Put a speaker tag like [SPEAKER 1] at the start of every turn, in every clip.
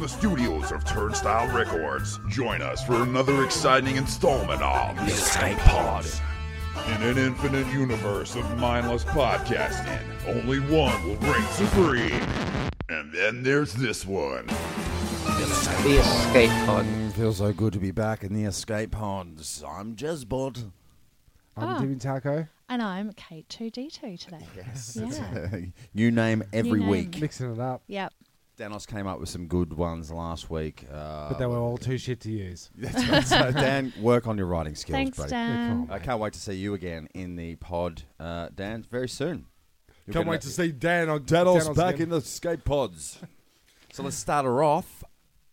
[SPEAKER 1] the studios of Turnstile Records. Join us for another exciting installment of The Escape Pod. In an infinite universe of mindless podcasting, only one will reign supreme. And then there's this one.
[SPEAKER 2] The escape pod.
[SPEAKER 3] Feels so good to be back in the escape pods. I'm Jezbot.
[SPEAKER 4] I'm Jimmy Taco.
[SPEAKER 5] Ah. And I'm K2D2 today. Yes. Yeah. Um,
[SPEAKER 3] New name every
[SPEAKER 5] name.
[SPEAKER 3] week.
[SPEAKER 4] Mixing it up.
[SPEAKER 5] yep.
[SPEAKER 3] Danos came up with some good ones last week. Uh,
[SPEAKER 4] But they were all too shit to use.
[SPEAKER 3] so Dan, work on your writing skills,
[SPEAKER 5] Thanks,
[SPEAKER 3] buddy.
[SPEAKER 5] Dan.
[SPEAKER 3] I can't wait to see you again in the pod, uh, Dan, very soon. You're
[SPEAKER 6] Can't
[SPEAKER 3] gonna-
[SPEAKER 6] wait to see Dan on
[SPEAKER 3] Danos back in the escape pods. so let's start her off.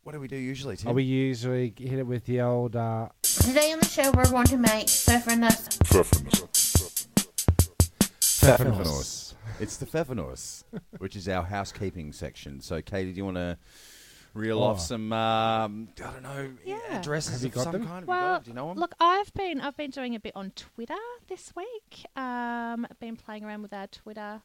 [SPEAKER 3] What do we do usually? Tim?
[SPEAKER 4] Oh, we usually hit it with the old. Uh,
[SPEAKER 7] Today on the show, we're going to make pfeffernuss.
[SPEAKER 3] Pfeffernuss. It's the Pfeffernuss, which is our housekeeping section. So, Katie, do you want to reel
[SPEAKER 4] Oh.
[SPEAKER 3] off some, um, I don't know,
[SPEAKER 5] Yeah.
[SPEAKER 3] addresses
[SPEAKER 4] Have you
[SPEAKER 3] of
[SPEAKER 4] got
[SPEAKER 3] some
[SPEAKER 4] them?
[SPEAKER 3] kind? Have you got
[SPEAKER 5] Well,
[SPEAKER 3] them? do you know them?
[SPEAKER 5] look, I've been I've been doing a bit on Twitter this week. Um, I've been playing around with our Twitter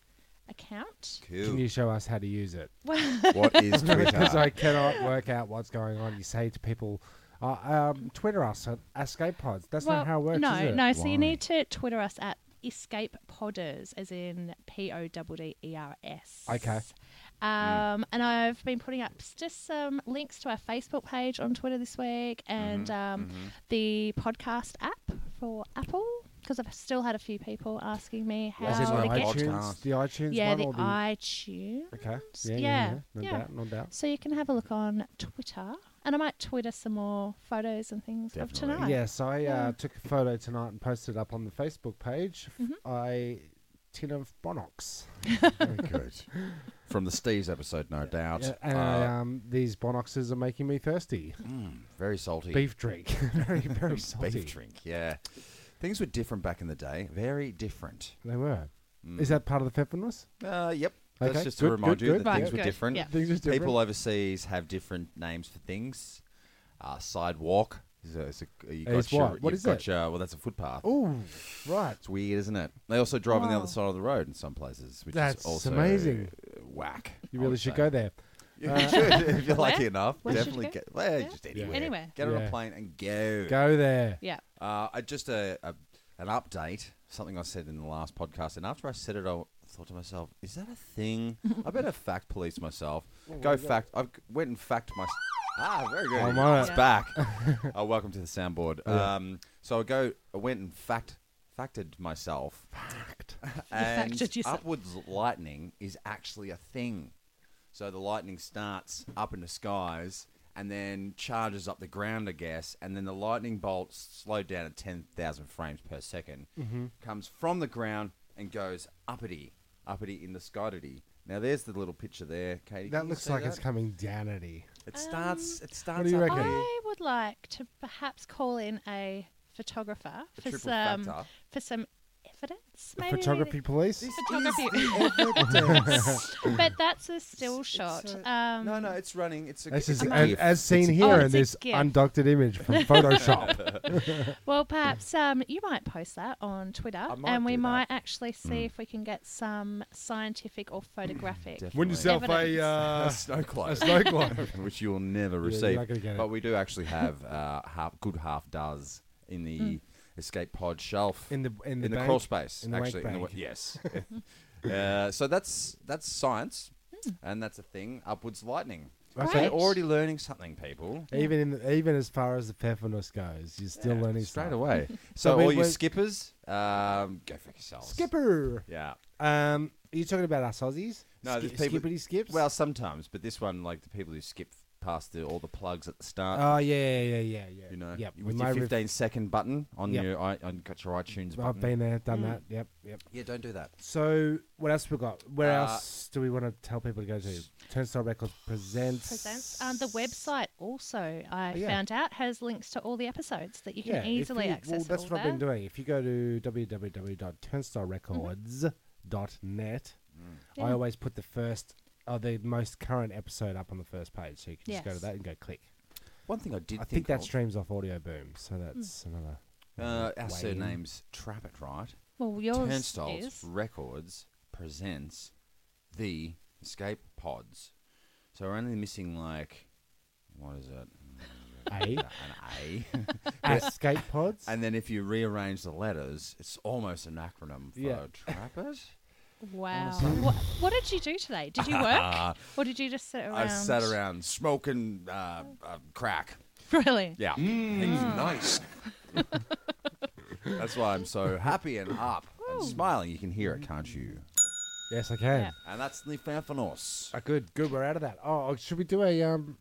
[SPEAKER 5] account.
[SPEAKER 4] can
[SPEAKER 3] Cool.
[SPEAKER 4] you show us how to use it?
[SPEAKER 5] Well,
[SPEAKER 3] what is
[SPEAKER 4] Because
[SPEAKER 3] Twitter?
[SPEAKER 4] I cannot work out what's going on. You say to people, uh, um, Twitter us at escape pods. That's
[SPEAKER 5] well,
[SPEAKER 4] not how it works.
[SPEAKER 5] no,
[SPEAKER 4] is it?
[SPEAKER 5] no. So
[SPEAKER 3] Why?
[SPEAKER 5] you need to Twitter us at Escape Podders, as in P O D D E R S.
[SPEAKER 4] Okay.
[SPEAKER 5] Um, And I've been putting up s- just some links to our Facebook page on Twitter this week and
[SPEAKER 4] Mm-hmm,
[SPEAKER 5] um, the podcast app for Apple because I've still had a few people asking me how
[SPEAKER 4] As in
[SPEAKER 3] Oh,
[SPEAKER 5] to
[SPEAKER 4] the
[SPEAKER 3] they
[SPEAKER 5] get
[SPEAKER 3] get-
[SPEAKER 4] iTunes, the iTunes
[SPEAKER 5] yeah
[SPEAKER 4] one
[SPEAKER 5] the
[SPEAKER 4] or the
[SPEAKER 5] iTunes.
[SPEAKER 4] okay, yeah, yeah,
[SPEAKER 5] Yeah,
[SPEAKER 4] yeah, no
[SPEAKER 5] yeah.
[SPEAKER 4] doubt, no doubt.
[SPEAKER 5] So you can have a look on Twitter, and I might Twitter some more photos and things
[SPEAKER 3] Definitely.
[SPEAKER 5] of tonight.
[SPEAKER 4] Yes, I
[SPEAKER 5] Yeah.
[SPEAKER 4] uh, took a photo tonight and posted it up on the Facebook page.
[SPEAKER 5] Mm-hmm.
[SPEAKER 4] F- I tin of Bonox.
[SPEAKER 3] Very good. From the Steve's episode, no doubt.
[SPEAKER 4] Yeah, and
[SPEAKER 3] Uh,
[SPEAKER 4] um, these Bonoxes are making me thirsty.
[SPEAKER 3] very salty.
[SPEAKER 4] Beef drink, very very salty.
[SPEAKER 3] Mm. Beef drink, yeah. Things were different back in the day. Very different.
[SPEAKER 4] They were.
[SPEAKER 3] Mm.
[SPEAKER 4] Is that part of the peppermint?
[SPEAKER 3] Uh, yep. That's
[SPEAKER 4] Okay,
[SPEAKER 3] just to
[SPEAKER 4] good,
[SPEAKER 3] remind
[SPEAKER 4] good,
[SPEAKER 3] you
[SPEAKER 4] good.
[SPEAKER 3] that
[SPEAKER 5] Right,
[SPEAKER 3] things were
[SPEAKER 5] good,
[SPEAKER 3] different.
[SPEAKER 5] yeah.
[SPEAKER 4] Things are different.
[SPEAKER 3] People overseas have different names for things. Uh, sidewalk. Is a, is a, you got
[SPEAKER 4] Is
[SPEAKER 3] your,
[SPEAKER 4] what? What
[SPEAKER 3] you've
[SPEAKER 4] is
[SPEAKER 3] got
[SPEAKER 4] it?
[SPEAKER 3] your- well, that's a footpath.
[SPEAKER 4] Oh, right.
[SPEAKER 3] It's weird, isn't it? They also drive on the
[SPEAKER 5] Wow.
[SPEAKER 3] other side of the road in some places, which
[SPEAKER 4] That's
[SPEAKER 3] is also
[SPEAKER 4] amazing.
[SPEAKER 3] Whack.
[SPEAKER 4] You
[SPEAKER 3] I
[SPEAKER 4] really
[SPEAKER 3] would
[SPEAKER 4] should
[SPEAKER 3] say.
[SPEAKER 4] go there.
[SPEAKER 3] You should, if you're lucky
[SPEAKER 5] Where?
[SPEAKER 3] enough.
[SPEAKER 5] Where should
[SPEAKER 3] definitely
[SPEAKER 5] you go?
[SPEAKER 3] get. Well,
[SPEAKER 5] Yeah.
[SPEAKER 3] just anywhere.
[SPEAKER 5] Anywhere.
[SPEAKER 3] Get on a
[SPEAKER 4] Yeah.
[SPEAKER 3] plane and go.
[SPEAKER 4] Go there.
[SPEAKER 5] Yeah.
[SPEAKER 3] Uh, I- just a, a an update. Something I said in the last podcast, and after I said it, I thought to myself, "Is that a thing? I better fact police myself. Go fact. I went and fact my. Ah, very good.
[SPEAKER 4] I'm on
[SPEAKER 3] it's
[SPEAKER 4] it.
[SPEAKER 3] back. uh, welcome to the soundboard. Um, so I go. I went and fact facted myself. Fact. And
[SPEAKER 5] facted yourself.
[SPEAKER 3] upwards lightning is actually a thing. So the lightning starts up in the skies and then charges up the ground, I guess, and then the lightning bolt slowed down at 10,000 frames per 2nd
[SPEAKER 4] Mm-hmm.
[SPEAKER 3] comes from the ground and goes uppity, uppity in the skyity. Now there's the little picture there, Katie.
[SPEAKER 4] That
[SPEAKER 3] Can you
[SPEAKER 4] looks
[SPEAKER 3] see
[SPEAKER 4] like
[SPEAKER 3] that?
[SPEAKER 4] it's coming down at you.
[SPEAKER 3] It starts. It starts.
[SPEAKER 4] do you
[SPEAKER 3] uppity.
[SPEAKER 4] reckon?
[SPEAKER 5] Um, I would like to perhaps call in a photographer
[SPEAKER 3] The
[SPEAKER 5] for
[SPEAKER 3] triple
[SPEAKER 5] some
[SPEAKER 3] factor.
[SPEAKER 5] for some evidence.
[SPEAKER 4] The
[SPEAKER 5] Maybe we-
[SPEAKER 4] photography police?
[SPEAKER 5] photography, but that's a still shot.
[SPEAKER 3] It's a-
[SPEAKER 5] um,
[SPEAKER 3] no, no, it's running. It's a,
[SPEAKER 4] This is
[SPEAKER 3] it's a
[SPEAKER 4] as,
[SPEAKER 3] GIF.
[SPEAKER 4] as seen
[SPEAKER 3] It's a
[SPEAKER 4] here
[SPEAKER 5] Oh,
[SPEAKER 4] in
[SPEAKER 5] it's a
[SPEAKER 4] this
[SPEAKER 5] GIF.
[SPEAKER 4] undoctored image from Photoshop.
[SPEAKER 5] Well, perhaps um, you might post that on Twitter,
[SPEAKER 3] I might
[SPEAKER 5] and we
[SPEAKER 3] do that. Mm.
[SPEAKER 5] might actually see if we can get some scientific or photographic.
[SPEAKER 3] Definitely.
[SPEAKER 6] Win yourself
[SPEAKER 5] Evidence.
[SPEAKER 6] a, uh,
[SPEAKER 3] a snow globe.
[SPEAKER 6] a snow globe.
[SPEAKER 3] which you'll never
[SPEAKER 4] you're
[SPEAKER 3] receive.
[SPEAKER 4] not gonna get it.
[SPEAKER 3] But we do actually have uh, half, good half does in the escape pod shelf
[SPEAKER 4] In the- in the
[SPEAKER 3] in the
[SPEAKER 4] bank-
[SPEAKER 3] crawl space
[SPEAKER 4] in the wank
[SPEAKER 3] actually. in the wa-
[SPEAKER 4] bank.
[SPEAKER 3] yes. uh, so that's that's science, and that's a thing. Upwards lightning. So
[SPEAKER 5] Right.
[SPEAKER 3] you're already learning something, people.
[SPEAKER 4] even in the, even as far as the pfeffernuss goes, you're still
[SPEAKER 3] Yeah,
[SPEAKER 4] learning
[SPEAKER 3] straight
[SPEAKER 4] stuff.
[SPEAKER 3] away.
[SPEAKER 4] So
[SPEAKER 3] So,
[SPEAKER 4] we-
[SPEAKER 3] all you
[SPEAKER 4] we-
[SPEAKER 3] skippers, um, go for yourselves.
[SPEAKER 4] Skipper.
[SPEAKER 3] Yeah.
[SPEAKER 4] Um, are you talking about us Aussies?
[SPEAKER 3] No,
[SPEAKER 4] Skip,
[SPEAKER 3] there's people-
[SPEAKER 4] skippity skips.
[SPEAKER 3] Well, sometimes, but this one, like the people who skip past the, all the plugs at the start.
[SPEAKER 4] oh yeah, yeah, yeah, yeah.
[SPEAKER 3] you know,
[SPEAKER 4] yep. we
[SPEAKER 3] with your
[SPEAKER 4] might ref-
[SPEAKER 3] 15 second button on
[SPEAKER 4] Yep.
[SPEAKER 3] your i- on got your iTunes button.
[SPEAKER 4] I've been there,
[SPEAKER 3] Mm.
[SPEAKER 4] done that. Yep, yep.
[SPEAKER 3] Yeah, don't do that.
[SPEAKER 4] So what else we got? Where
[SPEAKER 3] Uh,
[SPEAKER 4] else do we want to tell people to go to? Turnstile Records presents.
[SPEAKER 5] Presents. Um, the website also, I
[SPEAKER 4] Oh, Yeah.
[SPEAKER 5] found out, has links to all the episodes that you can
[SPEAKER 4] Yeah, if
[SPEAKER 5] easily
[SPEAKER 4] you-
[SPEAKER 5] access.
[SPEAKER 4] Well, that's
[SPEAKER 5] all
[SPEAKER 4] what I've been
[SPEAKER 5] there.
[SPEAKER 4] doing. If you go to www.turnstilerecords.net, I
[SPEAKER 5] Mm-hmm. Yeah.
[SPEAKER 4] always put the first, or the most current episode up on the first page, so you can just go to
[SPEAKER 5] Yes.
[SPEAKER 4] that and go click.
[SPEAKER 3] One thing I did
[SPEAKER 4] I think that
[SPEAKER 3] of,
[SPEAKER 4] streams off Audio Boom,
[SPEAKER 5] Hmm.
[SPEAKER 4] so that's another.
[SPEAKER 3] Uh, our
[SPEAKER 4] way in.
[SPEAKER 3] surname's Trap It, right?
[SPEAKER 5] Well, yours
[SPEAKER 3] Turnstiles
[SPEAKER 5] is.
[SPEAKER 3] Records presents the Escape Pods. So we're only missing like What is it?
[SPEAKER 4] A.
[SPEAKER 3] An A.
[SPEAKER 4] A skate pods.
[SPEAKER 3] And then if you rearrange the letters, it's almost an acronym for
[SPEAKER 4] Yeah.
[SPEAKER 3] Trappers.
[SPEAKER 5] Wow. what, what did you do today? Did you work? or did you just sit around?
[SPEAKER 3] I sat around smoking uh, uh, crack.
[SPEAKER 5] Really?
[SPEAKER 3] Yeah.
[SPEAKER 4] Mm.
[SPEAKER 3] nice. That's why I'm so happy and up and smiling. You can hear it, can't you?
[SPEAKER 4] yes, I can.
[SPEAKER 5] Yeah.
[SPEAKER 3] And that's the Fanfanos.
[SPEAKER 4] Ah, good, good. We're out of that. Oh, should we do a um?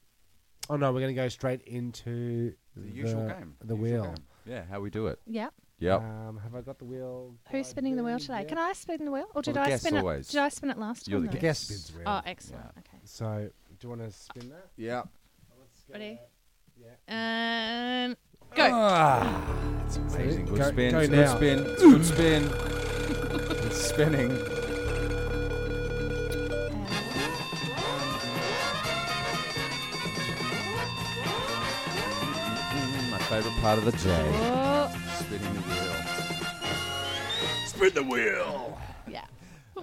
[SPEAKER 4] Oh no, we're gonna go straight into
[SPEAKER 3] The usual game.
[SPEAKER 4] The
[SPEAKER 3] Usual
[SPEAKER 4] wheel.
[SPEAKER 3] game. Yeah, how we do it.
[SPEAKER 5] Yeah.
[SPEAKER 3] Yep.
[SPEAKER 4] Um, have I got the wheel?
[SPEAKER 5] Who's spinning the wheel today? Can I spin the wheel, or did
[SPEAKER 3] the
[SPEAKER 5] I
[SPEAKER 3] guest
[SPEAKER 5] spin
[SPEAKER 3] always.
[SPEAKER 5] it? Did I spin it last
[SPEAKER 3] You're
[SPEAKER 5] time?
[SPEAKER 3] the
[SPEAKER 5] though?
[SPEAKER 3] guest.
[SPEAKER 4] Guest spins wheel.
[SPEAKER 5] Oh, excellent. Okay.
[SPEAKER 4] so do you want to spin that?
[SPEAKER 3] Yep.
[SPEAKER 5] Ready? Yeah. Um. Go.
[SPEAKER 3] It's amazing. Good
[SPEAKER 4] Ah. Go-
[SPEAKER 3] spin.
[SPEAKER 4] go
[SPEAKER 3] good
[SPEAKER 4] now.
[SPEAKER 3] spin. It's good spin. it's spinning. Mm, My favorite part of the day.
[SPEAKER 5] Oh,
[SPEAKER 3] Spinning the wheel.
[SPEAKER 1] Spin the wheel.
[SPEAKER 5] yeah.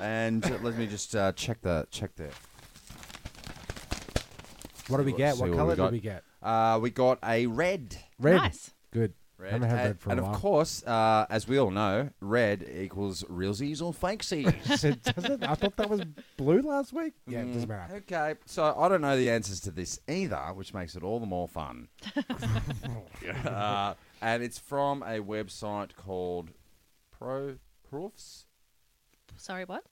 [SPEAKER 3] And uh, let me just uh, check the check the.
[SPEAKER 4] What do we
[SPEAKER 3] what-
[SPEAKER 4] get?
[SPEAKER 3] see what
[SPEAKER 4] What
[SPEAKER 3] we
[SPEAKER 4] color do
[SPEAKER 3] got.
[SPEAKER 4] we get?
[SPEAKER 3] Uh, we got a red.
[SPEAKER 4] Red.
[SPEAKER 5] Nice.
[SPEAKER 4] Good.
[SPEAKER 3] Red.
[SPEAKER 4] Haven't had
[SPEAKER 3] and
[SPEAKER 4] red for
[SPEAKER 3] and
[SPEAKER 4] a while.
[SPEAKER 3] of course, uh, as we all know, red equals realsies or fakesies.
[SPEAKER 4] So does it- I thought that was blue last week. Yeah, it
[SPEAKER 3] Mm.
[SPEAKER 4] doesn't matter.
[SPEAKER 3] okay, so I don't know the answers to this either, which makes it all the more fun. uh, and it's from a website called Pro Proofs.
[SPEAKER 5] Sorry, what?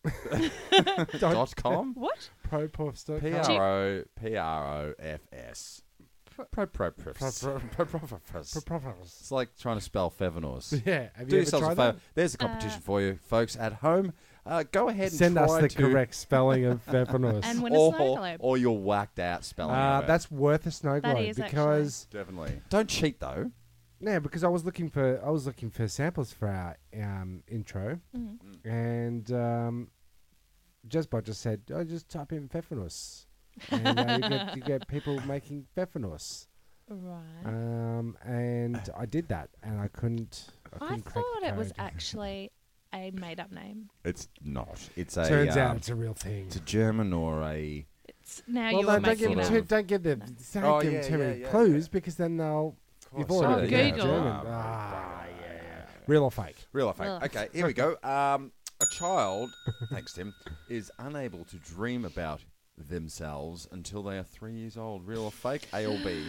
[SPEAKER 4] Don't-
[SPEAKER 3] dot com.
[SPEAKER 5] What?
[SPEAKER 4] Pro puffs. don't
[SPEAKER 3] P
[SPEAKER 4] count.
[SPEAKER 5] Gee.
[SPEAKER 3] R O P R O F S.
[SPEAKER 5] Pro-
[SPEAKER 3] Pro pro
[SPEAKER 4] Pro-
[SPEAKER 3] proofs.
[SPEAKER 4] pro-
[SPEAKER 3] Pro pro- proofs.
[SPEAKER 4] Pro puffs.
[SPEAKER 3] It's like trying to spell Fevanors.
[SPEAKER 4] Yeah. Have
[SPEAKER 3] Do
[SPEAKER 4] you ever
[SPEAKER 3] yourselves a
[SPEAKER 4] tried
[SPEAKER 3] favor.
[SPEAKER 4] that?
[SPEAKER 3] There's a competition
[SPEAKER 5] Uh,
[SPEAKER 3] for you, folks at home. Uh, go ahead and
[SPEAKER 4] Send us
[SPEAKER 3] try
[SPEAKER 4] the
[SPEAKER 3] to-
[SPEAKER 4] correct spelling of Vepanos.
[SPEAKER 5] And win a
[SPEAKER 3] or,
[SPEAKER 5] snow globe.
[SPEAKER 3] or your whacked out spelling.
[SPEAKER 4] uh,
[SPEAKER 3] of it.
[SPEAKER 4] that's worth a snow
[SPEAKER 5] That
[SPEAKER 4] globe
[SPEAKER 5] is actually.
[SPEAKER 4] because
[SPEAKER 3] definitely. Don't cheat though.
[SPEAKER 4] Yeah, because I was looking for I was looking for samples for our um, intro,
[SPEAKER 5] Mm-hmm.
[SPEAKER 4] and um, Jezbot just said, "I just type in Pfeffernuss," and uh, you, get, you get people making Pfeffernuss.
[SPEAKER 5] Right.
[SPEAKER 4] Um, and I did that, and I couldn't. I,
[SPEAKER 5] I
[SPEAKER 4] couldn't crack
[SPEAKER 5] thought
[SPEAKER 4] the
[SPEAKER 5] it was
[SPEAKER 4] code.
[SPEAKER 5] actually a made-up name.
[SPEAKER 3] It's not. It's a.
[SPEAKER 4] Turns
[SPEAKER 3] uh,
[SPEAKER 4] out it's a real thing.
[SPEAKER 3] it's a German or a.
[SPEAKER 5] It's now
[SPEAKER 4] well,
[SPEAKER 5] you are
[SPEAKER 4] no, don't give
[SPEAKER 5] making
[SPEAKER 4] them
[SPEAKER 5] it
[SPEAKER 3] it
[SPEAKER 4] too,
[SPEAKER 5] up.
[SPEAKER 3] up.
[SPEAKER 4] don't give them, don't
[SPEAKER 3] Oh,
[SPEAKER 4] give them
[SPEAKER 3] yeah,
[SPEAKER 4] too
[SPEAKER 3] yeah,
[SPEAKER 4] many
[SPEAKER 3] yeah,
[SPEAKER 4] clues because then they'll you've already
[SPEAKER 5] Oh,
[SPEAKER 4] yeah,
[SPEAKER 5] Google.
[SPEAKER 4] German.
[SPEAKER 3] Ah,
[SPEAKER 4] Ah, yeah, yeah. real or fake?
[SPEAKER 3] Real or fake?
[SPEAKER 5] Real.
[SPEAKER 3] Okay, here we go. Um, a child, thanks Tim, is unable to dream about themselves until they are three years old. Real or fake? A or B?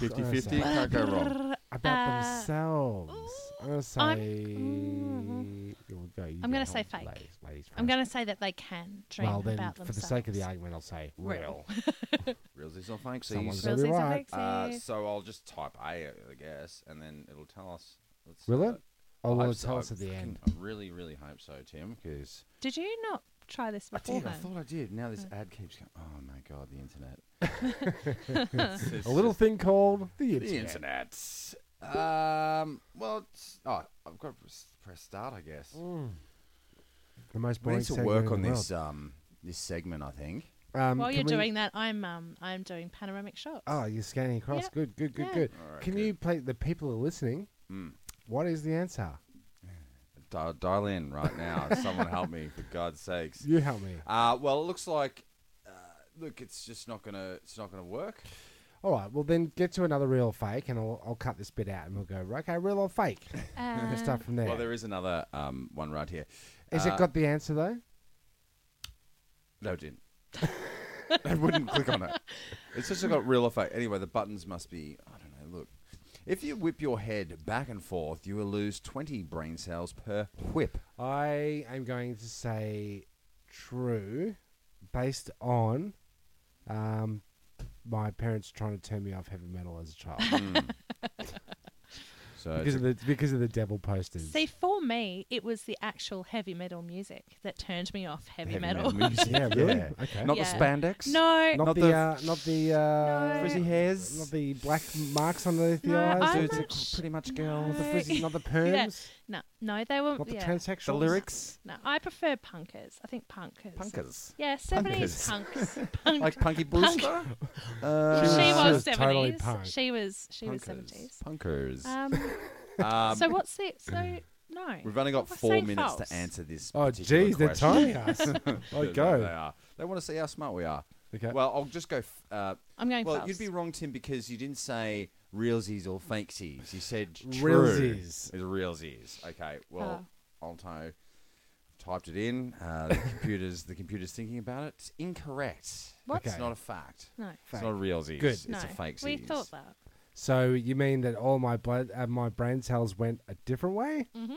[SPEAKER 3] 50-50, can't go wrong.
[SPEAKER 4] about
[SPEAKER 5] Uh,
[SPEAKER 4] themselves. I'm gonna say.
[SPEAKER 5] mm,
[SPEAKER 4] You'll go- you
[SPEAKER 5] I'm gonna
[SPEAKER 4] go
[SPEAKER 5] say
[SPEAKER 4] home,
[SPEAKER 5] fake.
[SPEAKER 4] Ladies, ladies
[SPEAKER 5] I'm
[SPEAKER 4] first.
[SPEAKER 5] going to say that they can dream
[SPEAKER 4] Well, then,
[SPEAKER 5] about
[SPEAKER 4] for
[SPEAKER 5] themselves.
[SPEAKER 4] the sake of the argument, I'll say real.
[SPEAKER 3] Realsies or fakesies?
[SPEAKER 4] Someone's
[SPEAKER 5] Real
[SPEAKER 4] You'll be
[SPEAKER 5] seeds are
[SPEAKER 4] right.
[SPEAKER 5] fake
[SPEAKER 3] Uh,
[SPEAKER 5] seeds.
[SPEAKER 3] so I'll just type A, I guess, and then it'll tell us. Let's
[SPEAKER 4] Will
[SPEAKER 3] do
[SPEAKER 4] it? Oh,
[SPEAKER 3] I
[SPEAKER 4] well,
[SPEAKER 3] hope
[SPEAKER 4] it'll
[SPEAKER 3] uh, so.
[SPEAKER 4] tell
[SPEAKER 3] I
[SPEAKER 4] us at the
[SPEAKER 3] fucking-
[SPEAKER 4] end.
[SPEAKER 3] I really, really hope so, Tim, because
[SPEAKER 5] Did you not try this
[SPEAKER 3] I did. I
[SPEAKER 5] beforehand?
[SPEAKER 3] thought I did. Now this ad keeps going. Oh my god, the internet.
[SPEAKER 4] A little thing called the
[SPEAKER 3] The
[SPEAKER 4] internet.
[SPEAKER 3] internet. Um. Well, it's, oh, I've got to press- press start, I guess.
[SPEAKER 4] The most
[SPEAKER 3] We
[SPEAKER 4] boring
[SPEAKER 3] need to
[SPEAKER 4] segment
[SPEAKER 3] work
[SPEAKER 4] in
[SPEAKER 3] on
[SPEAKER 4] the
[SPEAKER 3] this
[SPEAKER 4] world.
[SPEAKER 3] um this segment, I think.
[SPEAKER 4] Um,
[SPEAKER 5] While
[SPEAKER 4] can
[SPEAKER 5] you're
[SPEAKER 4] we-
[SPEAKER 5] doing that, I'm um, I'm doing panoramic shots.
[SPEAKER 4] Oh, you're scanning across.
[SPEAKER 5] Yeah.
[SPEAKER 4] Good, good, good,
[SPEAKER 5] Yeah.
[SPEAKER 4] good.
[SPEAKER 3] All right,
[SPEAKER 4] can
[SPEAKER 3] good. Hmm.
[SPEAKER 4] you play the people who are listening? What is the answer?
[SPEAKER 3] Dial, dial in right now. Someone help me, for God's sakes.
[SPEAKER 4] You help me.
[SPEAKER 3] Uh, well, it looks like, uh, look, it's just not gonna, it's not gonna work.
[SPEAKER 4] All right. Well, then get to another real or fake, and I'll, I'll cut this bit out, and we'll go. Okay, real or fake?
[SPEAKER 5] Um,
[SPEAKER 4] Stuff from there.
[SPEAKER 3] Well, there is another um one right here.
[SPEAKER 4] Has
[SPEAKER 3] Uh,
[SPEAKER 4] it got the answer though?
[SPEAKER 3] No, it didn't. I wouldn't click on it. It's just got real or fake. Anyway, the buttons must be. I don't know. Look, if you whip your head back and forth, you will lose twenty brain cells per whip.
[SPEAKER 4] I am going to say true based on um, my parents trying to turn me off heavy metal as a child
[SPEAKER 3] Mm, So
[SPEAKER 4] because of the because of the devil posters.
[SPEAKER 5] See, for me, it was the actual heavy metal music that turned me off heavy, metal.
[SPEAKER 3] music.
[SPEAKER 4] Yeah, really? Okay.
[SPEAKER 3] Not
[SPEAKER 5] Yeah.
[SPEAKER 3] the spandex.
[SPEAKER 5] no,
[SPEAKER 4] not,
[SPEAKER 3] Not
[SPEAKER 4] the,
[SPEAKER 3] the-
[SPEAKER 4] uh, not the uh,
[SPEAKER 5] No.
[SPEAKER 3] Frizzy hairs.
[SPEAKER 4] not the black marks under the
[SPEAKER 5] No,
[SPEAKER 4] eyes.
[SPEAKER 5] I'm
[SPEAKER 4] or
[SPEAKER 3] So
[SPEAKER 5] not
[SPEAKER 4] the-
[SPEAKER 3] it's a pretty much
[SPEAKER 5] No.
[SPEAKER 3] girl.
[SPEAKER 4] not the frizzy, not the
[SPEAKER 5] Yeah.
[SPEAKER 4] perms,
[SPEAKER 5] no, no, they were
[SPEAKER 4] not the
[SPEAKER 5] yeah.
[SPEAKER 4] transsexuals.
[SPEAKER 3] The lyrics.
[SPEAKER 5] No, I prefer punkers. I think punkers.
[SPEAKER 3] Punkers.
[SPEAKER 5] Yeah, seventies punks. Punk.
[SPEAKER 3] Like Punky Brewster.
[SPEAKER 5] she
[SPEAKER 3] Uh,
[SPEAKER 5] was
[SPEAKER 4] she was totally
[SPEAKER 5] seventies.
[SPEAKER 4] punk.
[SPEAKER 5] she was she was
[SPEAKER 3] Punkers.
[SPEAKER 5] seventies.
[SPEAKER 3] Punkers.
[SPEAKER 5] Um,
[SPEAKER 3] Um,
[SPEAKER 5] so what's the so no?
[SPEAKER 3] We've only got
[SPEAKER 5] We're
[SPEAKER 3] four
[SPEAKER 5] saying
[SPEAKER 3] minutes
[SPEAKER 5] false.
[SPEAKER 3] to answer this.
[SPEAKER 4] Oh,
[SPEAKER 3] particular
[SPEAKER 4] jeez, they're
[SPEAKER 3] question.
[SPEAKER 4] timing us. oh,
[SPEAKER 3] They- They
[SPEAKER 4] go.
[SPEAKER 3] are. They want to see how smart we are.
[SPEAKER 4] Okay.
[SPEAKER 3] Well, I'll just go. F- uh,
[SPEAKER 5] I'm going
[SPEAKER 3] well,
[SPEAKER 5] fast.
[SPEAKER 3] you'd be wrong, Tim, because you didn't say realsies or fakesies. You said true.
[SPEAKER 4] Realsies.
[SPEAKER 3] It's realsies. Okay. Well,
[SPEAKER 5] Oh.
[SPEAKER 3] I'll t- typed it in. Uh, the computer's the computer's thinking about it. It's incorrect.
[SPEAKER 5] What?
[SPEAKER 3] It's
[SPEAKER 4] Okay.
[SPEAKER 3] not a fact.
[SPEAKER 5] No.
[SPEAKER 3] It's not a realsies.
[SPEAKER 4] Good.
[SPEAKER 3] It's
[SPEAKER 5] no.
[SPEAKER 3] a fakesies.
[SPEAKER 5] We thought that.
[SPEAKER 4] So you mean that all my blood, uh, my brain cells went a different way?
[SPEAKER 5] Mhm.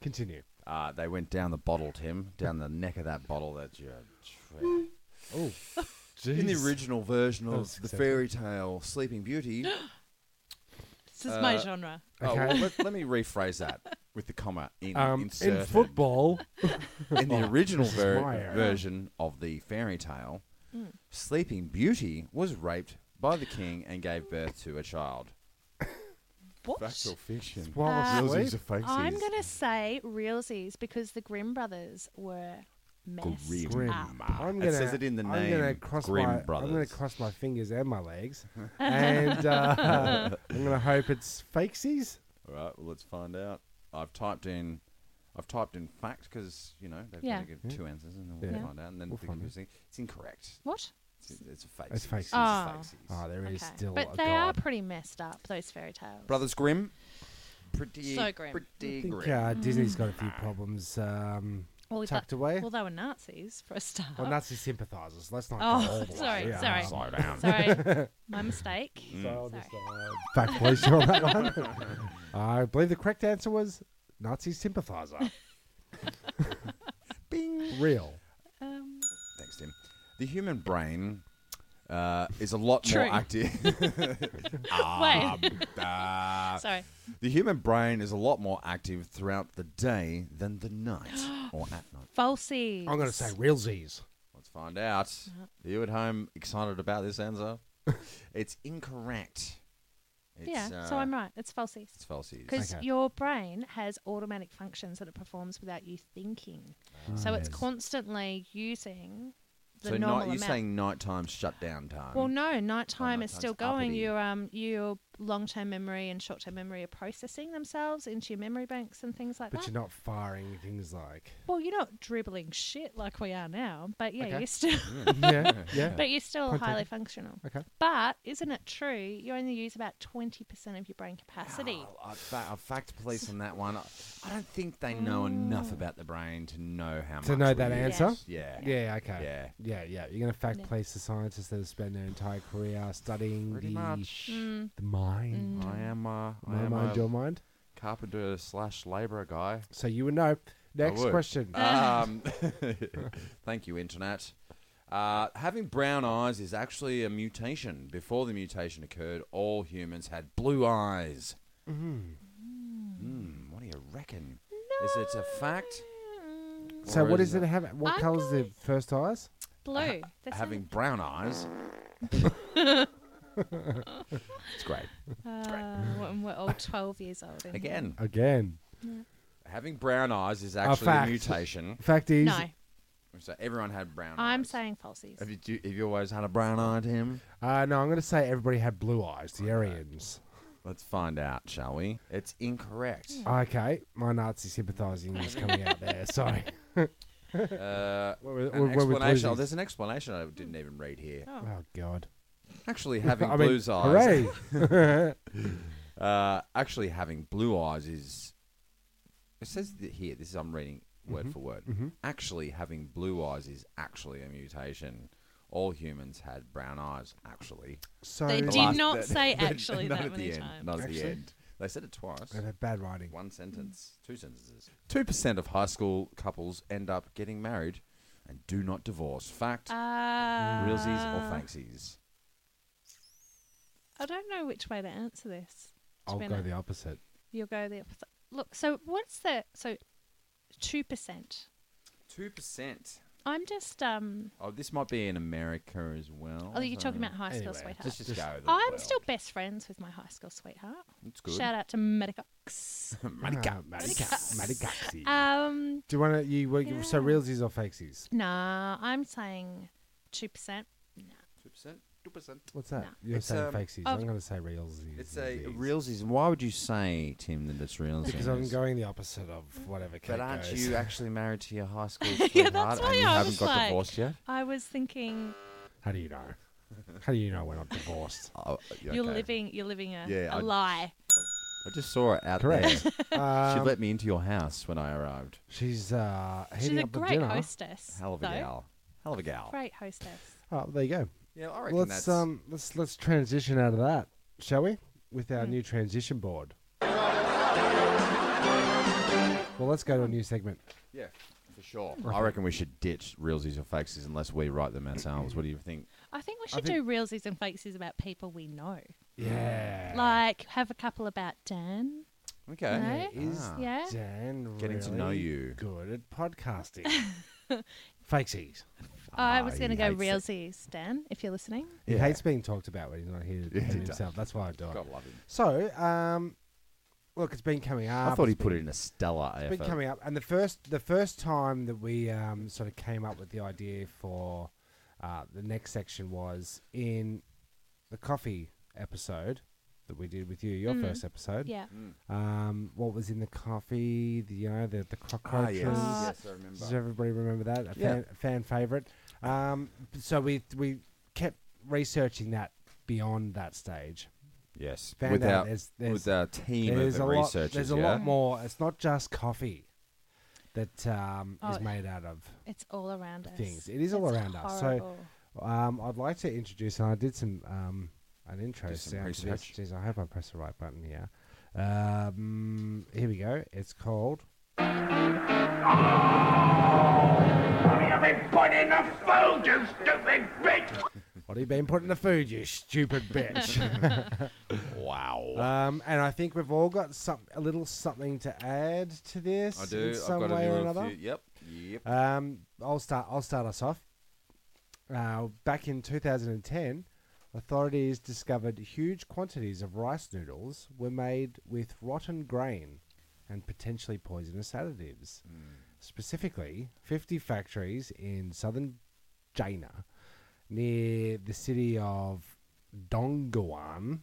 [SPEAKER 4] Continue.
[SPEAKER 3] Uh, they went down the bottle, Tim. Down the neck of that bottle. That you.
[SPEAKER 4] Oh,
[SPEAKER 3] In the
[SPEAKER 4] jeez.
[SPEAKER 3] original version
[SPEAKER 4] That
[SPEAKER 3] of
[SPEAKER 4] was
[SPEAKER 3] the
[SPEAKER 4] successful.
[SPEAKER 3] fairy tale Sleeping Beauty.
[SPEAKER 5] This is my
[SPEAKER 3] Uh,
[SPEAKER 5] genre.
[SPEAKER 3] oh,
[SPEAKER 4] Okay.
[SPEAKER 3] well, let, let me rephrase that with the comma in
[SPEAKER 4] Um, in
[SPEAKER 3] inserted.
[SPEAKER 4] football,
[SPEAKER 3] in the original
[SPEAKER 4] Oh, this is
[SPEAKER 3] ver-
[SPEAKER 4] my era.
[SPEAKER 3] version of the fairy tale,
[SPEAKER 5] Hmm.
[SPEAKER 3] Sleeping Beauty was raped by the king and gave birth to a child.
[SPEAKER 5] What?
[SPEAKER 3] fiction?
[SPEAKER 4] while
[SPEAKER 5] Uh,
[SPEAKER 4] asleep,
[SPEAKER 5] I'm gonna say realsies because the Grimm brothers were messed
[SPEAKER 3] Grimm.
[SPEAKER 5] up.
[SPEAKER 4] I'm
[SPEAKER 3] It
[SPEAKER 4] gonna,
[SPEAKER 3] says it in the
[SPEAKER 4] I'm
[SPEAKER 3] name,
[SPEAKER 4] Gonna cross
[SPEAKER 3] Grimm
[SPEAKER 4] my, I'm going
[SPEAKER 3] Brothers.
[SPEAKER 4] to cross my fingers and my legs, and uh, I'm going to hope it's fakesies.
[SPEAKER 3] All right, well, let's find out. I've typed in, I've typed in fact because you know they've
[SPEAKER 5] Yeah.
[SPEAKER 3] got to give two answers and then we'll
[SPEAKER 5] Yeah.
[SPEAKER 3] find out. And then
[SPEAKER 4] We'll
[SPEAKER 3] the
[SPEAKER 4] find
[SPEAKER 3] computer thing, it's incorrect.
[SPEAKER 5] What?
[SPEAKER 3] It's, it's a fake.
[SPEAKER 4] It's fakesies.
[SPEAKER 5] Oh.
[SPEAKER 4] Oh, there is
[SPEAKER 5] Okay.
[SPEAKER 4] still
[SPEAKER 5] but
[SPEAKER 4] a
[SPEAKER 5] they are
[SPEAKER 4] god.
[SPEAKER 5] pretty messed up. Those fairy tales.
[SPEAKER 3] Brothers Grimm. Pretty,
[SPEAKER 5] So grim.
[SPEAKER 3] Pretty
[SPEAKER 4] I think
[SPEAKER 3] grim.
[SPEAKER 4] uh, Disney's got a few problems um,
[SPEAKER 5] well, we
[SPEAKER 4] tucked
[SPEAKER 5] thought-
[SPEAKER 4] away.
[SPEAKER 5] Well, they were Nazis for a start.
[SPEAKER 4] Well, Nazi sympathisers. Let's not. go all
[SPEAKER 5] oh,
[SPEAKER 4] the way.
[SPEAKER 5] sorry,
[SPEAKER 4] Yeah.
[SPEAKER 5] sorry,
[SPEAKER 3] Slow down.
[SPEAKER 5] sorry. my mistake.
[SPEAKER 4] So I'll
[SPEAKER 5] Sorry.
[SPEAKER 4] just uh, back police you on that one. I believe the correct answer was Nazi sympathizer. Bing. Real.
[SPEAKER 5] Um,
[SPEAKER 3] Thanks, Tim. The human brain uh, is a lot
[SPEAKER 5] True.
[SPEAKER 3] more active.
[SPEAKER 5] wait,
[SPEAKER 3] Ah.
[SPEAKER 5] sorry.
[SPEAKER 3] the human brain is a lot more active throughout the day than the night or at night.
[SPEAKER 5] Falsies.
[SPEAKER 4] I'm going to say real Z's.
[SPEAKER 3] Let's find out.
[SPEAKER 5] Uh-huh.
[SPEAKER 3] Are you at home excited about this answer? it's incorrect. It's,
[SPEAKER 5] Yeah, so
[SPEAKER 3] uh,
[SPEAKER 5] I'm right. It's falsies.
[SPEAKER 3] It's falsies.
[SPEAKER 5] Because
[SPEAKER 4] Okay.
[SPEAKER 5] your brain has automatic functions that it performs without you thinking.
[SPEAKER 4] Ah,
[SPEAKER 5] so it's constantly using the
[SPEAKER 3] so night-
[SPEAKER 5] normal
[SPEAKER 3] you're
[SPEAKER 5] amount.
[SPEAKER 3] saying nighttime shutdown time.
[SPEAKER 5] well, no, nighttime is
[SPEAKER 3] nighttime's
[SPEAKER 5] still going.
[SPEAKER 3] uppity.
[SPEAKER 5] Your um, your long-term memory and short-term memory are processing themselves into your memory banks and things like
[SPEAKER 4] But
[SPEAKER 5] that.
[SPEAKER 4] you're not firing things like.
[SPEAKER 5] well, you're not dribbling shit like we are now, but yeah,
[SPEAKER 4] Okay.
[SPEAKER 5] you're still,
[SPEAKER 4] yeah, yeah.
[SPEAKER 5] but you're still
[SPEAKER 4] Point
[SPEAKER 5] highly
[SPEAKER 4] taken.
[SPEAKER 5] functional.
[SPEAKER 4] Okay.
[SPEAKER 5] But isn't it true you only use about twenty percent of your brain capacity?
[SPEAKER 3] Oh, I, fa- I fact police on that one. I, I don't think they know
[SPEAKER 5] Mm.
[SPEAKER 3] enough about the brain to know how much
[SPEAKER 4] To know
[SPEAKER 3] we
[SPEAKER 4] that
[SPEAKER 3] use.
[SPEAKER 4] answer?
[SPEAKER 3] Yeah.
[SPEAKER 4] Yeah, okay.
[SPEAKER 3] Yeah.
[SPEAKER 4] Yeah, yeah. You're going to fact
[SPEAKER 5] Yeah.
[SPEAKER 4] place the scientists that have spent their entire career studying
[SPEAKER 3] Pretty
[SPEAKER 4] the,
[SPEAKER 3] much.
[SPEAKER 5] Mm,
[SPEAKER 4] the mind.
[SPEAKER 3] I am. Uh, I
[SPEAKER 4] My
[SPEAKER 3] am
[SPEAKER 4] mind,
[SPEAKER 3] a
[SPEAKER 4] your mind.
[SPEAKER 3] carpenter slash labourer guy.
[SPEAKER 4] So you would Ah, know. Next
[SPEAKER 3] would.
[SPEAKER 4] question.
[SPEAKER 3] Um, thank you, internet. Uh, having brown eyes is actually a mutation. Before the mutation occurred, all humans had blue eyes.
[SPEAKER 4] Mm-hmm.
[SPEAKER 3] Mm, what do you reckon? Is it a fact?
[SPEAKER 4] so
[SPEAKER 3] or
[SPEAKER 4] what
[SPEAKER 3] is
[SPEAKER 4] is it?
[SPEAKER 3] it-
[SPEAKER 4] Have what
[SPEAKER 5] I
[SPEAKER 4] colour's the first eyes?
[SPEAKER 5] Blue. That's it.
[SPEAKER 3] Having brown eyes. it's great.
[SPEAKER 5] Uh, when we're all 12 years old. and-
[SPEAKER 3] Again,
[SPEAKER 4] Again.
[SPEAKER 3] having brown eyes is actually a,
[SPEAKER 4] fact.
[SPEAKER 3] mutation.
[SPEAKER 4] Fact is,
[SPEAKER 5] No,
[SPEAKER 3] So everyone had brown eyes.
[SPEAKER 5] I'm saying falsies.
[SPEAKER 3] Have you, do you- have you always had a brown eye, Tim?
[SPEAKER 4] Uh, no, I'm going to say everybody had blue eyes, the Aryans.
[SPEAKER 3] Let's find out, shall we? It's incorrect.
[SPEAKER 4] Okay, my Nazi sympathising is coming out there. Sorry.
[SPEAKER 3] Uh,
[SPEAKER 4] What were-
[SPEAKER 3] an
[SPEAKER 4] what were the
[SPEAKER 3] explanation. Oh,
[SPEAKER 4] bluesies?
[SPEAKER 3] there's an explanation I didn't even read here.
[SPEAKER 5] Oh.
[SPEAKER 4] Oh God.
[SPEAKER 3] Actually, having
[SPEAKER 4] I mean,
[SPEAKER 3] blues eyes.
[SPEAKER 4] Hooray!
[SPEAKER 3] Uh, actually, having blue eyes is. It says that here. This is I'm reading word
[SPEAKER 4] Mm-hmm.
[SPEAKER 3] for word. Actually, having blue eyes is actually a mutation. All humans had brown eyes. Actually,
[SPEAKER 4] So
[SPEAKER 5] They
[SPEAKER 3] The
[SPEAKER 5] did
[SPEAKER 3] last-
[SPEAKER 5] not
[SPEAKER 3] the-
[SPEAKER 5] say
[SPEAKER 3] the-
[SPEAKER 5] actually
[SPEAKER 3] not
[SPEAKER 5] that
[SPEAKER 3] at the
[SPEAKER 5] many
[SPEAKER 3] end,
[SPEAKER 5] times.
[SPEAKER 3] Not at the
[SPEAKER 4] Actually?
[SPEAKER 3] end. They said it twice.
[SPEAKER 4] Uh, bad writing.
[SPEAKER 3] One sentence, two sentences. Two percent of high school couples end up getting married, and do not divorce. Fact.
[SPEAKER 5] Uh,
[SPEAKER 3] realsies or fancies?
[SPEAKER 5] I don't know which way to answer this.
[SPEAKER 4] I'll
[SPEAKER 5] Spin
[SPEAKER 4] go
[SPEAKER 5] it.
[SPEAKER 4] the opposite.
[SPEAKER 5] You'll go the opposite. Look, so what's the. So 2%.
[SPEAKER 3] Two percent.
[SPEAKER 5] I'm just. um.
[SPEAKER 3] Oh, this might be in America as well.
[SPEAKER 5] Oh, you're talking about high school
[SPEAKER 4] Anyway,
[SPEAKER 5] sweetheart.
[SPEAKER 3] Let's just go. with it.
[SPEAKER 5] I'm
[SPEAKER 3] Well,
[SPEAKER 5] still best friends with my high school sweetheart.
[SPEAKER 3] It's good.
[SPEAKER 5] Shout out to Medicox.
[SPEAKER 4] Madika, Madika, Madika.
[SPEAKER 5] um,
[SPEAKER 4] Ah, Do you want to? You, were- you so
[SPEAKER 5] Yeah.
[SPEAKER 4] realsies or fakesies?
[SPEAKER 5] nah, I'm saying 2%.
[SPEAKER 3] Two percent. Two percent.
[SPEAKER 4] What's that?
[SPEAKER 5] No.
[SPEAKER 4] You're
[SPEAKER 3] It's,
[SPEAKER 4] saying
[SPEAKER 3] um,
[SPEAKER 4] fakesies.
[SPEAKER 5] of-
[SPEAKER 4] I'm going to say realsies.
[SPEAKER 3] It's a
[SPEAKER 4] Zs.
[SPEAKER 3] realsies. Why would you say, Tim, that it's realsies?
[SPEAKER 4] Because I'm going the opposite
[SPEAKER 5] Mm.
[SPEAKER 4] of whatever. Kate
[SPEAKER 3] But aren't
[SPEAKER 4] goes.
[SPEAKER 3] you actually married to your high school
[SPEAKER 5] Yeah,
[SPEAKER 3] sweetheart
[SPEAKER 5] that's why
[SPEAKER 3] and you
[SPEAKER 5] I
[SPEAKER 3] haven't
[SPEAKER 5] was
[SPEAKER 3] got
[SPEAKER 5] like-
[SPEAKER 3] divorced yet?
[SPEAKER 5] I was thinking
[SPEAKER 4] How do you know? How do you know when I'm divorced?
[SPEAKER 3] Oh, yeah,
[SPEAKER 5] You're
[SPEAKER 3] okay.
[SPEAKER 5] living. You're living a,
[SPEAKER 3] Yeah,
[SPEAKER 5] a
[SPEAKER 3] I-
[SPEAKER 5] lie.
[SPEAKER 3] I just saw it out
[SPEAKER 4] Correct.
[SPEAKER 3] there. she
[SPEAKER 4] Um,
[SPEAKER 3] let me into your house when I arrived.
[SPEAKER 4] she's uh, heating
[SPEAKER 5] She's a
[SPEAKER 4] up the
[SPEAKER 5] great
[SPEAKER 4] dinner.
[SPEAKER 5] hostess.
[SPEAKER 3] Hell of a
[SPEAKER 5] though.
[SPEAKER 3] gal. Hell of a gal.
[SPEAKER 5] Great hostess.
[SPEAKER 4] Oh, there you go.
[SPEAKER 3] Yeah, I reckon
[SPEAKER 4] Let's
[SPEAKER 3] that's.
[SPEAKER 4] um, let's let's transition out of that, shall we? With
[SPEAKER 3] Hmm.
[SPEAKER 4] our new transition board. Well, let's go to a new segment.
[SPEAKER 3] yeah, for sure. I reckon we should ditch realsies or fakesies unless we write them ourselves. What do you think?
[SPEAKER 5] I think we
[SPEAKER 4] I
[SPEAKER 5] should
[SPEAKER 4] think-
[SPEAKER 5] do realsies and fakesies about people we know.
[SPEAKER 4] Yeah. Uh,
[SPEAKER 5] Like have a couple about Dan.
[SPEAKER 3] Okay.
[SPEAKER 5] No?
[SPEAKER 4] Is
[SPEAKER 3] Ah.
[SPEAKER 5] Yeah.
[SPEAKER 4] Dan
[SPEAKER 3] Getting to know
[SPEAKER 4] really
[SPEAKER 3] you.
[SPEAKER 4] good at podcasting? Fakesies.
[SPEAKER 5] I
[SPEAKER 3] Ah,
[SPEAKER 5] was
[SPEAKER 3] he
[SPEAKER 5] going to go
[SPEAKER 3] hates
[SPEAKER 5] realsies, Dan, if you're listening.
[SPEAKER 4] He
[SPEAKER 3] Yeah.
[SPEAKER 4] hates being talked about when he's not here to
[SPEAKER 3] Yeah, he
[SPEAKER 4] himself. That's why I do it.
[SPEAKER 3] God love him.
[SPEAKER 4] So, um, look, it's been coming up.
[SPEAKER 3] I thought he
[SPEAKER 4] it's
[SPEAKER 3] put
[SPEAKER 4] been-
[SPEAKER 3] it in a stellar
[SPEAKER 4] It's
[SPEAKER 3] effort.
[SPEAKER 4] been coming up, and the first the first time that we um, sort of came up with the idea for uh, the next section was in the coffee episode that we did with you, your first episode.
[SPEAKER 5] Yeah.
[SPEAKER 4] Um, what was in the coffee? The you know the the
[SPEAKER 3] Ah,
[SPEAKER 4] cockroaches.
[SPEAKER 3] yes.
[SPEAKER 5] Uh,
[SPEAKER 3] yes, I remember.
[SPEAKER 4] Does everybody remember that? A
[SPEAKER 3] Yeah.
[SPEAKER 4] fan, fan favorite. Um, so we we kept researching that beyond that stage.
[SPEAKER 3] yes.
[SPEAKER 4] found out
[SPEAKER 3] with our,
[SPEAKER 4] there's- there's-
[SPEAKER 3] with our team
[SPEAKER 4] There's
[SPEAKER 3] of
[SPEAKER 4] a lot.
[SPEAKER 3] researchers.
[SPEAKER 4] There's a
[SPEAKER 3] yeah?
[SPEAKER 4] lot more. It's not just coffee that um, is
[SPEAKER 5] Oh.
[SPEAKER 4] made out of
[SPEAKER 5] It's all around us.
[SPEAKER 4] things. It is all
[SPEAKER 5] It's
[SPEAKER 4] around us. So
[SPEAKER 5] horrible.
[SPEAKER 4] um, I'd like to introduce, and I did some um, an intro
[SPEAKER 3] Did some
[SPEAKER 4] sound to this.
[SPEAKER 3] research.
[SPEAKER 4] Jeez, I hope I pressed the right button here. Um, here we go. It's called. What have you been putting in the food, you stupid bitch?
[SPEAKER 3] Wow.
[SPEAKER 4] Um, and I think we've all got some a little something to add to this
[SPEAKER 3] I do.
[SPEAKER 4] in
[SPEAKER 3] I've
[SPEAKER 4] some
[SPEAKER 3] got
[SPEAKER 4] way
[SPEAKER 3] a
[SPEAKER 4] or
[SPEAKER 3] little
[SPEAKER 4] another.
[SPEAKER 3] Few, yep. Yep.
[SPEAKER 4] Um, I'll start. I'll start us off. Uh, back in 2010, authorities discovered huge quantities of rice noodles were made with rotten grain and potentially poisonous additives. Specifically, 50 factories in southern China, near the city of Dongguan,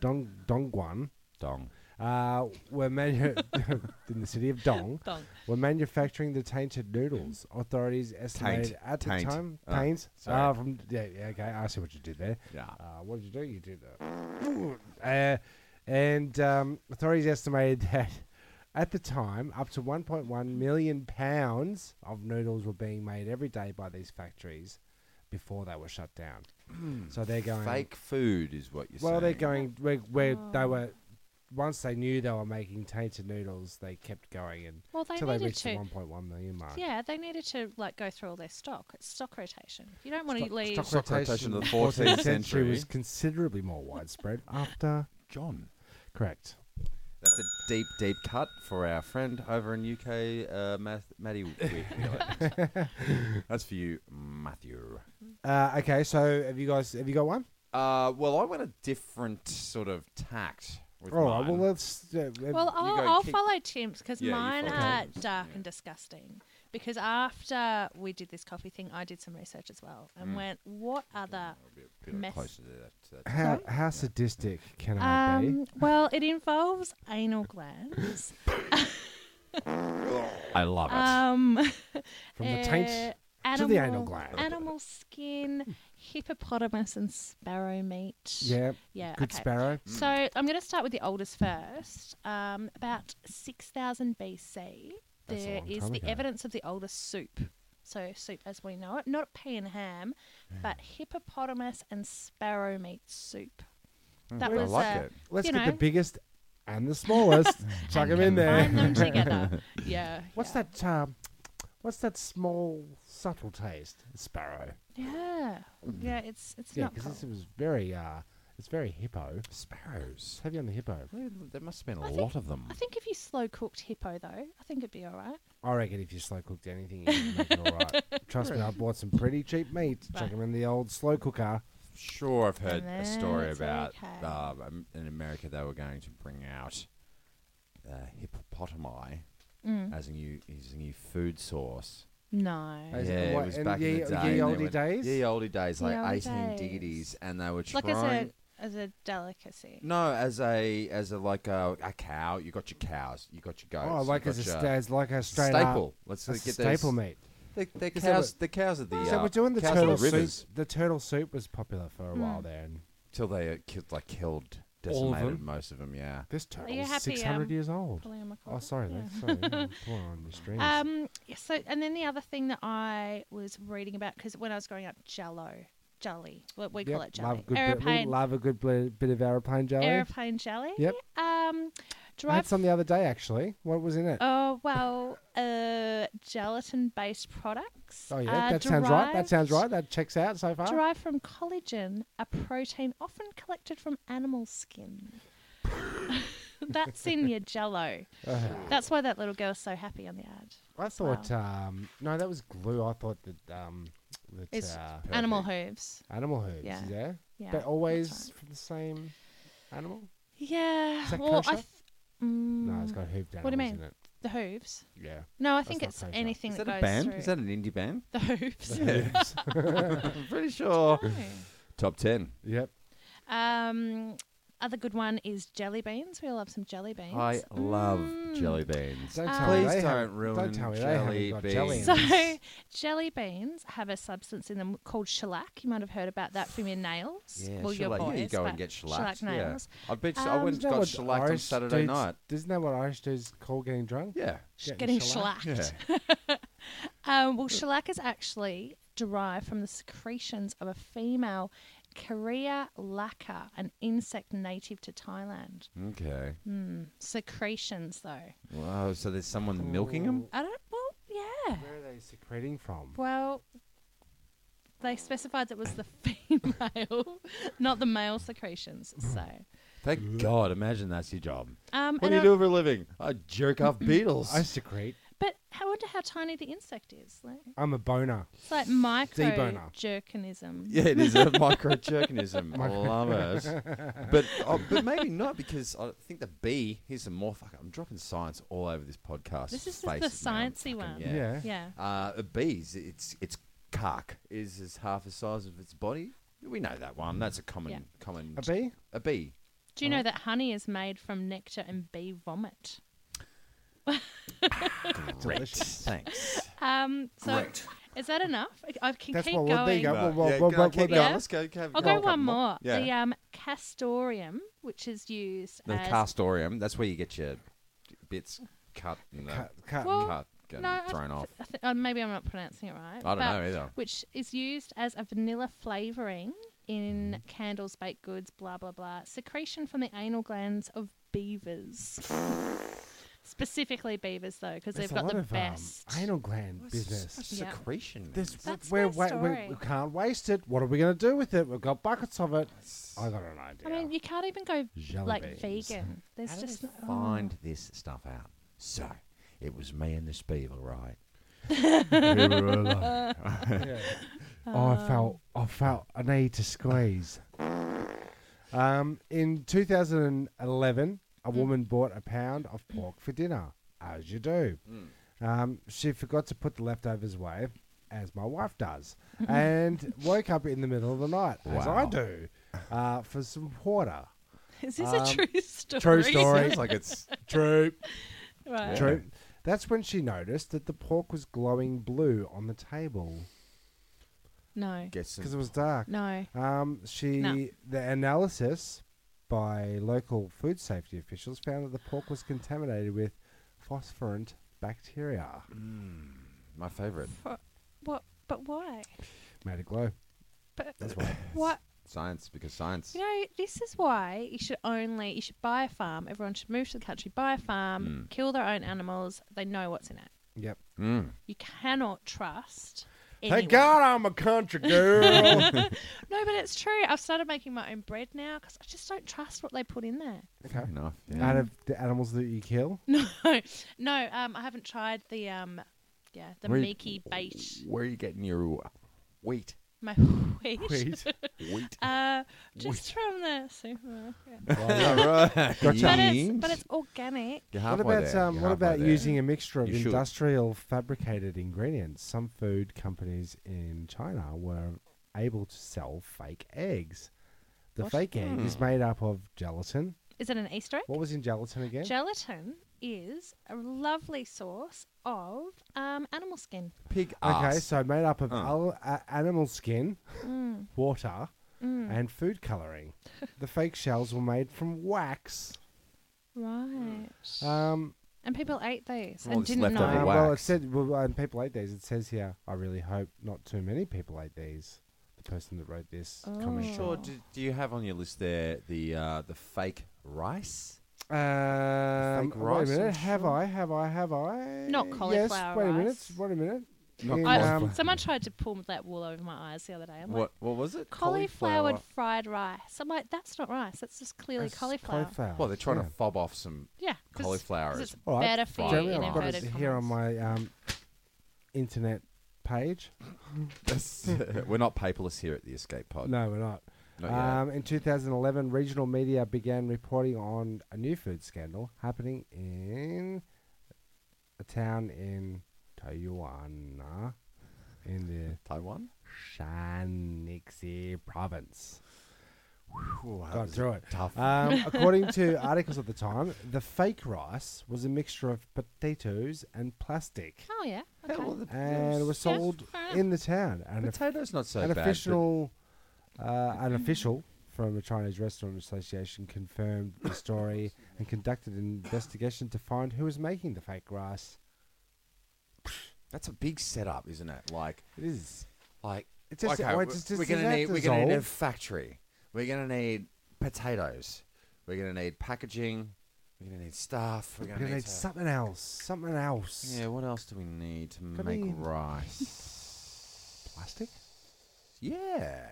[SPEAKER 4] Dong Dongguan,
[SPEAKER 3] Dong.
[SPEAKER 4] uh, were manu- in the city of Dong
[SPEAKER 5] Dong.
[SPEAKER 4] were manufacturing the tainted noodles. Authorities estimated
[SPEAKER 3] Taint.
[SPEAKER 4] at the
[SPEAKER 3] Taint.
[SPEAKER 4] time
[SPEAKER 3] Oh,
[SPEAKER 4] taints.
[SPEAKER 3] sorry.
[SPEAKER 4] ah, from yeah, yeah, okay. I see what you did there.
[SPEAKER 3] Yeah.
[SPEAKER 4] Uh, what did you do? You did that. uh, and um, authorities estimated that at the time, up to 1.1 million pounds of noodles were being made every day by these factories before they were shut down. so they're going
[SPEAKER 3] Hmm. Fake food is what you're saying.
[SPEAKER 4] well, they're going where, where they were. Once they knew they were making tainted noodles, they kept going and
[SPEAKER 5] Well, they
[SPEAKER 4] until they
[SPEAKER 5] needed
[SPEAKER 4] reached the
[SPEAKER 5] to.
[SPEAKER 4] 1.1 million mark.
[SPEAKER 5] Yeah, they needed to like go through all their stock. It's stock rotation. You don't want to leave.
[SPEAKER 3] Stock rotation of the 14th century.
[SPEAKER 4] was considerably more widespread after.
[SPEAKER 3] John.
[SPEAKER 4] Correct.
[SPEAKER 3] That's a deep, deep cut for our friend over in UK, uh, Math- Matty. Wheeler. That's for you, Matthew.
[SPEAKER 4] Uh, okay, so have you guys have you got one?
[SPEAKER 3] Uh, well, I went a different sort of tact with
[SPEAKER 4] All right. Well,
[SPEAKER 3] mine.
[SPEAKER 4] let's. Uh, uh,
[SPEAKER 5] Well, I'll,
[SPEAKER 3] go
[SPEAKER 5] I'll
[SPEAKER 3] kick-
[SPEAKER 5] follow Tim's because
[SPEAKER 3] Yeah, you
[SPEAKER 5] mine
[SPEAKER 3] follow
[SPEAKER 5] are
[SPEAKER 3] Tim's,
[SPEAKER 5] dark
[SPEAKER 3] yeah.
[SPEAKER 5] and disgusting. Because after we did this coffee thing, I did some research as well and went, what other?
[SPEAKER 3] Bit of
[SPEAKER 5] mess.
[SPEAKER 3] closer to that- to that.
[SPEAKER 4] how how sadistic can I be?
[SPEAKER 5] Um, well, it involves anal glands.
[SPEAKER 3] I love it.
[SPEAKER 5] Um,
[SPEAKER 4] From the taint
[SPEAKER 5] uh,
[SPEAKER 4] to the anal gland.
[SPEAKER 5] Animal skin, hippopotamus, and sparrow meat.
[SPEAKER 4] Yeah.
[SPEAKER 5] Yeah.
[SPEAKER 4] Good
[SPEAKER 5] okay.
[SPEAKER 4] sparrow.
[SPEAKER 5] So I'm going to start with the oldest first. Um, about 6000 BC,
[SPEAKER 4] That's a
[SPEAKER 5] there
[SPEAKER 4] long
[SPEAKER 5] is
[SPEAKER 4] time
[SPEAKER 5] the
[SPEAKER 4] ago.
[SPEAKER 5] evidence of the oldest soup. So soup as we know it, not pea and ham, but hippopotamus and sparrow meat soup. That
[SPEAKER 3] I
[SPEAKER 5] was
[SPEAKER 3] like
[SPEAKER 5] uh,
[SPEAKER 3] it.
[SPEAKER 4] Let's
[SPEAKER 5] you
[SPEAKER 4] get
[SPEAKER 5] know.
[SPEAKER 4] the biggest and the smallest. Chuck them in there.
[SPEAKER 5] Combine them together. Yeah.
[SPEAKER 4] What's
[SPEAKER 5] yeah.
[SPEAKER 4] that? Um, what's that small, subtle taste? Sparrow.
[SPEAKER 5] Yeah. Yeah, it's it's
[SPEAKER 4] Yeah,
[SPEAKER 5] not
[SPEAKER 4] because it
[SPEAKER 5] cool.
[SPEAKER 4] was very. Uh, it's very hippo.
[SPEAKER 3] Sparrows.
[SPEAKER 4] Heavy on the hippo.
[SPEAKER 3] There- There must have been a
[SPEAKER 5] I think-
[SPEAKER 3] lot of them.
[SPEAKER 5] I think if you slow cooked hippo though, I think it'd be all right.
[SPEAKER 4] I reckon if you slow cooked anything, you can make it all right. Trust me, I bought some pretty cheap meat. Chuck 'em
[SPEAKER 5] Right.
[SPEAKER 4] in the old slow cooker.
[SPEAKER 3] sure I've heard a
[SPEAKER 5] And
[SPEAKER 3] story
[SPEAKER 5] that's
[SPEAKER 3] about
[SPEAKER 5] okay.
[SPEAKER 3] um, um, in America they were going to bring out uh, hippopotami
[SPEAKER 5] Mm.
[SPEAKER 3] as a new as a new food source.
[SPEAKER 5] No.
[SPEAKER 4] Hey, Oh, Is it
[SPEAKER 3] yeah,
[SPEAKER 4] what-
[SPEAKER 3] it was
[SPEAKER 4] in
[SPEAKER 3] back in
[SPEAKER 4] ye-
[SPEAKER 3] the day.
[SPEAKER 4] ye
[SPEAKER 3] and they
[SPEAKER 4] olde
[SPEAKER 3] went-
[SPEAKER 4] days?
[SPEAKER 3] Ye olde days,
[SPEAKER 5] Ye
[SPEAKER 3] like
[SPEAKER 5] olde
[SPEAKER 3] eighteen
[SPEAKER 5] days.
[SPEAKER 3] diggities, and they were
[SPEAKER 5] Like
[SPEAKER 3] trying.
[SPEAKER 5] as a as a delicacy.
[SPEAKER 3] no, as a as a like a, a cow. You got your cows. You got your goats.
[SPEAKER 4] oh,
[SPEAKER 3] you
[SPEAKER 4] like
[SPEAKER 3] got
[SPEAKER 4] as a
[SPEAKER 3] your
[SPEAKER 4] sta- as like a straight
[SPEAKER 3] staple.
[SPEAKER 4] Up,
[SPEAKER 3] Let's
[SPEAKER 4] that's
[SPEAKER 3] get
[SPEAKER 4] a staple
[SPEAKER 3] those-
[SPEAKER 4] meat.
[SPEAKER 3] The, the
[SPEAKER 4] So
[SPEAKER 3] cows,
[SPEAKER 4] we're-
[SPEAKER 3] the cows of the
[SPEAKER 4] so
[SPEAKER 3] uh,
[SPEAKER 4] we're doing the
[SPEAKER 3] cows
[SPEAKER 4] turtle
[SPEAKER 3] of the rivers
[SPEAKER 4] soup. The turtle soup was popular for a
[SPEAKER 5] Hmm.
[SPEAKER 4] while there, and
[SPEAKER 3] till they uh, killed, like killed,
[SPEAKER 4] All of
[SPEAKER 3] decimated
[SPEAKER 4] them?
[SPEAKER 3] most of them. Yeah.
[SPEAKER 4] this
[SPEAKER 5] you
[SPEAKER 4] turtle's
[SPEAKER 5] happy,
[SPEAKER 4] six hundred
[SPEAKER 5] um,
[SPEAKER 4] years old.
[SPEAKER 5] Pulling on my
[SPEAKER 4] Oh,
[SPEAKER 5] collar.
[SPEAKER 4] sorry,
[SPEAKER 5] Yeah.
[SPEAKER 4] yeah. sorry. yeah, I'm pulling on the strings.
[SPEAKER 5] Um, yeah, so, and then the other thing that I was reading about, because when I was growing up, jello, jelly, what we call
[SPEAKER 4] Yep,
[SPEAKER 5] it jelly.
[SPEAKER 4] love a good Bit, we
[SPEAKER 5] aeroplane,
[SPEAKER 4] love a good bl- bit of aeroplane jelly.
[SPEAKER 5] aeroplane jelly.
[SPEAKER 4] Yep.
[SPEAKER 5] Um,
[SPEAKER 4] I had
[SPEAKER 5] derived
[SPEAKER 4] some the other day actually. What was in it?
[SPEAKER 5] Oh well, uh, gelatin-based products.
[SPEAKER 4] oh yeah,
[SPEAKER 5] are
[SPEAKER 4] that sounds right. That
[SPEAKER 5] derived-
[SPEAKER 4] sounds right. That checks out so far.
[SPEAKER 5] Derived from collagen, a protein often collected from animal skin. That's in your jello.
[SPEAKER 4] Uh,
[SPEAKER 5] That's why that little girl's so happy on the ad.
[SPEAKER 4] I thought um, no, that was glue. I thought that um, that
[SPEAKER 5] It's
[SPEAKER 4] uh,
[SPEAKER 5] Animal hooves.
[SPEAKER 4] animal herbs.
[SPEAKER 5] Yeah.
[SPEAKER 4] Yeah,
[SPEAKER 5] Yeah.
[SPEAKER 4] but
[SPEAKER 5] that's
[SPEAKER 4] always
[SPEAKER 5] right.
[SPEAKER 4] from the same animal.
[SPEAKER 5] Yeah.
[SPEAKER 4] that
[SPEAKER 5] well, I.
[SPEAKER 4] kosher?
[SPEAKER 5] Th- mm,
[SPEAKER 4] No, it's got hooved animals
[SPEAKER 5] what do you
[SPEAKER 4] in it.
[SPEAKER 5] the hooves.
[SPEAKER 4] Yeah.
[SPEAKER 5] No, I
[SPEAKER 4] That's
[SPEAKER 5] think
[SPEAKER 4] not
[SPEAKER 5] it's
[SPEAKER 4] kosher.
[SPEAKER 5] anything
[SPEAKER 3] Is that
[SPEAKER 5] goes
[SPEAKER 3] a band?
[SPEAKER 5] through
[SPEAKER 3] Is that an indie band?
[SPEAKER 5] the hooves.
[SPEAKER 3] I'm pretty sure.
[SPEAKER 5] No.
[SPEAKER 3] Top ten.
[SPEAKER 4] Yep.
[SPEAKER 5] Um, other good one is jelly beans. We all love some jelly beans.
[SPEAKER 3] I love
[SPEAKER 5] Mm.
[SPEAKER 3] jelly beans.
[SPEAKER 4] Don't
[SPEAKER 5] Uh,
[SPEAKER 4] tell me
[SPEAKER 3] Please
[SPEAKER 4] they
[SPEAKER 3] don't
[SPEAKER 4] haven't-
[SPEAKER 3] ruin
[SPEAKER 4] don't tell me they haven't
[SPEAKER 3] jelly
[SPEAKER 4] got
[SPEAKER 3] beans.
[SPEAKER 4] jelly in
[SPEAKER 5] So
[SPEAKER 4] Yes.
[SPEAKER 5] jelly beans have a substance in them called shellac. You might have heard about that from your nails.
[SPEAKER 3] Yeah,
[SPEAKER 5] well, your
[SPEAKER 3] shellac.
[SPEAKER 5] boys,
[SPEAKER 3] yeah, you go
[SPEAKER 5] but
[SPEAKER 3] and get shellacked.
[SPEAKER 5] nails.
[SPEAKER 3] Yeah. I bet. I
[SPEAKER 5] Um,
[SPEAKER 3] went and
[SPEAKER 4] Isn't that
[SPEAKER 3] got
[SPEAKER 4] what
[SPEAKER 3] shellacked on
[SPEAKER 4] Irish
[SPEAKER 3] Saturday
[SPEAKER 4] dudes-
[SPEAKER 3] night.
[SPEAKER 4] Isn't that what Irish dudes call getting drunk?
[SPEAKER 3] Yeah.
[SPEAKER 5] Sh-
[SPEAKER 4] Getting
[SPEAKER 5] Getting
[SPEAKER 4] shellac.
[SPEAKER 5] shellac.
[SPEAKER 3] Yeah.
[SPEAKER 5] Um, well, shellac is actually derived from the secretions of a female Carrera lacca, an insect native to Thailand.
[SPEAKER 3] Okay.
[SPEAKER 5] Secretions, though.
[SPEAKER 3] Wow. So there's someone milking them.
[SPEAKER 5] I don't. Well, yeah.
[SPEAKER 4] Where are they secreting from?
[SPEAKER 5] Well, they specified that was the female, not the male secretions. So,
[SPEAKER 3] Thank God. Imagine that's your job.
[SPEAKER 5] um,
[SPEAKER 3] What
[SPEAKER 5] and
[SPEAKER 3] do you
[SPEAKER 5] I-
[SPEAKER 3] do for a living? I jerk off beetles.
[SPEAKER 4] I secrete.
[SPEAKER 5] but I wonder how tiny the insect is. Like,
[SPEAKER 4] I'm a boner.
[SPEAKER 5] it's like micro
[SPEAKER 4] Deboner.
[SPEAKER 5] jerkinism.
[SPEAKER 3] Yeah, it is a microjerkinism. I love it. But, oh, but maybe not because I think the bee, here's some more. Fuck, I'm dropping science all over this podcast.
[SPEAKER 5] This is just
[SPEAKER 3] space
[SPEAKER 5] the
[SPEAKER 3] now. I'm
[SPEAKER 5] sciencey one.
[SPEAKER 3] Yeah.
[SPEAKER 4] Yeah.
[SPEAKER 5] Yeah.
[SPEAKER 3] Uh, bees, it's it's cock is, is half the size of its body. We know that one. That's a common
[SPEAKER 5] Yeah.
[SPEAKER 3] common
[SPEAKER 4] A bee?
[SPEAKER 3] A bee.
[SPEAKER 5] Do you know that honey is made from nectar and bee vomit?
[SPEAKER 3] Great. Thanks.
[SPEAKER 5] Um, so, is that enough? I, I can
[SPEAKER 4] That's
[SPEAKER 5] keep
[SPEAKER 4] what
[SPEAKER 5] going.
[SPEAKER 4] we'll dig up. Well, well,
[SPEAKER 3] yeah,
[SPEAKER 4] well,
[SPEAKER 3] go-
[SPEAKER 4] well,
[SPEAKER 3] keep
[SPEAKER 4] well,
[SPEAKER 3] going.
[SPEAKER 5] yeah.
[SPEAKER 3] Let's go. have-
[SPEAKER 5] I'll
[SPEAKER 3] go
[SPEAKER 5] go
[SPEAKER 3] a couple
[SPEAKER 5] one more.
[SPEAKER 3] Yeah.
[SPEAKER 5] The um, castorium, which is used
[SPEAKER 3] The
[SPEAKER 5] as
[SPEAKER 3] castorium. That's where you get your bits cut and
[SPEAKER 4] Cut,
[SPEAKER 3] cut,
[SPEAKER 4] cut.
[SPEAKER 5] Well,
[SPEAKER 3] cut and
[SPEAKER 5] no, I-
[SPEAKER 3] thrown off.
[SPEAKER 5] I th- uh, maybe I'm not pronouncing it right.
[SPEAKER 3] I don't
[SPEAKER 5] but-
[SPEAKER 3] know either.
[SPEAKER 5] Which is used as a vanilla flavouring in
[SPEAKER 3] Mm.
[SPEAKER 5] candles, baked goods, blah, blah, blah. Secretion from the anal glands of beavers. Specifically beavers, though, because
[SPEAKER 4] There's
[SPEAKER 5] they've
[SPEAKER 4] a lot
[SPEAKER 5] got the
[SPEAKER 4] of um,
[SPEAKER 5] best.
[SPEAKER 4] anal gland
[SPEAKER 3] A
[SPEAKER 4] business.
[SPEAKER 5] Yeah.
[SPEAKER 3] secretion.
[SPEAKER 4] This,
[SPEAKER 5] That's
[SPEAKER 4] we're,
[SPEAKER 5] my
[SPEAKER 4] wa- We,
[SPEAKER 5] story.
[SPEAKER 4] we can't waste it. What are we going to do with it? We've got buckets of it. I got an idea.
[SPEAKER 5] I mean, you can't even go
[SPEAKER 4] Jelly
[SPEAKER 5] like
[SPEAKER 4] beans.
[SPEAKER 5] vegan. There's
[SPEAKER 3] How
[SPEAKER 5] just
[SPEAKER 3] did
[SPEAKER 5] no,
[SPEAKER 3] they find this stuff out? So, it was me and this beaver, right? We were alone.
[SPEAKER 4] Oh,
[SPEAKER 5] uh,
[SPEAKER 4] I felt I felt a need to squeeze. um, in 2011, a
[SPEAKER 5] Hmm.
[SPEAKER 4] woman bought a pound of pork for dinner, as you do.
[SPEAKER 5] Hmm.
[SPEAKER 4] Um, she forgot to put the leftovers away, as my wife does, and woke up in the middle of the night, as I
[SPEAKER 3] Wow.
[SPEAKER 4] do, uh, for some water.
[SPEAKER 5] Is this
[SPEAKER 4] Um,
[SPEAKER 5] a true story?
[SPEAKER 4] True story.
[SPEAKER 3] Sounds like it's
[SPEAKER 4] True.
[SPEAKER 5] right.
[SPEAKER 4] True. That's when she noticed that the pork was glowing blue on the table
[SPEAKER 5] No.
[SPEAKER 3] gets some
[SPEAKER 4] because it was dark.
[SPEAKER 5] No.
[SPEAKER 4] Um, she
[SPEAKER 5] No.
[SPEAKER 4] the analysis by local food safety officials found that the pork was contaminated with phosphorant bacteria.
[SPEAKER 3] my favourite
[SPEAKER 5] For, what? But why?
[SPEAKER 4] Made it glow.
[SPEAKER 5] But
[SPEAKER 4] That's why.
[SPEAKER 5] what?
[SPEAKER 3] science because science.
[SPEAKER 5] You know, this is why you should only you should buy a farm. Everyone should move to the country, buy a
[SPEAKER 4] Mm.
[SPEAKER 5] farm, kill their own animals. They know what's in it.
[SPEAKER 4] Yep.
[SPEAKER 3] Mm.
[SPEAKER 5] You cannot trust. Anyone.
[SPEAKER 4] Thank God I'm a country girl.
[SPEAKER 5] No, but it's true. I've started making my own bread now because I just don't trust what they put in there.
[SPEAKER 4] okay.
[SPEAKER 3] Fair Enough. Yeah.
[SPEAKER 4] Out of the animals that you kill,
[SPEAKER 5] No, no. Um, I haven't tried the um, yeah, the
[SPEAKER 3] Where-
[SPEAKER 5] meaky
[SPEAKER 4] Uh,
[SPEAKER 5] bait.
[SPEAKER 3] Where are you getting your wheat?
[SPEAKER 5] My wheat.
[SPEAKER 4] wheat.
[SPEAKER 3] Wheat.
[SPEAKER 5] Uh, just from the supermarket.
[SPEAKER 4] Well,
[SPEAKER 3] right.
[SPEAKER 5] But it's, but it's organic.
[SPEAKER 3] You're
[SPEAKER 4] what
[SPEAKER 3] halfway
[SPEAKER 4] about
[SPEAKER 3] there.
[SPEAKER 4] um,
[SPEAKER 3] You're
[SPEAKER 4] what about
[SPEAKER 3] halfway there.
[SPEAKER 4] using a mixture of
[SPEAKER 3] You should.
[SPEAKER 4] industrial fabricated ingredients? Some food companies in China were able to sell fake eggs.
[SPEAKER 3] Hmm.
[SPEAKER 4] The fake egg is made up of gelatin,
[SPEAKER 5] Is it an Easter egg?
[SPEAKER 4] What was in gelatin again?
[SPEAKER 5] Gelatin is a lovely source of um, animal skin.
[SPEAKER 3] Pig
[SPEAKER 4] Okay,
[SPEAKER 3] ass.
[SPEAKER 4] so made up of
[SPEAKER 3] Oh.
[SPEAKER 4] al- a- animal skin, water,
[SPEAKER 5] Mm.
[SPEAKER 4] and food coloring. the fake shells were made from wax.
[SPEAKER 5] Right.
[SPEAKER 4] Um,
[SPEAKER 5] and people ate these
[SPEAKER 3] All
[SPEAKER 5] and
[SPEAKER 3] this
[SPEAKER 5] didn't know.
[SPEAKER 3] leftover
[SPEAKER 4] uh,
[SPEAKER 3] Double
[SPEAKER 4] well, it
[SPEAKER 3] wax.
[SPEAKER 4] said well, uh, people ate these. It says here. I really hope not too many people ate these. The person that wrote this comment.
[SPEAKER 5] Oh.
[SPEAKER 3] Sure. Do, do you have on your list there the uh, the fake rice?
[SPEAKER 4] Um,
[SPEAKER 3] Fake
[SPEAKER 4] wait a
[SPEAKER 3] rice, I'm
[SPEAKER 4] minute. Have I? Have I? Have I?
[SPEAKER 5] Not cauliflower
[SPEAKER 4] Yes. Wait a minute.
[SPEAKER 5] rice.
[SPEAKER 4] Wait a minute.
[SPEAKER 3] Not
[SPEAKER 4] In,
[SPEAKER 5] I,
[SPEAKER 3] cauliflower.
[SPEAKER 4] um,
[SPEAKER 5] someone tried to pull that wool over my eyes the other day. I'm like,
[SPEAKER 3] What what was it?
[SPEAKER 5] cauliflowered fried rice. I'm like, that's not rice. That's just clearly
[SPEAKER 4] that's
[SPEAKER 5] cauliflower.
[SPEAKER 3] Well, they're trying
[SPEAKER 4] yeah.
[SPEAKER 3] to fob off some.
[SPEAKER 5] Yeah, 'cause-
[SPEAKER 3] Cauliflower
[SPEAKER 5] 'cause
[SPEAKER 3] is
[SPEAKER 5] it's
[SPEAKER 4] All right,
[SPEAKER 5] better for you.
[SPEAKER 4] Jeremy,
[SPEAKER 5] in
[SPEAKER 4] I've got it
[SPEAKER 5] inverted
[SPEAKER 4] here on
[SPEAKER 5] commas.
[SPEAKER 4] my um, internet page.
[SPEAKER 3] That's, we're not paperless here at the Escape Pod.
[SPEAKER 4] No, we're not.
[SPEAKER 3] Not yet.
[SPEAKER 4] um, in 2011, regional media began reporting on a new food scandal happening in a town in Taiwan, uh, in the
[SPEAKER 3] Taiwan.
[SPEAKER 4] Shanxi province.
[SPEAKER 3] Ooh,
[SPEAKER 4] Got through it.
[SPEAKER 3] Tough.
[SPEAKER 4] Um, according to articles at the time, the fake rice was a mixture of potatoes and plastic,
[SPEAKER 5] Oh yeah.
[SPEAKER 3] Yeah,
[SPEAKER 5] Okay.
[SPEAKER 3] well, the-
[SPEAKER 4] and was
[SPEAKER 5] Yeah,
[SPEAKER 4] sold
[SPEAKER 5] fair enough.
[SPEAKER 4] in the town. And if
[SPEAKER 3] potato's not so
[SPEAKER 4] an
[SPEAKER 3] bad. but-
[SPEAKER 4] official, uh, an official from the Chinese Restaurant Association confirmed the story and conducted an investigation to find who was making the fake rice.
[SPEAKER 3] That's a big setup, isn't it? Like,
[SPEAKER 4] It is.
[SPEAKER 3] like
[SPEAKER 4] It's just-
[SPEAKER 3] okay,
[SPEAKER 4] well,
[SPEAKER 3] we're,
[SPEAKER 4] it's just-
[SPEAKER 3] we're
[SPEAKER 4] it's-
[SPEAKER 3] gonna
[SPEAKER 4] is that
[SPEAKER 3] need we're gonna need a
[SPEAKER 4] dissolved?
[SPEAKER 3] factory. We're gonna need potatoes. We're gonna need packaging. We're gonna need staff. We're
[SPEAKER 4] We're
[SPEAKER 3] gonna,
[SPEAKER 4] gonna need
[SPEAKER 3] to-
[SPEAKER 4] something else. Something else.
[SPEAKER 3] Yeah, what else do we need to
[SPEAKER 4] Gonna
[SPEAKER 3] make
[SPEAKER 4] need-
[SPEAKER 3] rice?
[SPEAKER 4] Plastic.
[SPEAKER 3] Yeah.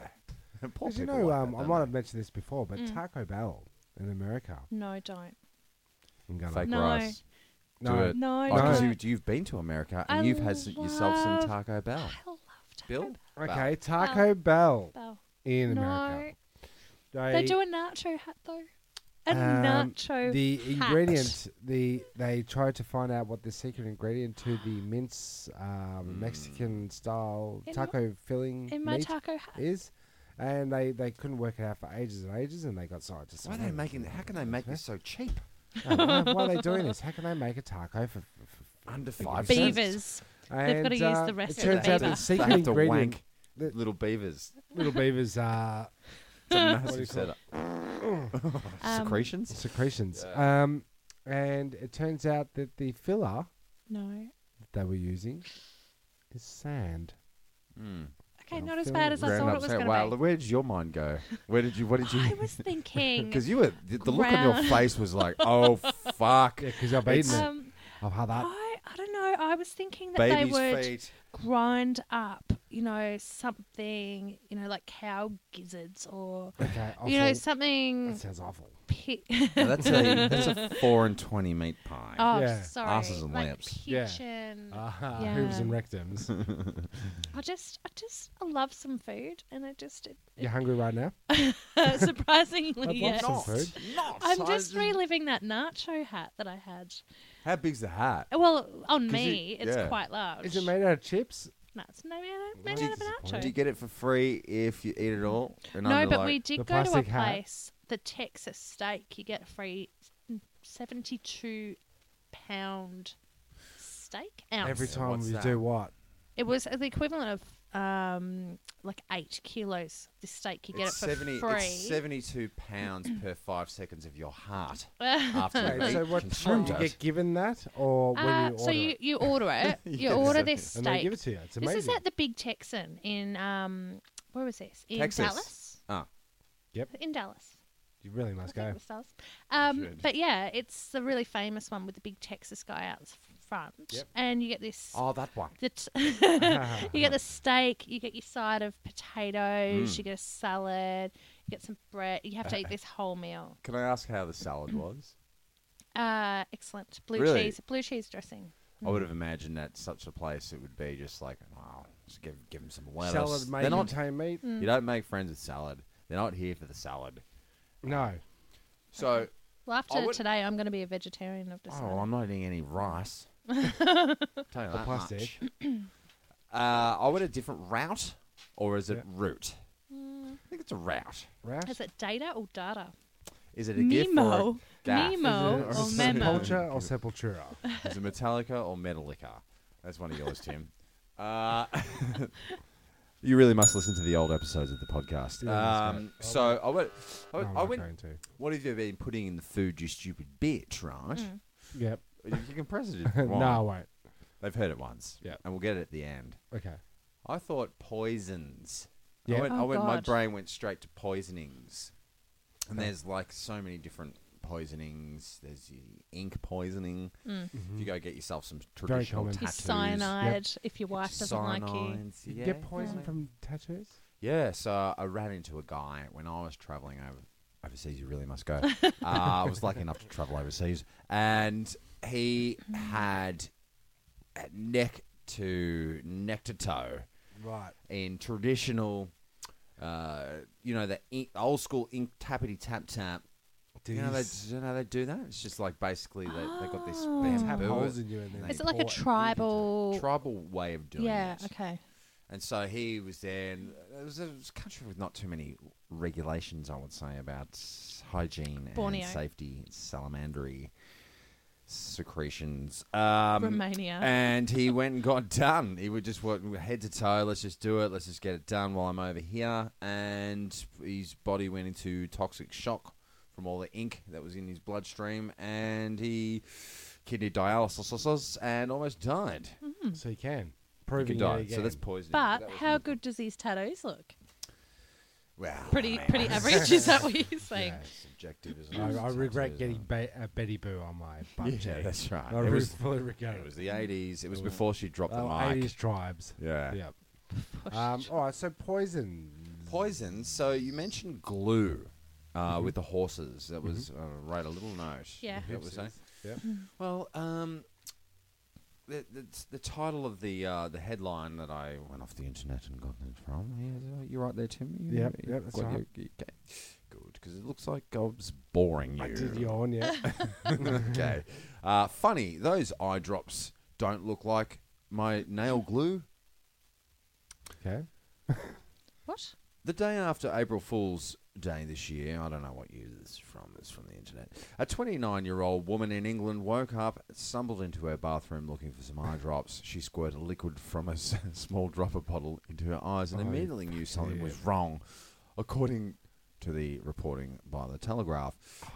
[SPEAKER 3] Poor
[SPEAKER 4] 'Cause you
[SPEAKER 3] people
[SPEAKER 4] know,
[SPEAKER 3] like
[SPEAKER 4] um,
[SPEAKER 3] that,
[SPEAKER 4] I
[SPEAKER 3] don't
[SPEAKER 4] might
[SPEAKER 3] they?
[SPEAKER 4] have mentioned this before, but
[SPEAKER 5] Mm.
[SPEAKER 4] Taco Bell in America.
[SPEAKER 5] No, don't.
[SPEAKER 4] I'm gonna
[SPEAKER 3] fake
[SPEAKER 5] No.
[SPEAKER 3] rice.
[SPEAKER 4] no.
[SPEAKER 3] Do it.
[SPEAKER 5] No,
[SPEAKER 3] Oh, 'cause
[SPEAKER 5] don't.
[SPEAKER 3] you, you've been to America and
[SPEAKER 5] I
[SPEAKER 3] you've had s- yourself some
[SPEAKER 5] love-
[SPEAKER 3] Taco Bell.
[SPEAKER 5] I love Taco
[SPEAKER 3] Bill?
[SPEAKER 4] Okay, Taco Bell
[SPEAKER 5] Bell.
[SPEAKER 4] in
[SPEAKER 5] Um, No,
[SPEAKER 4] America.
[SPEAKER 5] they do a nacho hat though. A
[SPEAKER 4] Um,
[SPEAKER 5] nacho.
[SPEAKER 4] the
[SPEAKER 5] hat.
[SPEAKER 4] ingredient the they tried to find out what the secret ingredient to the mince
[SPEAKER 3] Hmm.
[SPEAKER 4] um, mexican style
[SPEAKER 5] In
[SPEAKER 4] taco filling
[SPEAKER 5] in my
[SPEAKER 4] meat
[SPEAKER 5] taco hat.
[SPEAKER 4] is and they, they couldn't work it out for ages and ages and they got scientists
[SPEAKER 3] Why are
[SPEAKER 4] on
[SPEAKER 3] they
[SPEAKER 4] it.
[SPEAKER 3] making? How can they make this so cheap?
[SPEAKER 4] Oh, why, why are they doing this how can they make a taco for, for, for
[SPEAKER 3] Under five cents.
[SPEAKER 5] Beavers.
[SPEAKER 4] and,
[SPEAKER 5] They've gotta use
[SPEAKER 4] uh,
[SPEAKER 5] the rest
[SPEAKER 4] it
[SPEAKER 5] of the
[SPEAKER 4] turns out that the
[SPEAKER 5] beaver.
[SPEAKER 3] They
[SPEAKER 4] secret
[SPEAKER 3] have to
[SPEAKER 4] ingredient
[SPEAKER 3] wank
[SPEAKER 4] that-
[SPEAKER 3] little beavers.
[SPEAKER 4] little beavers uh, are
[SPEAKER 3] It's a
[SPEAKER 4] do you
[SPEAKER 3] massive
[SPEAKER 4] call
[SPEAKER 3] setup.
[SPEAKER 5] Um,
[SPEAKER 3] Secretions.
[SPEAKER 4] secretions um, and it turns out that the filler
[SPEAKER 5] No.
[SPEAKER 4] that they were using is sand
[SPEAKER 5] Okay,
[SPEAKER 4] I'm
[SPEAKER 5] not as
[SPEAKER 4] feeling
[SPEAKER 5] bad as I
[SPEAKER 3] Ground
[SPEAKER 5] thought
[SPEAKER 3] up
[SPEAKER 5] it was
[SPEAKER 3] saying,
[SPEAKER 5] going
[SPEAKER 3] wow,
[SPEAKER 5] to be.
[SPEAKER 3] where did your mind go? Where did you? What did
[SPEAKER 5] I
[SPEAKER 3] you?
[SPEAKER 5] was thinking.
[SPEAKER 3] Because you were the, the look on your
[SPEAKER 5] Ground-
[SPEAKER 3] face was like, oh fuck,
[SPEAKER 4] yeah because i've eaten it
[SPEAKER 5] um,
[SPEAKER 4] i've had that
[SPEAKER 5] I I don't know. I was thinking that they
[SPEAKER 3] baby's
[SPEAKER 5] would
[SPEAKER 3] feet.
[SPEAKER 5] grind up, you know, something, you know, like cow gizzards or
[SPEAKER 4] Okay, awful.
[SPEAKER 5] you know something.
[SPEAKER 4] that sounds awful.
[SPEAKER 5] Pi-
[SPEAKER 3] Now, that's a that's a four and twenty meat pie.
[SPEAKER 5] oh,
[SPEAKER 4] Yeah.
[SPEAKER 5] sorry,
[SPEAKER 3] Asses and
[SPEAKER 5] like
[SPEAKER 3] lamps.
[SPEAKER 4] Yeah.
[SPEAKER 5] Pigeon.
[SPEAKER 3] Uh-huh.
[SPEAKER 4] Ah,
[SPEAKER 5] Yeah.
[SPEAKER 4] Hooves and rectums.
[SPEAKER 5] I
[SPEAKER 3] Ah.
[SPEAKER 5] just, I just, I love some food, and I just, it,
[SPEAKER 4] You're hungry right now? I'd
[SPEAKER 5] surprisingly,
[SPEAKER 4] love
[SPEAKER 5] yes.
[SPEAKER 4] some food.
[SPEAKER 3] Not.
[SPEAKER 5] I'm
[SPEAKER 3] I
[SPEAKER 5] just reliving that nacho hat that I had.
[SPEAKER 3] How big's the hat?
[SPEAKER 5] Well, on
[SPEAKER 3] 'Cause
[SPEAKER 5] me,
[SPEAKER 3] you-
[SPEAKER 5] it's
[SPEAKER 3] yeah.
[SPEAKER 5] quite large.
[SPEAKER 4] Is it made out of chips?
[SPEAKER 5] No, it's made out of, made
[SPEAKER 3] Do
[SPEAKER 5] out of
[SPEAKER 3] you-
[SPEAKER 5] a nacho.
[SPEAKER 3] Do you get it for free if you eat it all? And
[SPEAKER 5] No,
[SPEAKER 3] under,
[SPEAKER 5] but
[SPEAKER 3] like-
[SPEAKER 5] we
[SPEAKER 4] the
[SPEAKER 5] did go to a
[SPEAKER 4] plastic hat.
[SPEAKER 5] place, the Texas steak. You get a free seventy-two pound steak ounce.
[SPEAKER 4] Every time
[SPEAKER 3] what's
[SPEAKER 4] you
[SPEAKER 3] that?
[SPEAKER 4] do what?
[SPEAKER 5] It was the equivalent of um, like eight kilos. This steak you get
[SPEAKER 3] it's
[SPEAKER 5] it for
[SPEAKER 3] seventy.
[SPEAKER 5] free.
[SPEAKER 3] It's seventy-two pounds per five seconds of your heart after
[SPEAKER 4] Wait,
[SPEAKER 3] you
[SPEAKER 4] so
[SPEAKER 3] eat,
[SPEAKER 4] what time
[SPEAKER 3] consumed
[SPEAKER 4] do you
[SPEAKER 3] it.
[SPEAKER 4] get given that, or when
[SPEAKER 5] Uh,
[SPEAKER 4] you order
[SPEAKER 5] so you,
[SPEAKER 4] it?
[SPEAKER 5] you order it.
[SPEAKER 3] You
[SPEAKER 5] you
[SPEAKER 3] get
[SPEAKER 5] order
[SPEAKER 3] seven-
[SPEAKER 5] this
[SPEAKER 4] And they
[SPEAKER 5] steak.
[SPEAKER 4] give it to you. It's amazing.
[SPEAKER 5] this is at the Big Texan in um, where was this? In
[SPEAKER 3] Texas.
[SPEAKER 5] Dallas.
[SPEAKER 3] Ah.
[SPEAKER 4] Yep.
[SPEAKER 5] In Dallas.
[SPEAKER 4] you really must
[SPEAKER 5] I
[SPEAKER 4] go.
[SPEAKER 5] think it was Dallas. Um,
[SPEAKER 3] Should.
[SPEAKER 5] but yeah, it's the really famous one with the big Texas guy out the front,
[SPEAKER 4] Yep.
[SPEAKER 5] and you get this.
[SPEAKER 3] Oh, that one.
[SPEAKER 5] The t- you get the steak, you get your side of potatoes,
[SPEAKER 3] Mm.
[SPEAKER 5] you get a salad, you get some bread. You have to eat this whole meal.
[SPEAKER 3] Can I ask how the salad was?
[SPEAKER 5] Uh, excellent. Blue
[SPEAKER 3] Really?
[SPEAKER 5] cheese, blue cheese dressing.
[SPEAKER 3] I would have imagined at such a place it would be just like, wow, just give give them some lettuce.
[SPEAKER 4] Salad
[SPEAKER 3] They're
[SPEAKER 4] made
[SPEAKER 3] not.
[SPEAKER 4] contain meat?
[SPEAKER 5] Mm.
[SPEAKER 3] You don't make friends with salad. They're not here for the salad.
[SPEAKER 4] No.
[SPEAKER 3] So,
[SPEAKER 5] Well, after
[SPEAKER 3] would-
[SPEAKER 5] today, I'm going to be a vegetarian. I've
[SPEAKER 3] oh,
[SPEAKER 5] decided.
[SPEAKER 3] well, I'm not eating any rice. Tell you that
[SPEAKER 4] plastic.
[SPEAKER 3] much. Uh, I went a different route, or is it
[SPEAKER 4] Yeah.
[SPEAKER 3] route?
[SPEAKER 5] Mm.
[SPEAKER 3] I think it's a route.
[SPEAKER 4] Rash?
[SPEAKER 5] Is it data or data?
[SPEAKER 3] Is it a gift or a-
[SPEAKER 5] Nemo.
[SPEAKER 3] Daft.
[SPEAKER 4] Is
[SPEAKER 6] Nemo
[SPEAKER 4] it-
[SPEAKER 6] or
[SPEAKER 4] is it
[SPEAKER 6] Memo?
[SPEAKER 4] Sepultura or Sepultura?
[SPEAKER 3] Is it Metallica or Metallica? That's one of yours, Tim. Uh, you really must listen to the old episodes of the podcast.
[SPEAKER 4] Yeah, that's
[SPEAKER 3] um,
[SPEAKER 4] right.
[SPEAKER 3] so I went. I
[SPEAKER 4] No,
[SPEAKER 3] went,
[SPEAKER 4] I'm
[SPEAKER 3] I
[SPEAKER 4] not
[SPEAKER 3] went
[SPEAKER 4] going to.
[SPEAKER 3] what have you been putting in the food, you stupid bitch? Right?
[SPEAKER 4] Yep.
[SPEAKER 3] You can press it. if you
[SPEAKER 4] no, I
[SPEAKER 3] want.
[SPEAKER 4] won't.
[SPEAKER 3] They've heard it once.
[SPEAKER 4] Yeah.
[SPEAKER 3] And we'll get it at the end.
[SPEAKER 4] Okay.
[SPEAKER 3] I thought poisons.
[SPEAKER 4] Yeah.
[SPEAKER 3] I went, I
[SPEAKER 5] Oh,
[SPEAKER 3] went my
[SPEAKER 5] God.
[SPEAKER 3] brain went straight to poisonings. And there's like so many different poisonings. There's the ink poisoning. If you go get yourself some traditional
[SPEAKER 4] common.
[SPEAKER 5] Your
[SPEAKER 3] tattoos.
[SPEAKER 5] Mm. cyanide if your wife doesn't like you.
[SPEAKER 3] Cyanides,
[SPEAKER 4] You
[SPEAKER 3] yeah.
[SPEAKER 4] Get poison
[SPEAKER 5] Yeah.
[SPEAKER 4] from tattoos?
[SPEAKER 3] Yeah, so I ran into a guy when I was traveling over overseas. You really must go. uh, I was lucky enough to travel overseas, and he had a neck to neck to toe
[SPEAKER 4] Right.
[SPEAKER 3] in traditional, uh, you know, the ink, old school ink tappity tap tap. Do you know, they,
[SPEAKER 4] These-
[SPEAKER 3] you know they do that? It's just like basically they, they got this
[SPEAKER 5] Oh.
[SPEAKER 3] bamboo-
[SPEAKER 4] Tap holes in you and then
[SPEAKER 3] Is
[SPEAKER 5] Is
[SPEAKER 4] they
[SPEAKER 5] it like a
[SPEAKER 4] pour
[SPEAKER 5] tribal?
[SPEAKER 3] tribal way of doing
[SPEAKER 5] yeah.
[SPEAKER 3] it.
[SPEAKER 5] Okay.
[SPEAKER 3] And so he was there, and it was a it was a country with not too many regulations, I would say, about hygiene
[SPEAKER 5] Borneo.
[SPEAKER 3] and safety, salamandery secretions. Um,
[SPEAKER 5] Romania.
[SPEAKER 3] And he went and got done. He would just work head to toe, let's just do it, let's just get it done while I'm over here. And his body went into toxic shock from all the ink that was in his bloodstream, and he kidney dialysis and almost died.
[SPEAKER 4] So you can.
[SPEAKER 3] He
[SPEAKER 4] Proving
[SPEAKER 3] could
[SPEAKER 4] you
[SPEAKER 3] die. So
[SPEAKER 4] can.
[SPEAKER 3] that's poison.
[SPEAKER 5] But
[SPEAKER 3] That was
[SPEAKER 5] how
[SPEAKER 3] not-
[SPEAKER 5] good does these tattoos look?
[SPEAKER 3] Oh, Well,
[SPEAKER 5] Pretty, pretty average. Is that what you're saying?
[SPEAKER 3] Yeah, subjective, isn't
[SPEAKER 4] I,
[SPEAKER 3] it?
[SPEAKER 4] I regret
[SPEAKER 3] Tattoos,
[SPEAKER 4] getting
[SPEAKER 3] aren't
[SPEAKER 4] ba- a Betty Boo on my
[SPEAKER 3] they?
[SPEAKER 4] butt.
[SPEAKER 3] Yeah, that's right.
[SPEAKER 4] I
[SPEAKER 3] It
[SPEAKER 4] re-
[SPEAKER 3] was,
[SPEAKER 4] fully regret
[SPEAKER 3] it was the 80s. It was before she dropped
[SPEAKER 4] Oh,
[SPEAKER 3] the mic.
[SPEAKER 4] 80s tribes.
[SPEAKER 3] Yeah.
[SPEAKER 4] Yep. Um, all right, so poison.
[SPEAKER 3] Poison. So you mentioned glue uh,
[SPEAKER 4] Mm-hmm.
[SPEAKER 3] with the horses. That was uh, right a little note.
[SPEAKER 5] Yeah.
[SPEAKER 3] That was saying.
[SPEAKER 4] Yep.
[SPEAKER 5] Mm-hmm.
[SPEAKER 3] Well, um, the, the, the title of the uh, the headline that I went off the internet and got it from. Yeah, you're right there, Tim. You,
[SPEAKER 4] Yep,
[SPEAKER 3] you
[SPEAKER 4] yep, that's
[SPEAKER 3] got
[SPEAKER 4] right.
[SPEAKER 3] your- your- okay. Good, because it looks like I was boring you.
[SPEAKER 4] I did yawn, yeah.
[SPEAKER 3] okay. Uh, funny, those eye drops don't look like my nail glue.
[SPEAKER 4] okay.
[SPEAKER 5] What?
[SPEAKER 3] The day after April Fool's Day this year, I don't know what year this is from, this is from the internet. A 29 year old woman in England woke up, stumbled into her bathroom looking for some eye drops. She squirted liquid from a s- small dropper bottle into her eyes and
[SPEAKER 4] Oh,
[SPEAKER 3] immediately knew something
[SPEAKER 4] yeah.
[SPEAKER 3] was wrong, according to the reporting by the Telegraph.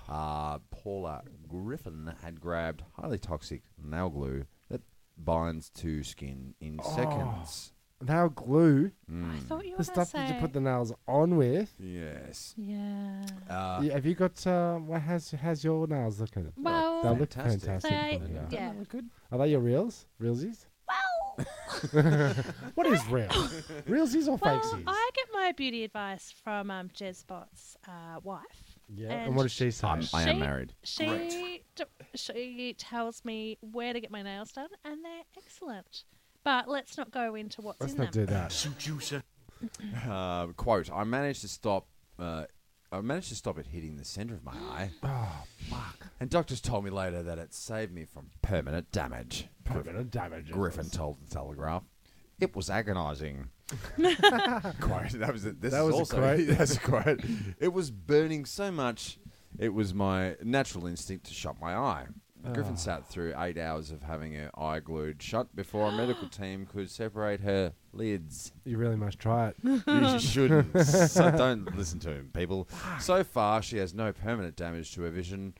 [SPEAKER 3] Uh, Paula Griffin had grabbed highly toxic nail glue that binds to skin in
[SPEAKER 4] Oh.
[SPEAKER 3] seconds.
[SPEAKER 4] Now glue,
[SPEAKER 3] Mm.
[SPEAKER 5] I thought you were
[SPEAKER 4] the
[SPEAKER 5] gonna
[SPEAKER 4] stuff that you
[SPEAKER 5] say-
[SPEAKER 4] put the nails on with.
[SPEAKER 3] Yes.
[SPEAKER 5] Yeah.
[SPEAKER 3] Uh,
[SPEAKER 4] Yeah, have you got, uh, wha- how's, how's your nails looking?
[SPEAKER 5] Well,
[SPEAKER 4] they look
[SPEAKER 3] Fantastic.
[SPEAKER 4] fantastic.
[SPEAKER 5] they,
[SPEAKER 4] don't
[SPEAKER 5] yeah.
[SPEAKER 4] they? Are they your reels? Realsies?
[SPEAKER 5] Well,
[SPEAKER 4] What is real? Realsies or
[SPEAKER 5] well,
[SPEAKER 4] fakesies?
[SPEAKER 5] I get my beauty advice from um, Jezbot's uh, wife.
[SPEAKER 4] yeah, and, what does she say?
[SPEAKER 3] I'm, I am
[SPEAKER 5] She-
[SPEAKER 3] married.
[SPEAKER 5] She d- she tells me where to get my nails done, and they're excellent. But let's not go into what's
[SPEAKER 4] Let's
[SPEAKER 5] in
[SPEAKER 4] not
[SPEAKER 5] them.
[SPEAKER 4] do that.
[SPEAKER 3] Uh, quote: I managed to stop. Uh, I managed to stop it hitting the center of my eye.
[SPEAKER 4] Oh,
[SPEAKER 3] And doctors told me later that it saved me from permanent damage.
[SPEAKER 4] permanent damage.
[SPEAKER 3] Griffin told the Telegraph. It was agonising. quote. That was a, this
[SPEAKER 4] That
[SPEAKER 3] is
[SPEAKER 4] was a
[SPEAKER 3] also,
[SPEAKER 4] quote.
[SPEAKER 3] That's a quote. It was burning so much. It was my natural instinct to shut my eye.
[SPEAKER 4] Ah.
[SPEAKER 3] Griffin sat through eight hours of having her eye glued shut before a medical team could separate her lids.
[SPEAKER 4] You really must try it.
[SPEAKER 3] You shouldn't. so don't listen to him, people. So far, she has no permanent damage to her vision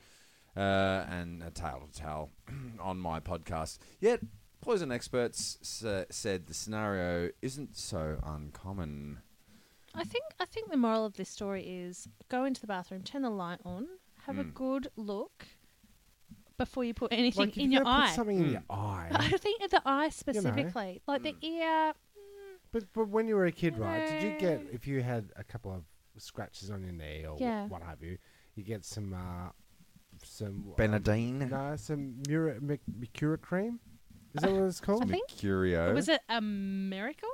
[SPEAKER 3] uh, and a tale to tell on my podcast. Yet, poison experts sa- said the scenario isn't so uncommon.
[SPEAKER 5] I think I think the moral of this story is go into the bathroom, turn the light on, have
[SPEAKER 4] Hmm.
[SPEAKER 5] a good look before you put anything
[SPEAKER 4] if
[SPEAKER 5] in
[SPEAKER 4] you're
[SPEAKER 5] your
[SPEAKER 4] gonna
[SPEAKER 5] eye. Mm.
[SPEAKER 4] put something in your
[SPEAKER 5] I
[SPEAKER 4] eye.
[SPEAKER 5] think at the eye specifically, like
[SPEAKER 4] Hmm.
[SPEAKER 5] the ear.
[SPEAKER 4] but, but when you were a kid, right, did you get, if you had a couple of scratches on your knee or
[SPEAKER 5] Yeah.
[SPEAKER 4] what have you, you get some, uh, some, um,
[SPEAKER 3] Benadine.
[SPEAKER 4] no, some Mura, Merc- Mercura cream? Is that what it's called?
[SPEAKER 5] I think
[SPEAKER 4] Oh.
[SPEAKER 3] Curio.
[SPEAKER 5] was it a miracle?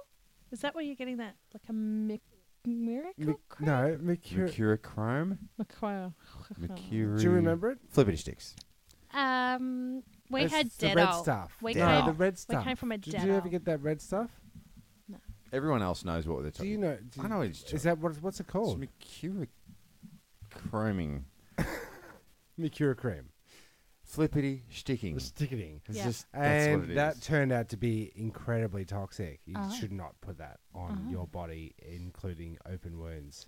[SPEAKER 5] Is that where you're getting that? Like a mi- miracle?
[SPEAKER 4] Merc- no, Mercura.
[SPEAKER 3] Mercurochrome?
[SPEAKER 5] Macro.
[SPEAKER 3] Mercury.
[SPEAKER 4] Do you remember it?
[SPEAKER 3] Flippity sticks.
[SPEAKER 5] Um, we
[SPEAKER 4] It's
[SPEAKER 5] had
[SPEAKER 4] the red
[SPEAKER 5] Dettol.
[SPEAKER 4] stuff.
[SPEAKER 5] We
[SPEAKER 4] no,
[SPEAKER 5] came,
[SPEAKER 4] the red
[SPEAKER 5] we
[SPEAKER 4] stuff.
[SPEAKER 5] came from a
[SPEAKER 4] Did you ever
[SPEAKER 5] Dettol.
[SPEAKER 4] get that red stuff?
[SPEAKER 3] Everyone else knows what they're
[SPEAKER 4] Do
[SPEAKER 3] talking
[SPEAKER 4] you know? Do
[SPEAKER 3] I know what it's
[SPEAKER 4] Is that what? What's it called?
[SPEAKER 3] It's mercurochroming.
[SPEAKER 4] Mercura cream.
[SPEAKER 3] Flippity sticking.
[SPEAKER 4] Just stick it in.
[SPEAKER 3] Mm. It's
[SPEAKER 5] Yeah.
[SPEAKER 3] just that's what it
[SPEAKER 4] And that
[SPEAKER 3] is.
[SPEAKER 4] turned out to be incredibly toxic. You
[SPEAKER 5] Oh. Uh-huh.
[SPEAKER 4] should not put that on your body, including open wounds.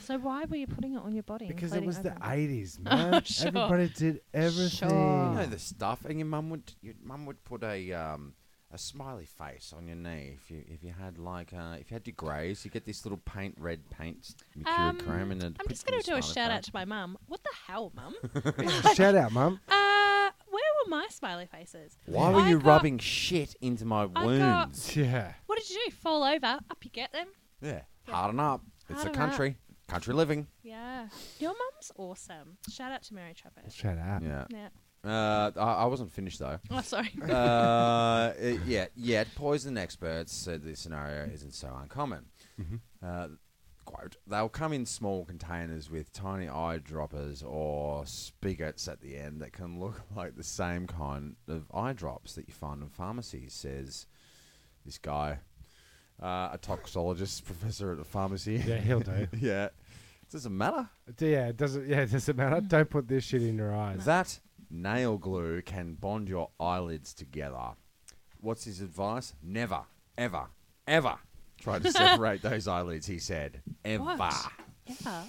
[SPEAKER 5] So why were you putting it on your body?
[SPEAKER 4] Because it
[SPEAKER 5] including
[SPEAKER 4] was the
[SPEAKER 5] open? Oh,
[SPEAKER 4] 80s, man.
[SPEAKER 5] sure.
[SPEAKER 4] Everybody did everything.
[SPEAKER 3] you know
[SPEAKER 5] Sure.
[SPEAKER 3] the stuff, and your mum would your mum would put a um, a smiley face on your knee if you if you had like uh, if you had your greys, you get this little paint red paint mercurial
[SPEAKER 5] Um,
[SPEAKER 3] cream, and
[SPEAKER 5] I'm just going to do a shout out to my mum. What the hell, mum?
[SPEAKER 4] Shout out, mum.
[SPEAKER 5] uh, where were my smiley faces?
[SPEAKER 3] Why were
[SPEAKER 5] I
[SPEAKER 3] you
[SPEAKER 5] got-
[SPEAKER 3] rubbing shit into my
[SPEAKER 5] got-
[SPEAKER 3] wounds?
[SPEAKER 4] Yeah.
[SPEAKER 5] What did you do? Fall over? Up you get them?
[SPEAKER 3] Yeah, harden up. It's a
[SPEAKER 5] Harden up.
[SPEAKER 3] country, country living.
[SPEAKER 5] Yeah. Your mum's awesome. Shout out to Mary Trevor.
[SPEAKER 4] Shout out.
[SPEAKER 3] Yeah.
[SPEAKER 5] Yeah.
[SPEAKER 3] Uh, I, I wasn't finished though.
[SPEAKER 5] Oh, sorry.
[SPEAKER 3] uh, it- yeah, yet poison experts said this scenario isn't so uncommon. Uh, quote, they'll come in small containers with tiny eye droppers or spigots at the end that can look like the same kind of eye drops that you find in pharmacies, says this guy, uh, a toxicologist professor at a pharmacy.
[SPEAKER 4] Yeah, he'll do.
[SPEAKER 3] yeah. Doesn't matter.
[SPEAKER 4] yeah, it doesn't. Yeah, it doesn't matter.
[SPEAKER 5] Mm.
[SPEAKER 4] Don't put this shit in your eyes.
[SPEAKER 3] That nail glue can bond your eyelids together. What's his advice? Never, ever, ever try to separate those eyelids, he said. Ever.
[SPEAKER 5] What? yeah.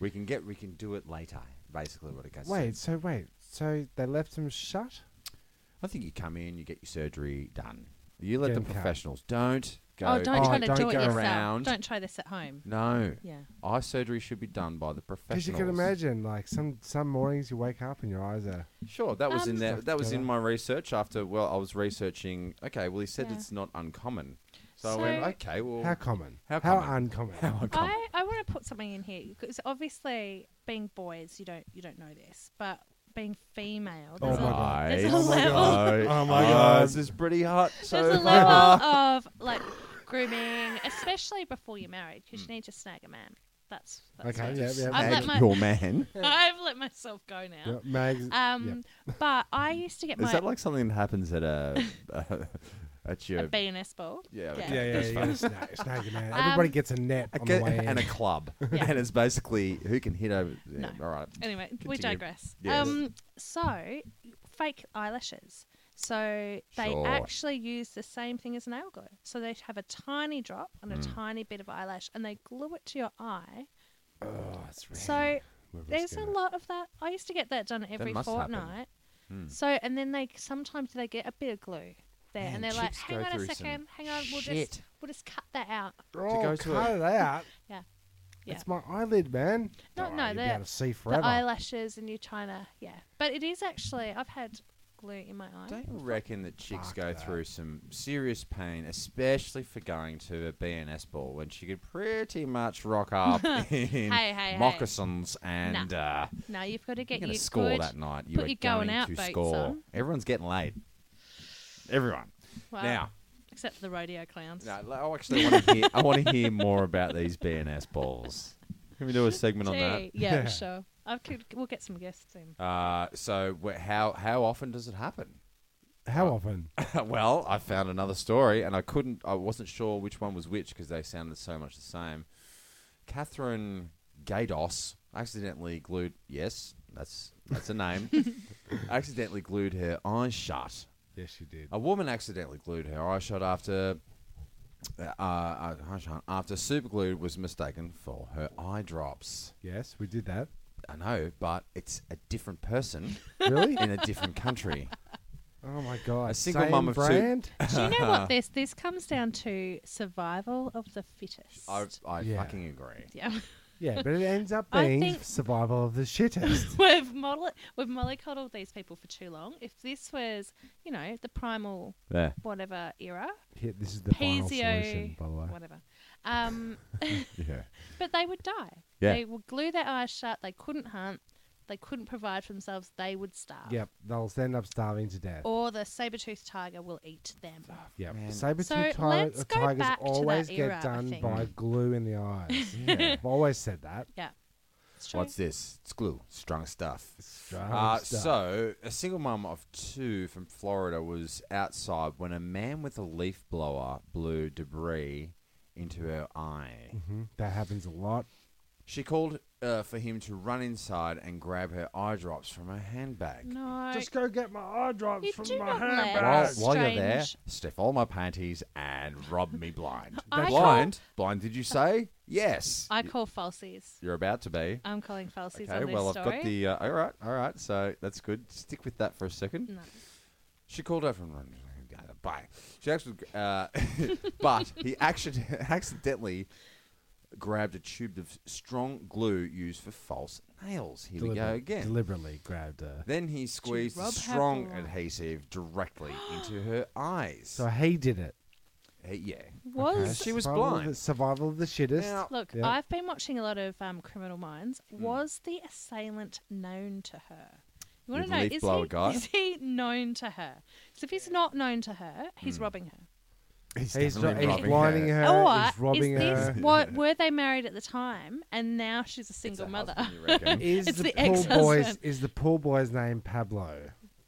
[SPEAKER 3] We can get we can do it later, basically what it goes.
[SPEAKER 4] Wait. So wait. So they left them shut.
[SPEAKER 3] I think you come in, you get your surgery done. You let
[SPEAKER 4] Get
[SPEAKER 3] the
[SPEAKER 4] 'em cut.
[SPEAKER 3] professionals don't go
[SPEAKER 5] oh, don't
[SPEAKER 4] Oh,
[SPEAKER 5] try to
[SPEAKER 4] don't
[SPEAKER 5] do it
[SPEAKER 4] go
[SPEAKER 5] yourself.
[SPEAKER 3] around.
[SPEAKER 5] Don't try this at home.
[SPEAKER 3] No.
[SPEAKER 5] Yeah.
[SPEAKER 3] Eye surgery should be done by the professionals.
[SPEAKER 4] Because you can imagine, like some some mornings you wake up and your eyes are.
[SPEAKER 3] Sure, that was in
[SPEAKER 5] Um,
[SPEAKER 3] there.
[SPEAKER 4] Stuff
[SPEAKER 3] That was in
[SPEAKER 4] together.
[SPEAKER 3] my research after. Well, I was researching. Okay, well, he said
[SPEAKER 5] Yeah.
[SPEAKER 3] it's not uncommon, so, I
[SPEAKER 5] So-
[SPEAKER 3] went. Okay, well,
[SPEAKER 4] How common?
[SPEAKER 3] How common?
[SPEAKER 4] uncommon?
[SPEAKER 5] I, I want to put something in here because obviously being boys you don't you don't know this, but being female
[SPEAKER 4] Oh
[SPEAKER 5] there's
[SPEAKER 4] my
[SPEAKER 5] a,
[SPEAKER 4] God.
[SPEAKER 5] there's a
[SPEAKER 3] Nice.
[SPEAKER 5] Oh my level. God.
[SPEAKER 4] Oh my God.
[SPEAKER 3] This is pretty hot so
[SPEAKER 5] there's a
[SPEAKER 3] far.
[SPEAKER 5] level of like grooming, especially before you're married, because you need to snag a man. That's, that's
[SPEAKER 4] Okay,
[SPEAKER 5] what-
[SPEAKER 4] yeah, yeah,
[SPEAKER 5] I've let,
[SPEAKER 3] Thank
[SPEAKER 5] my,
[SPEAKER 3] your man.
[SPEAKER 5] I've let myself go
[SPEAKER 4] Yeah,
[SPEAKER 5] now.
[SPEAKER 4] Mags.
[SPEAKER 5] Um, but I used to get
[SPEAKER 3] Is
[SPEAKER 5] my
[SPEAKER 3] that like something that happens at a at your
[SPEAKER 5] a BNS ball.
[SPEAKER 3] Yeah,
[SPEAKER 4] yeah, yeah, yeah. you gotta snag, snag it,
[SPEAKER 5] Um,
[SPEAKER 4] man. Everybody gets a net
[SPEAKER 3] a
[SPEAKER 4] on
[SPEAKER 3] ca-
[SPEAKER 4] the way in.
[SPEAKER 3] and a club,
[SPEAKER 5] Yeah.
[SPEAKER 3] and it's basically who can hit over. Yeah,
[SPEAKER 5] No.
[SPEAKER 3] All right.
[SPEAKER 5] Anyway, we
[SPEAKER 3] Continue.
[SPEAKER 5] digress.
[SPEAKER 3] Yes.
[SPEAKER 5] Um, so fake eyelashes. So they
[SPEAKER 3] Sure.
[SPEAKER 5] actually use the same thing as nail glue. So they have a tiny drop and a
[SPEAKER 3] Mm.
[SPEAKER 5] tiny bit of eyelash, and they glue it to your eye.
[SPEAKER 4] Oh, it's really-
[SPEAKER 5] So
[SPEAKER 4] we're
[SPEAKER 5] there's a
[SPEAKER 4] risking it.
[SPEAKER 5] lot of that. I used to get that done every
[SPEAKER 3] must happen. Hmm.
[SPEAKER 5] fortnight. So and then they sometimes they get a bit of glue there,
[SPEAKER 3] Man,
[SPEAKER 5] and they're like,
[SPEAKER 3] chicks go
[SPEAKER 5] "Hang on a
[SPEAKER 3] through some
[SPEAKER 5] second, hang on, we'll
[SPEAKER 3] shit.
[SPEAKER 5] just we'll just cut that out."
[SPEAKER 4] Oh,
[SPEAKER 3] go to
[SPEAKER 4] cut
[SPEAKER 3] a-
[SPEAKER 4] it out.
[SPEAKER 5] Yeah, yeah.
[SPEAKER 4] It's my eyelid, man.
[SPEAKER 5] No,
[SPEAKER 4] Oh,
[SPEAKER 5] no,
[SPEAKER 4] you'll be
[SPEAKER 5] they're-
[SPEAKER 4] able to see
[SPEAKER 5] the
[SPEAKER 4] forever.
[SPEAKER 5] eyelashes, and you're trying to yeah. But it is actually I've had glue in my eye.
[SPEAKER 3] Don't you reckon that chicks
[SPEAKER 4] Fuck
[SPEAKER 3] go
[SPEAKER 4] that.
[SPEAKER 3] through some serious pain, especially for going to a BNS ball when she could pretty much rock up in
[SPEAKER 5] Hey, hey, hey.
[SPEAKER 3] moccasins and uh,
[SPEAKER 5] Now you've got to
[SPEAKER 3] you're
[SPEAKER 5] get
[SPEAKER 3] going
[SPEAKER 5] your
[SPEAKER 3] to score
[SPEAKER 5] good.
[SPEAKER 3] that night. You
[SPEAKER 5] put
[SPEAKER 3] are
[SPEAKER 5] your
[SPEAKER 3] going,
[SPEAKER 5] going out
[SPEAKER 3] to
[SPEAKER 5] boots
[SPEAKER 3] score.
[SPEAKER 5] on.
[SPEAKER 3] Everyone's getting laid. Everyone.
[SPEAKER 5] Well,
[SPEAKER 3] Now,
[SPEAKER 5] except for the rodeo clowns.
[SPEAKER 3] no, l- I actually want to hear. I want to hear more about these BNS balls. Can we do a segment on that?
[SPEAKER 5] Gee, Yeah, sure. I could, we'll get some guests in.
[SPEAKER 3] Uh, so, wh- how how often does it happen?
[SPEAKER 4] How
[SPEAKER 3] Oh.
[SPEAKER 4] often?
[SPEAKER 3] well, I found another story, and I couldn't. I wasn't sure which one was which because they sounded so much the same. Catherine Gados accidentally glued. Yes, that's that's a name. accidentally glued her eyes shut.
[SPEAKER 4] yes, you did.
[SPEAKER 3] A woman accidentally glued her eyes shut after. Uh, uh, eyes shut after superglue was mistaken for her eye drops.
[SPEAKER 4] Yes, we did that.
[SPEAKER 3] I know, but it's a different person
[SPEAKER 4] Really?
[SPEAKER 3] in a different country.
[SPEAKER 4] oh my god.
[SPEAKER 3] A single
[SPEAKER 4] Same
[SPEAKER 3] mum of two-
[SPEAKER 4] brand?
[SPEAKER 5] Do you know what this? This comes down to survival of the fittest.
[SPEAKER 3] I, I
[SPEAKER 4] Yeah.
[SPEAKER 3] fucking agree.
[SPEAKER 5] yeah,
[SPEAKER 4] Yeah, but it ends up
[SPEAKER 5] I
[SPEAKER 4] being
[SPEAKER 5] think-
[SPEAKER 4] survival of the shittest.
[SPEAKER 5] we've model we've mollycoddled these people for too long. If this was, you know, the primal
[SPEAKER 3] There.
[SPEAKER 5] whatever era,
[SPEAKER 4] Here, this is the final solution,
[SPEAKER 5] Pazio,
[SPEAKER 4] by the way.
[SPEAKER 5] whatever. Um,
[SPEAKER 3] Yeah.
[SPEAKER 5] but they would die.
[SPEAKER 3] Yeah.
[SPEAKER 5] They would glue their eyes shut. They couldn't hunt. They couldn't provide for themselves. They would starve.
[SPEAKER 4] Yep, they'll end up starving to death.
[SPEAKER 5] Or the saber-toothed tiger will eat them.
[SPEAKER 4] Yep,
[SPEAKER 3] Man.
[SPEAKER 4] saber
[SPEAKER 5] So
[SPEAKER 4] tooth
[SPEAKER 5] let's go
[SPEAKER 4] tigers
[SPEAKER 5] back to that
[SPEAKER 4] always
[SPEAKER 5] era,
[SPEAKER 4] get
[SPEAKER 5] I
[SPEAKER 4] done
[SPEAKER 5] think.
[SPEAKER 4] by glue in the eyes. I've always said that.
[SPEAKER 5] Yeah. It's true.
[SPEAKER 3] What's this? It's glue. Strong stuff.
[SPEAKER 4] Strong
[SPEAKER 3] Uh,
[SPEAKER 4] stuff.
[SPEAKER 3] so, a single mum of two from Florida was outside when a man with a leaf blower blew debris into her eye. Mm-hmm.
[SPEAKER 4] Mhm, that happens a lot.
[SPEAKER 3] She called uh, for him to run inside and grab her eye drops from her handbag.
[SPEAKER 5] No.
[SPEAKER 4] Just go get my eye drops
[SPEAKER 5] You
[SPEAKER 4] from
[SPEAKER 5] do
[SPEAKER 4] my
[SPEAKER 5] not
[SPEAKER 4] handbag.
[SPEAKER 3] While,
[SPEAKER 5] That's
[SPEAKER 3] while you're there,
[SPEAKER 5] strange.
[SPEAKER 3] sniff all my panties and rub me blind.
[SPEAKER 5] I
[SPEAKER 3] blind? Blind, did you say? Yes.
[SPEAKER 5] I call falsies.
[SPEAKER 3] You're about to be.
[SPEAKER 5] I'm calling falsies
[SPEAKER 3] Okay,
[SPEAKER 5] on this
[SPEAKER 3] well, I've
[SPEAKER 5] story.
[SPEAKER 3] got the. Uh, all right, all right. So that's good. Stick with that for a second.
[SPEAKER 5] No.
[SPEAKER 3] She called out from bye. She actually, uh, but he accident- accidentally grabbed a tube of strong glue used for false nails. Here we go
[SPEAKER 4] Deliber-
[SPEAKER 3] again.
[SPEAKER 4] Deliberately grabbed a.
[SPEAKER 3] then he squeezed the
[SPEAKER 5] rub her
[SPEAKER 3] strong
[SPEAKER 5] blind.
[SPEAKER 3] adhesive directly into her eyes.
[SPEAKER 4] So he did it.
[SPEAKER 3] Uh, yeah.
[SPEAKER 5] Was
[SPEAKER 3] She was
[SPEAKER 4] Survival of
[SPEAKER 3] blind.
[SPEAKER 4] the- Survival of the shittest.
[SPEAKER 3] Now,
[SPEAKER 5] Oh, look,
[SPEAKER 4] Yeah.
[SPEAKER 5] I've been watching a lot of um, Criminal Minds.
[SPEAKER 3] Hmm.
[SPEAKER 5] Was the assailant known to her? You want
[SPEAKER 3] You've
[SPEAKER 5] to know
[SPEAKER 3] leaf
[SPEAKER 5] is
[SPEAKER 3] blower
[SPEAKER 5] he,
[SPEAKER 3] guy?
[SPEAKER 5] is he known to her? Because if he's not known to her, he's
[SPEAKER 3] Hmm.
[SPEAKER 5] robbing her.
[SPEAKER 3] he's,
[SPEAKER 4] He's, dro-
[SPEAKER 3] definitely
[SPEAKER 4] he's
[SPEAKER 3] robbing
[SPEAKER 4] blinding her.
[SPEAKER 5] or
[SPEAKER 4] he's robbing
[SPEAKER 5] Oh, is this
[SPEAKER 4] her.
[SPEAKER 5] what were they married at the time and now she's a
[SPEAKER 3] It's
[SPEAKER 5] single
[SPEAKER 3] her
[SPEAKER 5] mother?
[SPEAKER 3] husband, you reckon?
[SPEAKER 4] Is
[SPEAKER 5] It's
[SPEAKER 4] the,
[SPEAKER 5] the
[SPEAKER 4] pool boy's
[SPEAKER 5] ex-husband.
[SPEAKER 4] is the pool boy's name Pablo?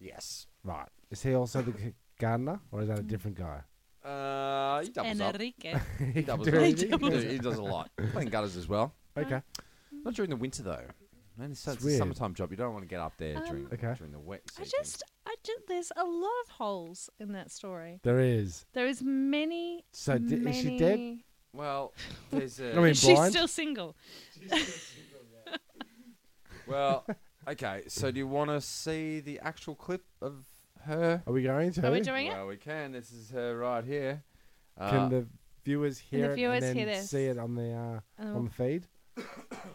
[SPEAKER 3] yes.
[SPEAKER 4] Right. Is he also the g- gardener, or is that a
[SPEAKER 5] Mm.
[SPEAKER 4] different guy?
[SPEAKER 3] Uh, he doubles up.
[SPEAKER 5] Enrique.
[SPEAKER 4] He
[SPEAKER 3] He
[SPEAKER 4] can
[SPEAKER 3] doubles
[SPEAKER 4] do
[SPEAKER 3] up. He,
[SPEAKER 4] anything.
[SPEAKER 3] does, he does a lot. Playing gutters as well.
[SPEAKER 4] Okay.
[SPEAKER 3] Not during the winter though. Man, it's, such a
[SPEAKER 4] weird. Um,
[SPEAKER 3] summertime job. You don't want to get up there during
[SPEAKER 4] Okay.
[SPEAKER 3] during the wet.
[SPEAKER 5] I
[SPEAKER 3] season.
[SPEAKER 5] just, I just, there's a lot of holes in that story.
[SPEAKER 4] There is.
[SPEAKER 5] There is many.
[SPEAKER 4] So di-
[SPEAKER 5] many...
[SPEAKER 4] is she dead?
[SPEAKER 3] well, there's a
[SPEAKER 4] I mean,
[SPEAKER 5] She's
[SPEAKER 4] blind.
[SPEAKER 5] still single.
[SPEAKER 3] well, okay. So do you want to see the actual clip of her?
[SPEAKER 4] Are we going to?
[SPEAKER 5] Are we doing it?
[SPEAKER 3] Well, we can. This is her right here. Uh,
[SPEAKER 4] Can the viewers
[SPEAKER 5] Can the
[SPEAKER 4] hear
[SPEAKER 5] viewers
[SPEAKER 4] it and
[SPEAKER 5] hear
[SPEAKER 4] then
[SPEAKER 5] this?
[SPEAKER 4] see it on the uh,
[SPEAKER 5] Oh.
[SPEAKER 4] on the feed?
[SPEAKER 6] Imagine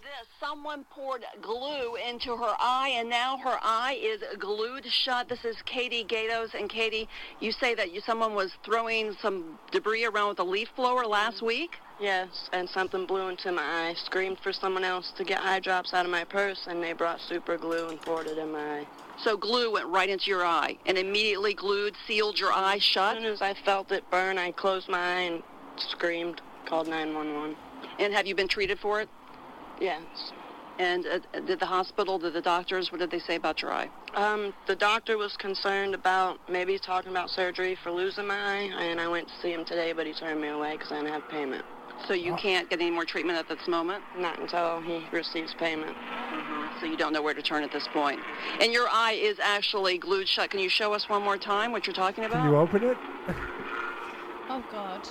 [SPEAKER 6] this. Someone poured glue into her eye, and now her eye is glued shut. This is Katie Gatos. And Katie, you say that you, someone was throwing some debris around with a leaf blower last week?
[SPEAKER 8] Yes, and something blew into my eye. Screamed for someone else to get eye drops out of my purse, and they brought super glue and poured it in my eye.
[SPEAKER 6] So glue went right into your eye and immediately glued, sealed your eye
[SPEAKER 8] As
[SPEAKER 6] shut.
[SPEAKER 8] soon as I felt it burn, I closed my eye and screamed, called 911.
[SPEAKER 6] And have you been treated for it?
[SPEAKER 8] Yes.
[SPEAKER 6] And uh, did the hospital, did the doctors, what did they say about your eye?
[SPEAKER 8] Um, the doctor was concerned about maybe talking about surgery for losing my eye, and I went to see him today, but he turned me away because I didn't have payment.
[SPEAKER 6] So you can't get any more treatment at this moment? Mm-hmm.
[SPEAKER 8] Not until he receives payment.
[SPEAKER 6] So you don't know where to turn at this point. And your eye is actually glued shut. Can you show us one more time what you're talking about?
[SPEAKER 4] Can
[SPEAKER 5] Ah.
[SPEAKER 4] you open it?
[SPEAKER 5] Oh God.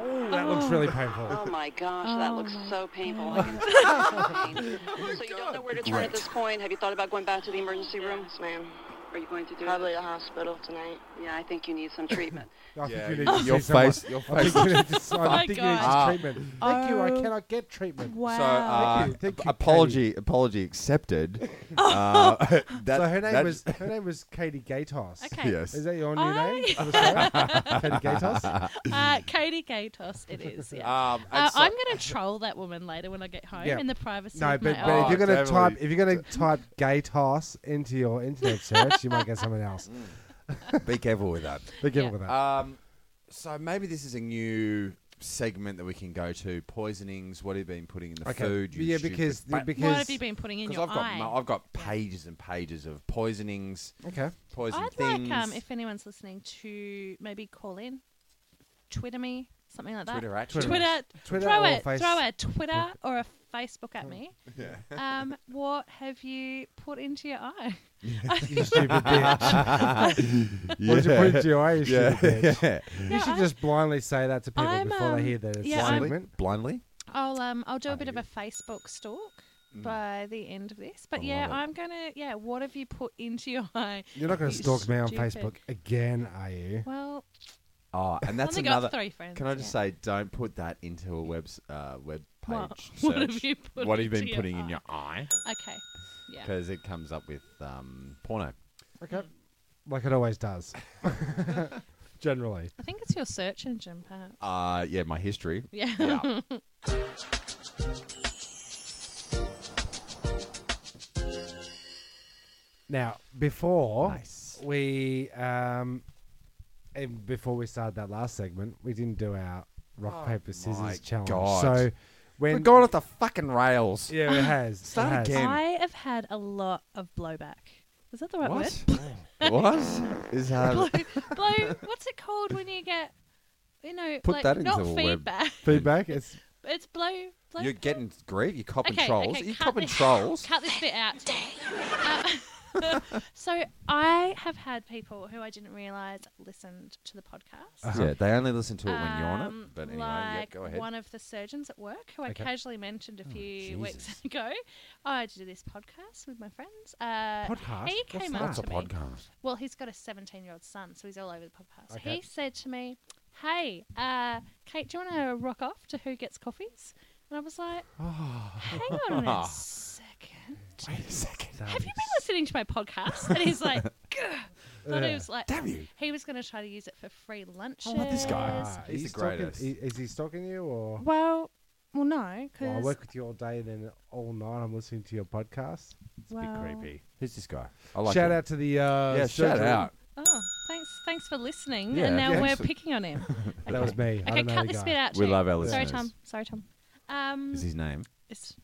[SPEAKER 4] Oh, that looks really painful.
[SPEAKER 6] Oh my gosh,
[SPEAKER 5] Oh
[SPEAKER 6] that looks
[SPEAKER 5] my
[SPEAKER 6] so painful. I can see
[SPEAKER 8] Oh
[SPEAKER 6] the pain. so you don't know where to turn at this point. Have you thought about going back to the emergency room?
[SPEAKER 8] Yes, ma'am.
[SPEAKER 6] Are you going to do
[SPEAKER 8] Probably the hospital tonight.
[SPEAKER 6] it? Yeah, I think you need some treatment.
[SPEAKER 4] I think
[SPEAKER 3] yeah,
[SPEAKER 4] you need to
[SPEAKER 3] your
[SPEAKER 4] see someone.
[SPEAKER 3] face, your
[SPEAKER 4] I
[SPEAKER 3] face.
[SPEAKER 4] think you need to, I
[SPEAKER 5] my
[SPEAKER 4] think
[SPEAKER 5] God.
[SPEAKER 4] you need to see treatment. Thank you. I
[SPEAKER 5] Oh.
[SPEAKER 4] cannot get treatment.
[SPEAKER 5] Wow.
[SPEAKER 3] So, uh,
[SPEAKER 4] Thank you, thank
[SPEAKER 3] ap-
[SPEAKER 4] you,
[SPEAKER 3] apology, apology accepted. uh, that,
[SPEAKER 4] so her name
[SPEAKER 3] that-
[SPEAKER 4] was her name was Katie Gatos.
[SPEAKER 5] okay.
[SPEAKER 3] yes.
[SPEAKER 4] Is that your new
[SPEAKER 5] I-
[SPEAKER 4] name? for the show? Katie Gatos.
[SPEAKER 5] Uh, Katie Gatos, it is. Yeah.
[SPEAKER 3] Um, and
[SPEAKER 5] Uh,
[SPEAKER 3] so-
[SPEAKER 5] I'm gonna troll that woman later when I get home
[SPEAKER 4] Yeah.
[SPEAKER 5] in the privacy
[SPEAKER 4] No,
[SPEAKER 5] of
[SPEAKER 4] but,
[SPEAKER 5] my
[SPEAKER 4] but
[SPEAKER 5] own.
[SPEAKER 4] if you're gonna
[SPEAKER 3] definitely.
[SPEAKER 4] type if you're gonna type Gatos into your internet search, you might get someone else.
[SPEAKER 3] be careful with that.
[SPEAKER 4] Be careful
[SPEAKER 5] Yeah.
[SPEAKER 4] with that.
[SPEAKER 3] Um, so maybe this is a new segment that we can go to poisonings. What have you been putting in the food? you
[SPEAKER 4] yeah,
[SPEAKER 3] stupid
[SPEAKER 4] because
[SPEAKER 3] ba-
[SPEAKER 4] because
[SPEAKER 5] what have you been putting in
[SPEAKER 3] 'Cause
[SPEAKER 5] your
[SPEAKER 3] I've got
[SPEAKER 5] eye?
[SPEAKER 3] ma- I've got pages and pages of poisonings,
[SPEAKER 4] okay.
[SPEAKER 3] poison
[SPEAKER 5] I'd
[SPEAKER 3] things.
[SPEAKER 5] like um, if anyone's listening to maybe call in, Twitter me, something like that.
[SPEAKER 3] Twitter actually.
[SPEAKER 5] Twitter,
[SPEAKER 4] Twitter
[SPEAKER 5] throw
[SPEAKER 4] or
[SPEAKER 5] a
[SPEAKER 4] face-
[SPEAKER 5] throw a Twitter or a Facebook at me. Um, what have you put into your eye?
[SPEAKER 4] You stupid bitch.
[SPEAKER 3] Yeah.
[SPEAKER 4] What did you put into your eye, you
[SPEAKER 3] yeah.
[SPEAKER 4] stupid bitch?
[SPEAKER 3] yeah.
[SPEAKER 5] No,
[SPEAKER 4] You should
[SPEAKER 5] I-
[SPEAKER 4] just blindly say that to people
[SPEAKER 5] I'm,
[SPEAKER 4] before
[SPEAKER 5] um,
[SPEAKER 4] they hear that it's
[SPEAKER 5] yeah,
[SPEAKER 4] a
[SPEAKER 5] I'm-
[SPEAKER 4] segment.
[SPEAKER 3] Blindly.
[SPEAKER 5] I'll um I'll do a bit of a Facebook stalk by the end of this. But yeah,
[SPEAKER 3] love it.
[SPEAKER 5] I'm gonna yeah. What have you put into your eye?
[SPEAKER 4] You're not going to
[SPEAKER 5] You
[SPEAKER 4] stalk me on
[SPEAKER 5] stupid.
[SPEAKER 4] Facebook again, are you?
[SPEAKER 5] Well,
[SPEAKER 3] Oh, and that's
[SPEAKER 5] only
[SPEAKER 3] another.
[SPEAKER 5] got three friends.
[SPEAKER 3] Can I just
[SPEAKER 5] yeah.
[SPEAKER 3] say, don't put that into a web uh, web page.
[SPEAKER 5] What- what have
[SPEAKER 3] search.
[SPEAKER 5] you put
[SPEAKER 3] What have you
[SPEAKER 5] into
[SPEAKER 3] been
[SPEAKER 5] your
[SPEAKER 3] putting in
[SPEAKER 5] eye?
[SPEAKER 3] your eye?
[SPEAKER 5] Okay. Yeah.
[SPEAKER 3] Because it comes up with um, porno.
[SPEAKER 4] Okay. Like it always does. Generally.
[SPEAKER 5] I think it's your search engine, perhaps.
[SPEAKER 3] Uh, yeah, my history.
[SPEAKER 5] Yeah.
[SPEAKER 3] Yeah.
[SPEAKER 4] Now, before
[SPEAKER 3] Nice.
[SPEAKER 4] we um, and before we started that last segment, we didn't do our
[SPEAKER 5] Oh
[SPEAKER 4] rock paper
[SPEAKER 3] my
[SPEAKER 4] scissors challenge.
[SPEAKER 3] God.
[SPEAKER 4] So when
[SPEAKER 3] We're going off the fucking rails.
[SPEAKER 4] yeah, it has
[SPEAKER 3] Start
[SPEAKER 4] it has.
[SPEAKER 3] again.
[SPEAKER 5] I have had a lot of blowback. Is that the right
[SPEAKER 3] What? what? Is
[SPEAKER 5] word?
[SPEAKER 3] that?
[SPEAKER 5] Blow, blow. What's it called when you get, you know,
[SPEAKER 3] Put
[SPEAKER 5] like
[SPEAKER 3] that into
[SPEAKER 5] not
[SPEAKER 3] the web.
[SPEAKER 5] feedback,
[SPEAKER 4] Feedback. It's
[SPEAKER 5] It's blow. blow
[SPEAKER 3] You're getting grief. You're copping
[SPEAKER 5] okay,
[SPEAKER 3] trolls.
[SPEAKER 5] Okay,
[SPEAKER 3] You're
[SPEAKER 5] cut
[SPEAKER 3] copping
[SPEAKER 5] this-
[SPEAKER 3] trolls.
[SPEAKER 5] Cut this bit out. Um, so I have had people who I didn't realise listened to the podcast.
[SPEAKER 3] Yeah, they only listen to it when you're on
[SPEAKER 5] Um,
[SPEAKER 3] it. But anyway, yeah,
[SPEAKER 5] like
[SPEAKER 3] go ahead. Oh,
[SPEAKER 5] one of the surgeons at work who I
[SPEAKER 4] Okay.
[SPEAKER 5] casually mentioned a few weeks
[SPEAKER 3] Jesus.
[SPEAKER 5] ago. I do this podcast with my friends. Uh,
[SPEAKER 4] Podcast?
[SPEAKER 5] He
[SPEAKER 4] What's
[SPEAKER 5] came
[SPEAKER 4] that?
[SPEAKER 5] up
[SPEAKER 4] What's
[SPEAKER 5] to
[SPEAKER 4] a
[SPEAKER 5] me.
[SPEAKER 3] podcast?
[SPEAKER 5] Well, he's got a 17 year old son, so he's all over the podcast.
[SPEAKER 4] Okay.
[SPEAKER 5] He said to me, "Hey, uh, Kate, do you want to rock off to who gets coffees?" And I was like,
[SPEAKER 3] Oh,
[SPEAKER 5] "Hang on a second.
[SPEAKER 3] Wait a second.
[SPEAKER 5] Have you been listening to my podcast? And he's like, Gah. Thought he was like,
[SPEAKER 3] Damn you.
[SPEAKER 5] He was going to try to use it for free lunches.
[SPEAKER 3] this guy.
[SPEAKER 4] Ah,
[SPEAKER 3] He's
[SPEAKER 4] he's
[SPEAKER 3] the
[SPEAKER 4] stalking-
[SPEAKER 3] greatest.
[SPEAKER 4] i- Is he stalking you or?
[SPEAKER 5] Well, well, no, because
[SPEAKER 4] Well, I work with you all day, then all night I'm listening to your podcast. It's
[SPEAKER 5] Well-
[SPEAKER 4] a bit creepy.
[SPEAKER 3] Who's this guy? I like
[SPEAKER 4] shout
[SPEAKER 3] him.
[SPEAKER 4] out to the uh,
[SPEAKER 3] Yeah, shout
[SPEAKER 4] surgeon.
[SPEAKER 3] out.
[SPEAKER 5] oh, thanks, thanks for listening.
[SPEAKER 3] Yeah,
[SPEAKER 5] and now
[SPEAKER 3] yeah.
[SPEAKER 5] we're
[SPEAKER 3] Excellent.
[SPEAKER 5] picking on him.
[SPEAKER 4] That was me. I
[SPEAKER 5] Okay,
[SPEAKER 4] don't know
[SPEAKER 5] cut
[SPEAKER 4] the
[SPEAKER 5] this
[SPEAKER 4] guy.
[SPEAKER 5] bit out.
[SPEAKER 3] We
[SPEAKER 5] too.
[SPEAKER 3] love our
[SPEAKER 5] Sorry,
[SPEAKER 3] listeners.
[SPEAKER 5] Tom. Sorry, Tom. Um,
[SPEAKER 3] Is his name?
[SPEAKER 5] it's-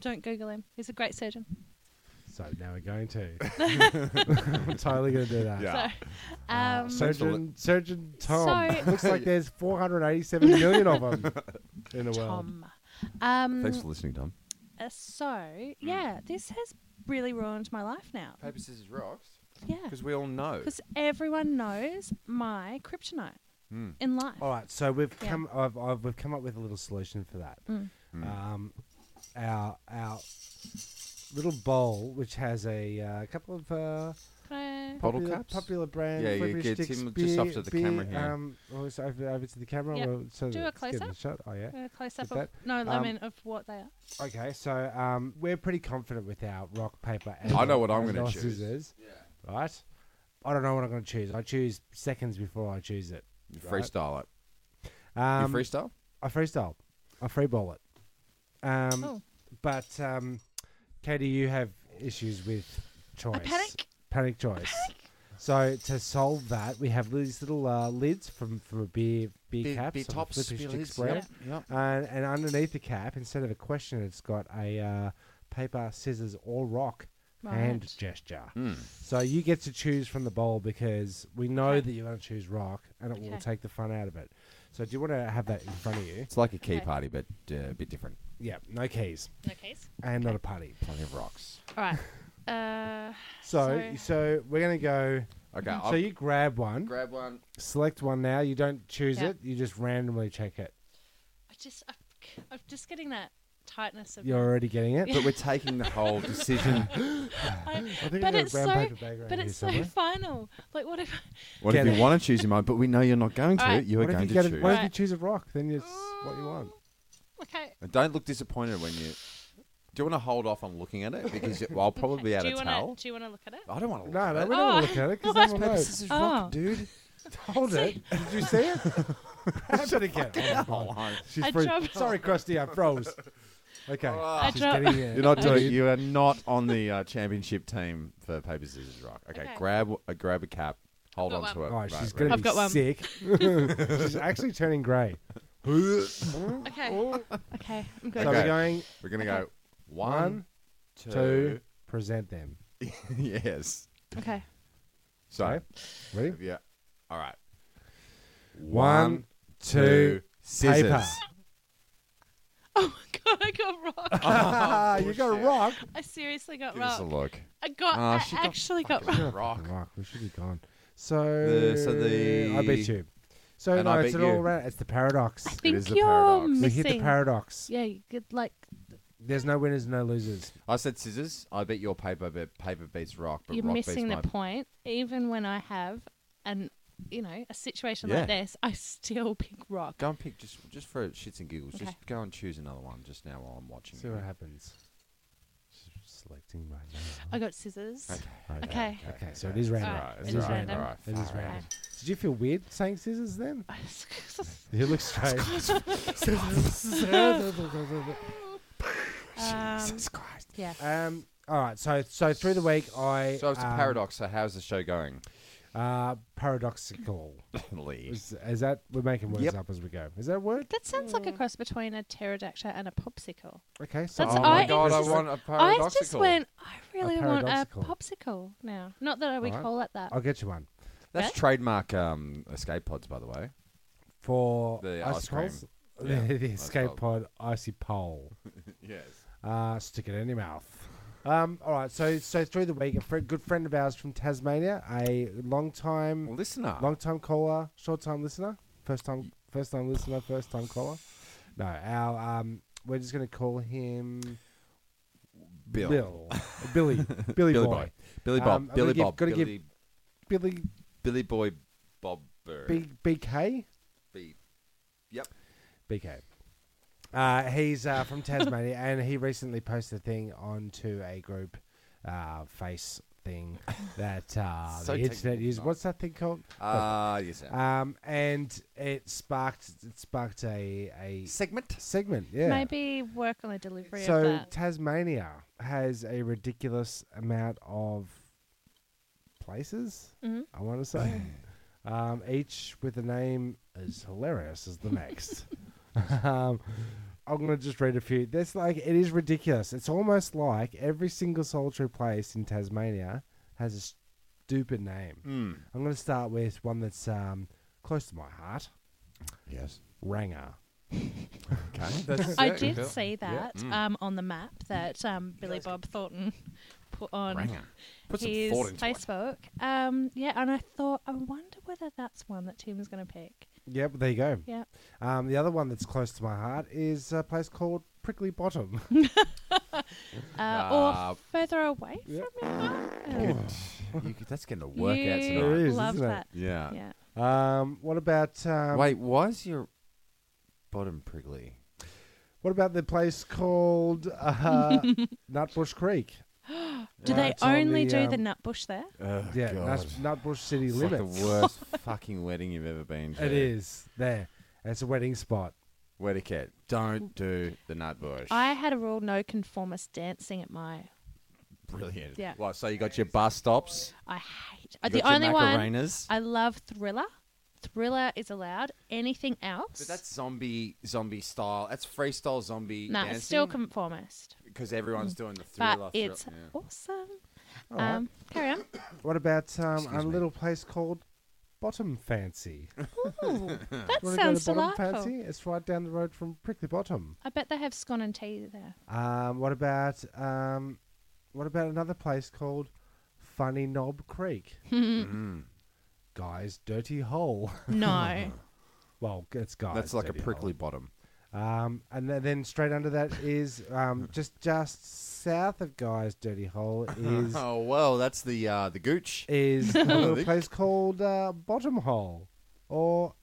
[SPEAKER 5] don't Google him. He's a great surgeon.
[SPEAKER 4] So now we're going to. I'm totally going to do that.
[SPEAKER 1] Yeah.
[SPEAKER 4] Ah,
[SPEAKER 5] Um,
[SPEAKER 4] Surgeon, Surgeon Tom.
[SPEAKER 5] So-
[SPEAKER 4] Looks like there's 487 million of them in the world.
[SPEAKER 5] Tom. Um,
[SPEAKER 3] Thanks for listening, Tom.
[SPEAKER 5] uh, so yeah,
[SPEAKER 4] Hmm.
[SPEAKER 5] this has really ruined my life now.
[SPEAKER 3] Paper, scissors, rocks.
[SPEAKER 5] Yeah.
[SPEAKER 3] Because we all know.
[SPEAKER 5] Because everyone knows my kryptonite
[SPEAKER 4] Hmm.
[SPEAKER 5] in life.
[SPEAKER 4] All right, so we've
[SPEAKER 5] Yeah. Mm.
[SPEAKER 4] come. I've, I've, we've come up with a little solution for that.
[SPEAKER 3] Mm.
[SPEAKER 4] Um, our our little bowl, which has a uh, couple of uh,
[SPEAKER 5] Can I-
[SPEAKER 3] Bottle
[SPEAKER 4] popular,
[SPEAKER 3] caps?
[SPEAKER 4] popular brand.
[SPEAKER 3] Yeah, you
[SPEAKER 4] flippery
[SPEAKER 3] get
[SPEAKER 4] sticks,
[SPEAKER 3] him just
[SPEAKER 4] beer,
[SPEAKER 3] up to the
[SPEAKER 4] beer,
[SPEAKER 3] camera here.
[SPEAKER 4] Um, oh, it's over, over to the camera.
[SPEAKER 5] Yep.
[SPEAKER 4] We'll, so
[SPEAKER 5] Do
[SPEAKER 4] that-
[SPEAKER 5] a
[SPEAKER 4] let's give it
[SPEAKER 5] close-up.
[SPEAKER 4] shot. Oh yeah.
[SPEAKER 5] a close up
[SPEAKER 4] With
[SPEAKER 5] of
[SPEAKER 4] that,
[SPEAKER 5] no, I
[SPEAKER 4] um,
[SPEAKER 5] mean of what they are.
[SPEAKER 4] Okay, so um, we're pretty confident with our rock, paper, and
[SPEAKER 3] I know what I'm
[SPEAKER 4] and
[SPEAKER 3] gonna
[SPEAKER 4] rock,
[SPEAKER 3] choose.
[SPEAKER 4] Scissors, Right? I don't know what I'm going to choose. I choose seconds before I choose it.
[SPEAKER 3] You freestyle it.
[SPEAKER 4] Um,
[SPEAKER 3] you freestyle?
[SPEAKER 4] I freestyle. I freeball it. Um,
[SPEAKER 5] Oh.
[SPEAKER 4] But, um, Katie, you have issues with choice.
[SPEAKER 5] panic.
[SPEAKER 4] Panic choice. So to solve that, we have these little uh, lids from, from a beer beer, cap, and, and underneath the cap, instead of a question, it's got a uh, paper, scissors, or rock hand
[SPEAKER 5] Right.
[SPEAKER 4] gesture. So you get to choose from the bowl because we know
[SPEAKER 5] Okay.
[SPEAKER 4] that you're going to choose rock, and it will
[SPEAKER 5] Okay.
[SPEAKER 4] take the fun out of it. So do you want to have that in front of you?
[SPEAKER 3] It's like a key
[SPEAKER 5] Okay.
[SPEAKER 3] party, but uh, a bit different.
[SPEAKER 4] Yeah, no keys
[SPEAKER 5] No case.
[SPEAKER 4] and not a party.
[SPEAKER 3] Plenty of rocks.
[SPEAKER 5] All right. Uh,
[SPEAKER 4] So
[SPEAKER 5] So-
[SPEAKER 4] so, we're going to go.
[SPEAKER 3] Okay,
[SPEAKER 4] So
[SPEAKER 5] Mm-hmm.
[SPEAKER 3] I'll
[SPEAKER 4] you grab one,
[SPEAKER 3] grab one.
[SPEAKER 4] select one now. You don't choose
[SPEAKER 5] Yeah.
[SPEAKER 4] it. You just randomly check it.
[SPEAKER 5] I just, I, I'm just getting that tightness of.
[SPEAKER 4] You're already getting it.
[SPEAKER 3] But we're taking the whole decision.
[SPEAKER 4] I
[SPEAKER 5] I,
[SPEAKER 4] think I
[SPEAKER 5] but
[SPEAKER 4] got a
[SPEAKER 5] it's
[SPEAKER 4] brown
[SPEAKER 5] so,
[SPEAKER 4] paper bag around
[SPEAKER 5] but
[SPEAKER 4] here
[SPEAKER 5] it's so
[SPEAKER 4] somewhere.
[SPEAKER 5] final. Like, what if?
[SPEAKER 3] What if
[SPEAKER 4] Get
[SPEAKER 3] you
[SPEAKER 4] it.
[SPEAKER 3] want to choose your mind, but we know you're not going to?
[SPEAKER 5] Alright.
[SPEAKER 3] You are
[SPEAKER 4] What if
[SPEAKER 3] going
[SPEAKER 4] you
[SPEAKER 3] to
[SPEAKER 4] get
[SPEAKER 3] choose.
[SPEAKER 4] a, What if you
[SPEAKER 5] Right. Oh.
[SPEAKER 4] choose a rock? Then it's what you want.
[SPEAKER 5] Okay.
[SPEAKER 3] And don't look disappointed when you. Do you want to hold off on looking at it because you- I'll probably be
[SPEAKER 5] do
[SPEAKER 3] able
[SPEAKER 5] you
[SPEAKER 3] to
[SPEAKER 5] wanna-
[SPEAKER 3] tell?
[SPEAKER 5] Do you want to look at it?
[SPEAKER 3] I don't want to look
[SPEAKER 4] No,
[SPEAKER 3] at
[SPEAKER 4] no,
[SPEAKER 3] it.
[SPEAKER 4] we don't want
[SPEAKER 5] Oh,
[SPEAKER 4] to look at it because
[SPEAKER 5] I
[SPEAKER 4] then we'll
[SPEAKER 5] was
[SPEAKER 4] know.
[SPEAKER 5] about
[SPEAKER 3] Scissors,
[SPEAKER 5] Oh.
[SPEAKER 3] rock, dude.
[SPEAKER 4] Hold it. Did you see it? Grab it again. Oh, my God. She's
[SPEAKER 5] I
[SPEAKER 4] froze.
[SPEAKER 5] dropped-
[SPEAKER 4] Sorry, Krusty, I froze. Okay.
[SPEAKER 3] I
[SPEAKER 4] She's
[SPEAKER 5] dropped-
[SPEAKER 4] getting it.
[SPEAKER 3] Ah. You're not doing. You are not on the uh, championship team for paper scissors rock. Okay,
[SPEAKER 5] Okay.
[SPEAKER 3] grab a grab a cap. Hold
[SPEAKER 5] got
[SPEAKER 3] on to it.
[SPEAKER 5] one.
[SPEAKER 4] Oh,
[SPEAKER 3] Right,
[SPEAKER 4] she's
[SPEAKER 3] right.
[SPEAKER 4] going to
[SPEAKER 5] I've
[SPEAKER 4] be
[SPEAKER 5] got one.
[SPEAKER 4] sick. she's actually turning grey.
[SPEAKER 5] Okay.
[SPEAKER 4] Oh.
[SPEAKER 5] Okay. I'm good.
[SPEAKER 4] So
[SPEAKER 3] Oh. Okay.
[SPEAKER 4] we're going
[SPEAKER 3] We're gonna
[SPEAKER 5] Okay.
[SPEAKER 3] go one, two.
[SPEAKER 4] to present them.
[SPEAKER 3] yes.
[SPEAKER 5] Okay.
[SPEAKER 3] So
[SPEAKER 4] Okay. Ready?
[SPEAKER 3] yeah. All right.
[SPEAKER 4] One, two,
[SPEAKER 3] scissors.
[SPEAKER 4] paper.
[SPEAKER 5] Oh my god, I got rock.
[SPEAKER 3] Oh,
[SPEAKER 4] Ah, you got a rock.
[SPEAKER 5] I seriously got
[SPEAKER 3] Give us Uh-huh. a
[SPEAKER 5] rock.
[SPEAKER 3] look.
[SPEAKER 5] I got.
[SPEAKER 3] Ah,
[SPEAKER 5] I
[SPEAKER 3] she got
[SPEAKER 5] actually got rock.
[SPEAKER 3] fucking rock.
[SPEAKER 4] Rock. We should be gone. So,
[SPEAKER 3] The- so the-
[SPEAKER 4] I bet you. So
[SPEAKER 3] And
[SPEAKER 4] no,
[SPEAKER 3] I
[SPEAKER 4] it's
[SPEAKER 3] bet
[SPEAKER 4] an all
[SPEAKER 3] you.
[SPEAKER 4] round. It's the paradox.
[SPEAKER 5] I think
[SPEAKER 3] is a
[SPEAKER 5] you're
[SPEAKER 3] paradox.
[SPEAKER 5] missing.
[SPEAKER 4] We hit the paradox.
[SPEAKER 5] Yeah, you could like.
[SPEAKER 4] There's no winners, no losers.
[SPEAKER 3] I said scissors. I bet your paper, but paper beats rock. But
[SPEAKER 5] you're
[SPEAKER 3] rock
[SPEAKER 5] missing the
[SPEAKER 3] beats mine.
[SPEAKER 5] point. Even when I have an, you know, a situation
[SPEAKER 3] Yeah.
[SPEAKER 5] like this, I still pick rock.
[SPEAKER 3] Go and pick just just for shits and giggles.
[SPEAKER 5] Okay.
[SPEAKER 3] Just go and choose another one just now while I'm watching.
[SPEAKER 4] See
[SPEAKER 3] you.
[SPEAKER 4] what happens. Selecting right
[SPEAKER 5] I got scissors.
[SPEAKER 4] now.
[SPEAKER 5] Okay. Okay.
[SPEAKER 4] Okay, so it is random.
[SPEAKER 5] Alright,
[SPEAKER 4] It
[SPEAKER 5] it
[SPEAKER 4] is
[SPEAKER 5] is random.
[SPEAKER 4] random. It is
[SPEAKER 3] Alright.
[SPEAKER 4] random. Did you feel weird saying scissors then?
[SPEAKER 5] Uh,
[SPEAKER 4] You look straight.
[SPEAKER 5] um,
[SPEAKER 3] Christ.
[SPEAKER 5] yeah.
[SPEAKER 4] um. All right. So so through the week I.
[SPEAKER 3] So it's a
[SPEAKER 4] um,
[SPEAKER 3] paradox. So how's the show going?
[SPEAKER 4] Uh, paradoxical.
[SPEAKER 3] Lee.
[SPEAKER 4] Is, is that we're making words
[SPEAKER 3] Yep.
[SPEAKER 4] up as we go? Is that a word?
[SPEAKER 5] That sounds like a cross between a pterodactyl and a popsicle.
[SPEAKER 4] Okay. So
[SPEAKER 5] That's
[SPEAKER 3] oh
[SPEAKER 5] I-
[SPEAKER 3] my
[SPEAKER 5] it
[SPEAKER 3] god! I
[SPEAKER 5] was-
[SPEAKER 3] want a
[SPEAKER 5] I
[SPEAKER 3] paradoxical.
[SPEAKER 5] just went, I really want a
[SPEAKER 4] paradoxical.
[SPEAKER 5] popsicle now. Not that I would
[SPEAKER 4] Alright.
[SPEAKER 5] call it that.
[SPEAKER 4] I'll get you one
[SPEAKER 3] That's
[SPEAKER 5] Really?
[SPEAKER 3] trademark um, escape pods, by the way.
[SPEAKER 4] for
[SPEAKER 3] The
[SPEAKER 4] ice
[SPEAKER 3] ice cream.
[SPEAKER 4] scrolls? the escape
[SPEAKER 3] cool.
[SPEAKER 4] pod icy pole.
[SPEAKER 3] Yes.
[SPEAKER 4] Uh, stick it in your mouth. Um, all right, so so through the week, a fr- good friend of ours from Tasmania, a long time,
[SPEAKER 3] listener.
[SPEAKER 4] long time caller, short time listener, first time, first time listener, first time caller. No, our um, we're just gonna call him
[SPEAKER 3] Bill.
[SPEAKER 4] Bill, Billy, Billy,
[SPEAKER 3] Billy
[SPEAKER 4] boy.
[SPEAKER 3] Boy. Billy
[SPEAKER 4] Um,
[SPEAKER 3] Bob.
[SPEAKER 4] I'm gonna
[SPEAKER 3] Billy
[SPEAKER 4] give-
[SPEAKER 3] Bob.
[SPEAKER 4] gotta give-
[SPEAKER 3] Billy,
[SPEAKER 4] Billy
[SPEAKER 3] Billy Boy Bobber.
[SPEAKER 4] B- BK,
[SPEAKER 3] B. Yep.
[SPEAKER 4] BK. Uh, he's uh, from Tasmania, and he recently posted a thing onto a group uh, face thing that uh,
[SPEAKER 3] So
[SPEAKER 4] the internet
[SPEAKER 3] technical
[SPEAKER 4] uses.
[SPEAKER 3] stuff.
[SPEAKER 4] What's that thing called?
[SPEAKER 3] Ah, yes. sir.
[SPEAKER 4] Um, and it sparked it sparked a a
[SPEAKER 3] Segment.
[SPEAKER 4] segment. Yeah.
[SPEAKER 5] Maybe work on the delivery of
[SPEAKER 4] So
[SPEAKER 5] that.
[SPEAKER 4] Tasmania has a ridiculous amount of places.
[SPEAKER 5] Mhm.
[SPEAKER 4] I want to say, um, each with a name as hilarious as the next. um, I'm gonna just read a few. That's like it is ridiculous. It's almost like every single solitary place in Tasmania has a stupid name. I'm gonna start with one that's um, close to my heart.
[SPEAKER 3] Yes.
[SPEAKER 4] Ranger.
[SPEAKER 3] Okay.
[SPEAKER 5] I did see that
[SPEAKER 3] Mm.
[SPEAKER 5] um, on the map that um, Billy Bob Thornton put on
[SPEAKER 3] Put some
[SPEAKER 5] his
[SPEAKER 3] thought into it.
[SPEAKER 5] Facebook. Um, yeah, and I thought, I wonder whether that's one that Tim is going to pick.
[SPEAKER 4] Yep, there you go.
[SPEAKER 5] Yeah.
[SPEAKER 4] Um, the other one that's close to my heart is a place called Prickly Bottom.
[SPEAKER 5] Uh,
[SPEAKER 3] Ah.
[SPEAKER 5] or further away from your heart. Uh,
[SPEAKER 3] You could- that's getting a workout
[SPEAKER 5] you
[SPEAKER 4] It
[SPEAKER 3] tonight.
[SPEAKER 4] is,
[SPEAKER 5] love
[SPEAKER 4] isn't it?
[SPEAKER 5] that.
[SPEAKER 3] Yeah.
[SPEAKER 5] Yeah.
[SPEAKER 4] um, what about um,
[SPEAKER 3] Wait, why is your bottom prickly?
[SPEAKER 4] what about the place called uh, Nutbush Creek?
[SPEAKER 5] Do
[SPEAKER 4] Uh,
[SPEAKER 5] they
[SPEAKER 4] it's on
[SPEAKER 5] only
[SPEAKER 4] the,
[SPEAKER 5] do the
[SPEAKER 4] um,
[SPEAKER 5] nut bush there?
[SPEAKER 3] Oh,
[SPEAKER 4] Yeah, Nut, Nutbush City
[SPEAKER 3] It's like
[SPEAKER 4] Limits.
[SPEAKER 3] the worst fucking wedding you've ever been to.
[SPEAKER 4] It is there. It's a wedding spot.
[SPEAKER 3] Wetiquette. Don't do the nut bush.
[SPEAKER 5] I had a rule no conformist dancing at my.
[SPEAKER 3] Brilliant.
[SPEAKER 5] Yeah.
[SPEAKER 3] Well, so you got your bus stops.
[SPEAKER 5] I hate.
[SPEAKER 3] You
[SPEAKER 5] the
[SPEAKER 3] got
[SPEAKER 5] only
[SPEAKER 3] your
[SPEAKER 5] one
[SPEAKER 3] Macarenas.
[SPEAKER 5] I love Thriller. Thriller is allowed. Anything else?
[SPEAKER 3] But that's zombie zombie style. That's freestyle zombie
[SPEAKER 5] nah,
[SPEAKER 3] dancing.
[SPEAKER 5] it's still conformist.
[SPEAKER 3] because everyone's doing the thriller.
[SPEAKER 5] But
[SPEAKER 3] thrill-
[SPEAKER 5] it's
[SPEAKER 3] yeah.
[SPEAKER 5] awesome.
[SPEAKER 4] right.
[SPEAKER 5] Um, carry on.
[SPEAKER 4] What about um, a
[SPEAKER 3] Excuse me.
[SPEAKER 4] little place called Bottom Fancy?
[SPEAKER 5] Ooh, that
[SPEAKER 4] Wanna
[SPEAKER 5] sounds
[SPEAKER 4] go to Bottom
[SPEAKER 5] delightful.
[SPEAKER 4] Fancy? It's right down the road from Prickly Bottom.
[SPEAKER 5] I bet they have scone and tea there.
[SPEAKER 4] Um, what about um, what about another place called Funny Knob Creek?
[SPEAKER 3] Mm.
[SPEAKER 4] Guys, dirty hole.
[SPEAKER 5] No.
[SPEAKER 4] well, it's guys.
[SPEAKER 3] That's like a
[SPEAKER 4] dirty
[SPEAKER 3] prickly bottom.
[SPEAKER 4] hole. Um, and then, then straight under that is um, just just south of Guys Dirty Hole is
[SPEAKER 3] Oh well, that's the uh, the gooch.
[SPEAKER 4] is a little
[SPEAKER 3] Dick.
[SPEAKER 4] place called uh, Bottom Hole, or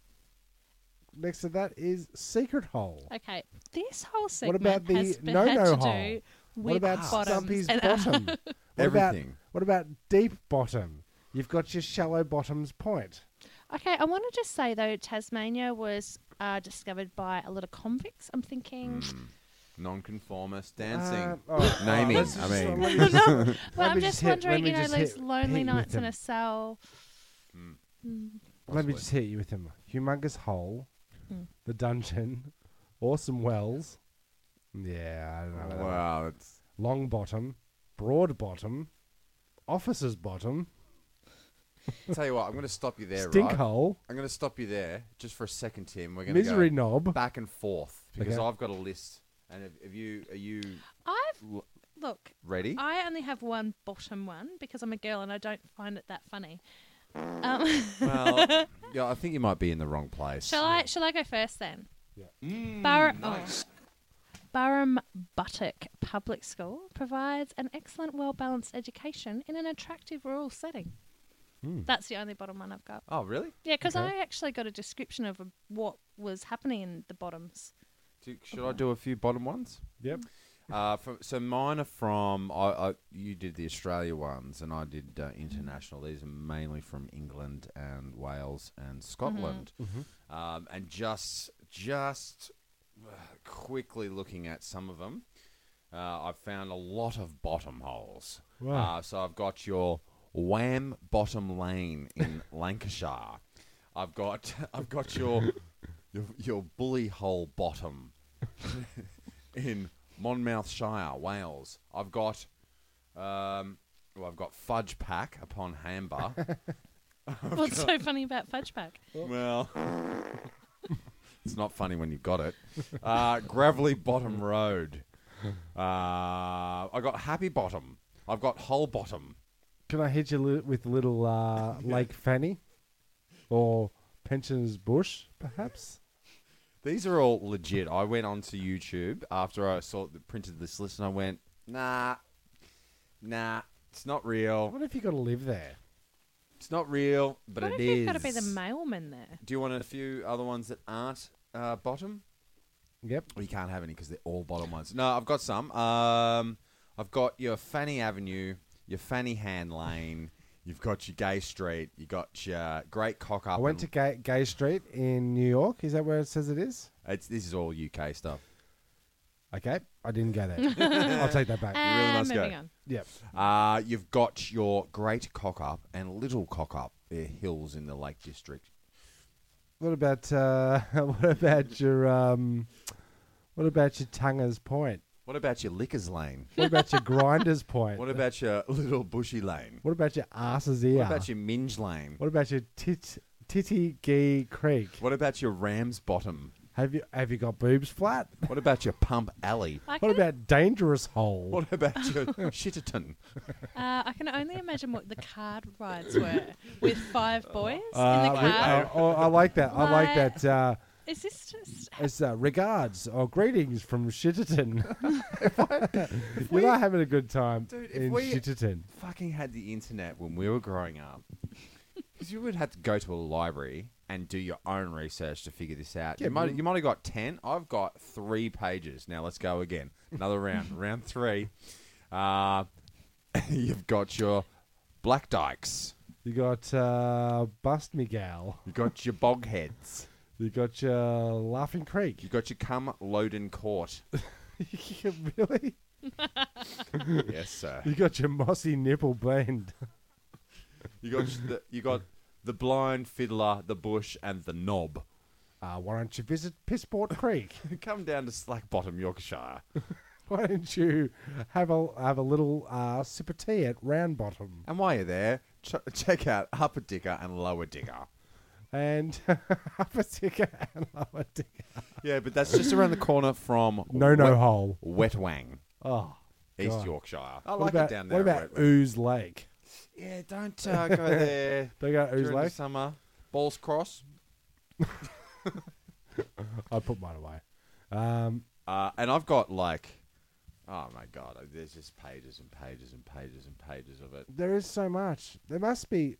[SPEAKER 4] next to that is Secret Hole.
[SPEAKER 5] okay. This whole
[SPEAKER 4] What
[SPEAKER 5] segment
[SPEAKER 4] about
[SPEAKER 5] has
[SPEAKER 4] the
[SPEAKER 5] been
[SPEAKER 4] no
[SPEAKER 5] had
[SPEAKER 4] no
[SPEAKER 5] to
[SPEAKER 4] hole?
[SPEAKER 5] do
[SPEAKER 4] What
[SPEAKER 5] with
[SPEAKER 4] about
[SPEAKER 5] bottoms
[SPEAKER 4] Stumpy's
[SPEAKER 5] and
[SPEAKER 4] bottom? what About,
[SPEAKER 3] Everything.
[SPEAKER 4] what about deep bottom? You've got your shallow bottoms point.
[SPEAKER 5] Okay, I want to just say though, Tasmania was uh, discovered by a lot of convicts. I'm thinking.
[SPEAKER 3] Nonconformist dancing.
[SPEAKER 4] Um, all right, all right,
[SPEAKER 3] Naming,
[SPEAKER 4] let's
[SPEAKER 3] I
[SPEAKER 4] just-
[SPEAKER 3] mean.
[SPEAKER 4] let me just-
[SPEAKER 5] Well,
[SPEAKER 4] Let
[SPEAKER 5] I'm
[SPEAKER 4] me
[SPEAKER 5] just
[SPEAKER 4] just hit- let
[SPEAKER 5] wondering,
[SPEAKER 4] me
[SPEAKER 5] you know,
[SPEAKER 4] just
[SPEAKER 5] those
[SPEAKER 4] hit-
[SPEAKER 5] lonely
[SPEAKER 4] hit with
[SPEAKER 5] nights in
[SPEAKER 4] them.
[SPEAKER 5] a cell.
[SPEAKER 4] Let me
[SPEAKER 3] Possibly.
[SPEAKER 4] just hit you with him. Humongous hole,
[SPEAKER 5] Hmm.
[SPEAKER 4] the dungeon, awesome wells. Yeah, I don't know. about that.
[SPEAKER 3] wow, it's
[SPEAKER 4] Long bottom, broad bottom, officer's bottom,
[SPEAKER 3] Tell you what, I'm going to stop you there,
[SPEAKER 4] stink
[SPEAKER 3] right?
[SPEAKER 4] hole,
[SPEAKER 3] I'm going to stop you there just for a second, Tim. We're going to
[SPEAKER 4] misery
[SPEAKER 3] go
[SPEAKER 4] knob.
[SPEAKER 3] back and forth because
[SPEAKER 4] Okay.
[SPEAKER 3] I've got a list. And if, if you are you
[SPEAKER 5] I've
[SPEAKER 3] l-
[SPEAKER 5] look.
[SPEAKER 3] ready?
[SPEAKER 5] I only have one bottom one because I'm a girl and I don't find it that funny. Um,
[SPEAKER 3] well, yeah, I think you might be in the wrong place.
[SPEAKER 5] shall I? Shall I go first then?
[SPEAKER 4] Mm,
[SPEAKER 5] Bar- oh. Barham Buttock Public School provides an excellent, well-balanced education in an attractive rural setting. That's the only bottom one I've got.
[SPEAKER 3] Oh, really?
[SPEAKER 5] Yeah, because
[SPEAKER 4] Okay.
[SPEAKER 5] I actually got a description of uh, what was happening in the bottoms.
[SPEAKER 3] Do, should I do a few bottom ones?
[SPEAKER 4] Yep.
[SPEAKER 3] Uh, fro- so mine are from I, I. You did the Australia ones, and I did uh, international. These are mainly from England and Wales and Scotland.
[SPEAKER 5] Mm-hmm.
[SPEAKER 3] Um, and just just uh, quickly looking at some of them, uh, I've found a lot of bottom holes.
[SPEAKER 4] Wow.
[SPEAKER 3] Uh, so I've got your Wham Bottom Lane in Lancashire. I've got I've got your your, your bully hole bottom in Monmouthshire, Wales. I've got, um, well, I've got fudge pack upon Hamber.
[SPEAKER 5] What's so funny about Fudge Pack?
[SPEAKER 3] well, It's not funny when you've got it. Uh, Gravelly Bottom Road. Uh, I got Happy Bottom. I've got Whole Bottom.
[SPEAKER 4] Can I hit you li- with little uh, Lake Fanny or Pensioners Bush, perhaps?
[SPEAKER 3] These are all legit. I went onto YouTube after I saw printed this list, and I went, "Nah, nah, it's not
[SPEAKER 4] I
[SPEAKER 3] real.
[SPEAKER 4] wonder if you got to live there.
[SPEAKER 3] It's not real, but
[SPEAKER 9] what
[SPEAKER 3] it
[SPEAKER 9] if you've got to be the
[SPEAKER 3] is."
[SPEAKER 9] mailman there?
[SPEAKER 3] Do you want a few other ones that aren't uh, bottom?
[SPEAKER 4] Yep.
[SPEAKER 3] Well, you can't have any because they're all bottom ones. No, I've got some. Um, I've got your Fanny Avenue, your Fanny Hand Lane. You've got your Gay Street. You got your Great Cock Up.
[SPEAKER 4] I went to
[SPEAKER 3] and-
[SPEAKER 4] Gay, Gay Street in New York. Is that where it says it is?
[SPEAKER 3] It's, this is all UK stuff.
[SPEAKER 4] Okay. I didn't go there. I'll take that back.
[SPEAKER 9] And
[SPEAKER 3] really must
[SPEAKER 5] Um,
[SPEAKER 3] go.
[SPEAKER 9] moving on.
[SPEAKER 4] Yep.
[SPEAKER 3] Uh, you've got your Great Cock Up and Little Cock Up. They're hills in the Lake District.
[SPEAKER 4] What about uh, what about your um, what about your Tunger's Point?
[SPEAKER 3] What about your Liquors Lane?
[SPEAKER 4] What about your Grinder's Point?
[SPEAKER 3] What about your Little Bushy Lane?
[SPEAKER 4] What about your arse's ear?
[SPEAKER 3] What about your Minge Lane?
[SPEAKER 4] What about your tit, titty gee creek?
[SPEAKER 3] What about your Ram's Bottom?
[SPEAKER 4] Have you have you got boobs flat?
[SPEAKER 3] What about your Pump Alley?
[SPEAKER 9] I can,
[SPEAKER 4] What about dangerous hole?
[SPEAKER 3] What about your Shitterton?
[SPEAKER 9] uh, I can only imagine what the card rides were with five boys in
[SPEAKER 4] Uh,
[SPEAKER 9] the
[SPEAKER 4] we-
[SPEAKER 9] car.
[SPEAKER 4] uh, oh, I like that. I like
[SPEAKER 9] My-
[SPEAKER 4] that. Uh,
[SPEAKER 9] Is this just?
[SPEAKER 4] it's uh, regards or greetings from Shitterton. You're not having a good time
[SPEAKER 3] Dude, if
[SPEAKER 4] in
[SPEAKER 3] we-
[SPEAKER 4] Shitterton.
[SPEAKER 3] fucking had the internet when we were growing up. Because you would have to go to a library and do your own research to figure this out.
[SPEAKER 4] Yeah,
[SPEAKER 3] you, might,
[SPEAKER 4] but-
[SPEAKER 3] you might have got 10. I've got three pages. Now let's go again. Another round. round three. Uh, you've got your Black Dykes.
[SPEAKER 4] You got uh, Bust Me Gal.
[SPEAKER 3] You've got your Bogheads.
[SPEAKER 4] You got your Laughing Creek.
[SPEAKER 3] You've got your Cum Loden Court.
[SPEAKER 4] really?
[SPEAKER 3] yes, sir.
[SPEAKER 4] You got your Mossy Nipple Blend.
[SPEAKER 3] You got the, you got the Blind Fiddler, the Bush, and the Knob.
[SPEAKER 4] Uh, why don't you visit Pissport Creek?
[SPEAKER 3] Come down to Slack Bottom, Yorkshire.
[SPEAKER 4] Why don't you have a have a little uh, sip of tea at Round Bottom?
[SPEAKER 3] And while you're there, ch- check out Upper Dicker and Lower Dicker.
[SPEAKER 4] and have a ticker and lower ticker.
[SPEAKER 3] Yeah, but that's just around the corner from
[SPEAKER 4] No, no
[SPEAKER 3] Wet,
[SPEAKER 4] hole.
[SPEAKER 3] Wet Wang,
[SPEAKER 4] Oh,
[SPEAKER 3] East
[SPEAKER 4] God.
[SPEAKER 3] Yorkshire. I
[SPEAKER 4] what
[SPEAKER 3] like
[SPEAKER 4] about,
[SPEAKER 3] it down there.
[SPEAKER 4] What
[SPEAKER 3] at
[SPEAKER 4] about
[SPEAKER 3] Wet Wang.
[SPEAKER 4] Ooze Lake?
[SPEAKER 3] Yeah, don't uh, go there
[SPEAKER 4] They got Ooze
[SPEAKER 3] during the
[SPEAKER 4] Lake.
[SPEAKER 3] summer. Balls Cross.
[SPEAKER 4] I put mine away. Um,
[SPEAKER 3] Uh, and I've got like, oh my god, uh, there's just pages and pages and pages and pages of it.
[SPEAKER 4] there is so much. There must be.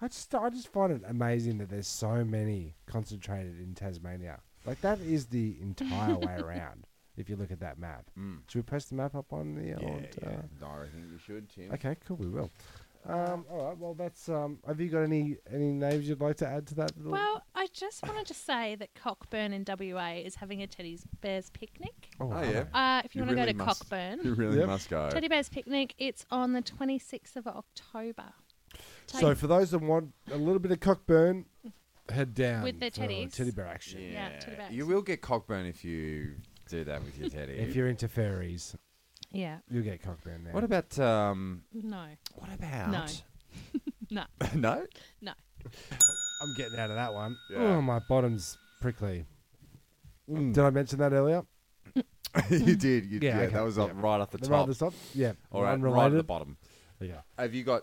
[SPEAKER 4] I just I just find it amazing that there's so many concentrated in Tasmania. Like that is the entire way around. If you look at that map,
[SPEAKER 3] Mm.
[SPEAKER 4] should we post the map up on the? old, Uh,
[SPEAKER 3] No, I think you should, Tim.
[SPEAKER 4] Okay, cool. We will. Um, all right. Well, that's. Um, have you got any any names you'd like to add to that? little-
[SPEAKER 5] Well, I just wanted to say that Cockburn in WA is having a Teddy Bears picnic.
[SPEAKER 4] Oh,
[SPEAKER 3] Oh
[SPEAKER 4] hello.
[SPEAKER 3] yeah,
[SPEAKER 5] Uh, if you,
[SPEAKER 3] You
[SPEAKER 5] want to
[SPEAKER 3] really
[SPEAKER 5] go to
[SPEAKER 3] must. you
[SPEAKER 5] Cockburn,
[SPEAKER 3] really
[SPEAKER 4] Yep.
[SPEAKER 3] must go.
[SPEAKER 5] Teddy Bears picnic, it's on the 26th of October.
[SPEAKER 4] So for those that want a little bit of cockburn, head down
[SPEAKER 5] With their
[SPEAKER 4] for
[SPEAKER 5] teddies.
[SPEAKER 4] Teddy bear action.
[SPEAKER 5] Yeah, Teddy Bears.
[SPEAKER 3] you will get cockburn if you do that with your teddy.
[SPEAKER 4] If you're into fairies,
[SPEAKER 5] yeah,
[SPEAKER 4] you'll get cockburn there.
[SPEAKER 3] what about um?
[SPEAKER 5] no,
[SPEAKER 3] What about
[SPEAKER 5] no,
[SPEAKER 3] no?
[SPEAKER 5] no.
[SPEAKER 4] I'm getting out of that one.
[SPEAKER 3] Yeah. Mm.
[SPEAKER 4] Oh, my bottom's prickly. Did I mention that earlier?
[SPEAKER 3] you did. You,
[SPEAKER 4] Yeah,
[SPEAKER 3] yeah,
[SPEAKER 4] okay.
[SPEAKER 3] that was up, right off the
[SPEAKER 4] The
[SPEAKER 3] top.
[SPEAKER 4] rather soft. Yeah.
[SPEAKER 3] All right,
[SPEAKER 4] unrelated.
[SPEAKER 3] right at the bottom.
[SPEAKER 4] Yeah.
[SPEAKER 3] Have you got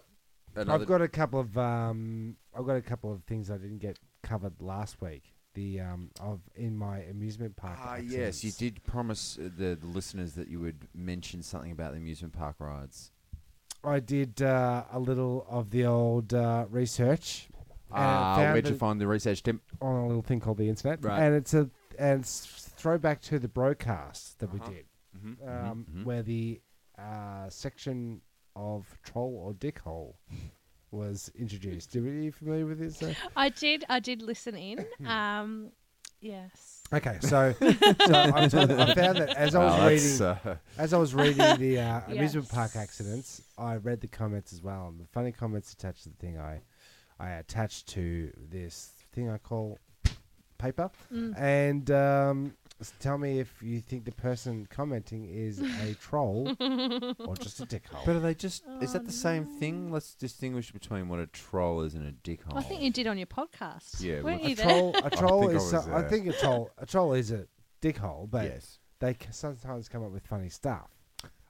[SPEAKER 3] another?
[SPEAKER 4] I've got a couple of um, I've got a couple of things I didn't get covered last week. The um, of in my amusement park.
[SPEAKER 3] Ah, yes, you
[SPEAKER 4] accidents.
[SPEAKER 3] did promise uh, the, the listeners that you would mention something about the amusement park rides.
[SPEAKER 4] I did uh, a little of the old uh, research. and
[SPEAKER 3] Ah,
[SPEAKER 4] found
[SPEAKER 3] where'd you
[SPEAKER 4] that-
[SPEAKER 3] find the research, Tim?
[SPEAKER 4] on a little thing called the internet,
[SPEAKER 3] Right.
[SPEAKER 4] and it's a and it's throwback to the broadcast that we did,
[SPEAKER 3] Mhm,
[SPEAKER 4] um, where the uh, section of troll or dickhole was introduced. Are you familiar with this? uh?
[SPEAKER 5] I did, I did listen in.
[SPEAKER 4] Mm-hmm.
[SPEAKER 5] Um, yes.
[SPEAKER 4] Okay, so, so I, was- I found that as I was
[SPEAKER 3] Oh,
[SPEAKER 4] reading
[SPEAKER 3] that's, uh,
[SPEAKER 4] as I was reading the uh, amusement park
[SPEAKER 5] Yes.
[SPEAKER 4] accidents, I read the comments as well, and the funny comments attached to the thing I I
[SPEAKER 5] Mm.
[SPEAKER 4] attached to this thing I call paper, and um, S- Tell me if you think the person commenting is a troll or just a dickhole.
[SPEAKER 3] But are they just? is
[SPEAKER 10] Oh,
[SPEAKER 3] that the same thing? Let's distinguish between what a troll is and a dickhole.
[SPEAKER 5] I think you did on your podcast.
[SPEAKER 3] Yeah,
[SPEAKER 5] weren't
[SPEAKER 3] well,
[SPEAKER 4] a
[SPEAKER 5] you there?
[SPEAKER 4] troll, a troll
[SPEAKER 3] think I
[SPEAKER 4] is. so-
[SPEAKER 3] was,
[SPEAKER 4] I
[SPEAKER 3] uh,
[SPEAKER 4] think a troll, a troll is a dickhole, but
[SPEAKER 3] yes,
[SPEAKER 4] they c- sometimes come up with funny stuff.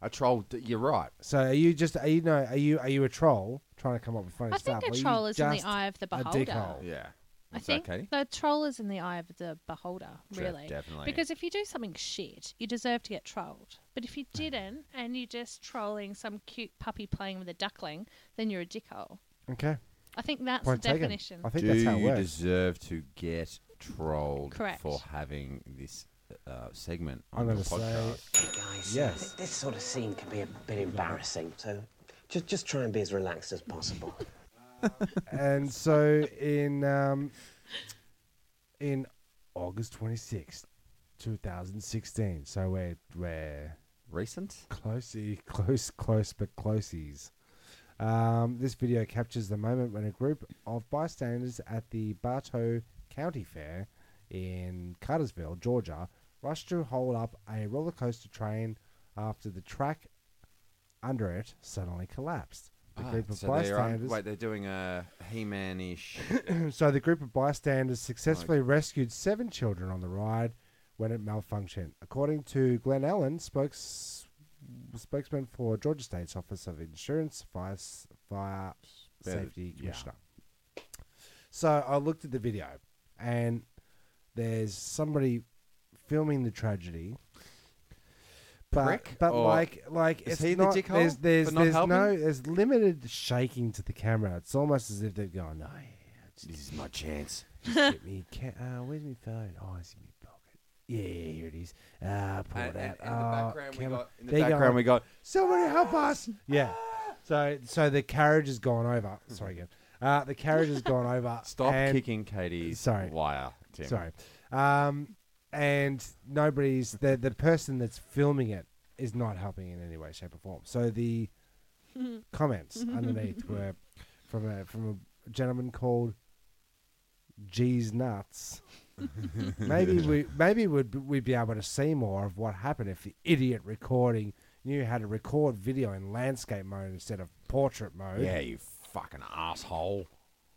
[SPEAKER 3] a troll. d- You're right.
[SPEAKER 4] So are you just? Are you know? Are you? Are you a troll trying to come up with funny
[SPEAKER 5] I
[SPEAKER 4] stuff?
[SPEAKER 5] think a
[SPEAKER 4] or are you
[SPEAKER 5] troll is in the
[SPEAKER 4] just
[SPEAKER 5] eye of the
[SPEAKER 4] a
[SPEAKER 5] beholder.
[SPEAKER 4] dickhole?
[SPEAKER 3] Yeah.
[SPEAKER 5] I
[SPEAKER 3] Is that
[SPEAKER 5] think
[SPEAKER 3] Katie?
[SPEAKER 5] the troll is in the eye of the beholder,
[SPEAKER 3] Sure,
[SPEAKER 5] really.
[SPEAKER 3] definitely.
[SPEAKER 5] Because if you do something shit, you deserve to get trolled. But if you didn't and you're just trolling some cute puppy playing with a duckling, then you're a dickhole.
[SPEAKER 4] Okay.
[SPEAKER 5] I think that's
[SPEAKER 4] Point
[SPEAKER 5] the
[SPEAKER 4] taken.
[SPEAKER 5] definition.
[SPEAKER 4] I
[SPEAKER 3] Do
[SPEAKER 4] think that's how it
[SPEAKER 3] you
[SPEAKER 4] works.
[SPEAKER 3] deserve to get trolled
[SPEAKER 5] Correct.
[SPEAKER 3] for having this uh, segment on
[SPEAKER 4] I'm
[SPEAKER 3] the
[SPEAKER 4] gonna say-
[SPEAKER 3] podcast?
[SPEAKER 11] guys.
[SPEAKER 4] Yes.
[SPEAKER 11] This sort of scene can be a bit embarrassing, so just just try and be as relaxed as possible.
[SPEAKER 4] and so in um, in August twenty sixth, two thousand sixteen. So we're we're
[SPEAKER 3] Recent?
[SPEAKER 4] closey, close, close, but closeies. Um, this video captures the moment when a group of bystanders at the Bartow County Fair in Cartersville, Georgia, rushed to hold up a roller coaster train after the track under it suddenly collapsed. The
[SPEAKER 3] Ah,
[SPEAKER 4] group of
[SPEAKER 3] so they're on-
[SPEAKER 4] bystanders
[SPEAKER 3] wait, they're doing a He-Man-ish.
[SPEAKER 4] so the group of bystanders successfully rescued seven children on the ride when it malfunctioned. According to Glenn Allen, spokes, spokesman for Georgia State's Office of Insurance, Fire, S- Fire
[SPEAKER 3] Better-
[SPEAKER 4] Safety
[SPEAKER 3] yeah.
[SPEAKER 4] Commissioner. So I looked at the video, and there's somebody filming the tragedy. But,
[SPEAKER 3] Prick?
[SPEAKER 4] but
[SPEAKER 3] Or
[SPEAKER 4] like like
[SPEAKER 3] is
[SPEAKER 4] it's
[SPEAKER 3] he the
[SPEAKER 4] not,
[SPEAKER 3] dickhole
[SPEAKER 4] there's there's,
[SPEAKER 3] for not
[SPEAKER 4] there's
[SPEAKER 3] helping?
[SPEAKER 4] no there's limited shaking to the camera. It's almost as if they've gone, "Oh, no,
[SPEAKER 3] this is my chance.
[SPEAKER 4] Get me. Ca- uh, where's my phone? Oh, it's in my pocket. Yeah, here it is. Ah, pull
[SPEAKER 3] And-
[SPEAKER 4] it out.
[SPEAKER 3] and- and the
[SPEAKER 4] Oh,
[SPEAKER 3] background we
[SPEAKER 4] camera.
[SPEAKER 3] got- in the
[SPEAKER 4] There you go.
[SPEAKER 3] background we got, Ah!
[SPEAKER 4] Somebody help us! yeah. So, so the carriage has gone over. Sorry again. Uh, the carriage has gone over.
[SPEAKER 3] Mm-hmm. Stop
[SPEAKER 4] and-
[SPEAKER 3] kicking Katie's
[SPEAKER 4] Sorry.
[SPEAKER 3] wire, Tim.
[SPEAKER 4] Sorry. Um, and nobody's the the person that's filming it is not helping in any way, shape, or form. So the comments underneath were from a from a gentleman called G's Nuts. maybe we maybe we'd be- we'd be able to see more of what happened if the idiot recording knew how to record video in landscape mode instead of portrait mode.
[SPEAKER 3] Yeah, you fucking asshole.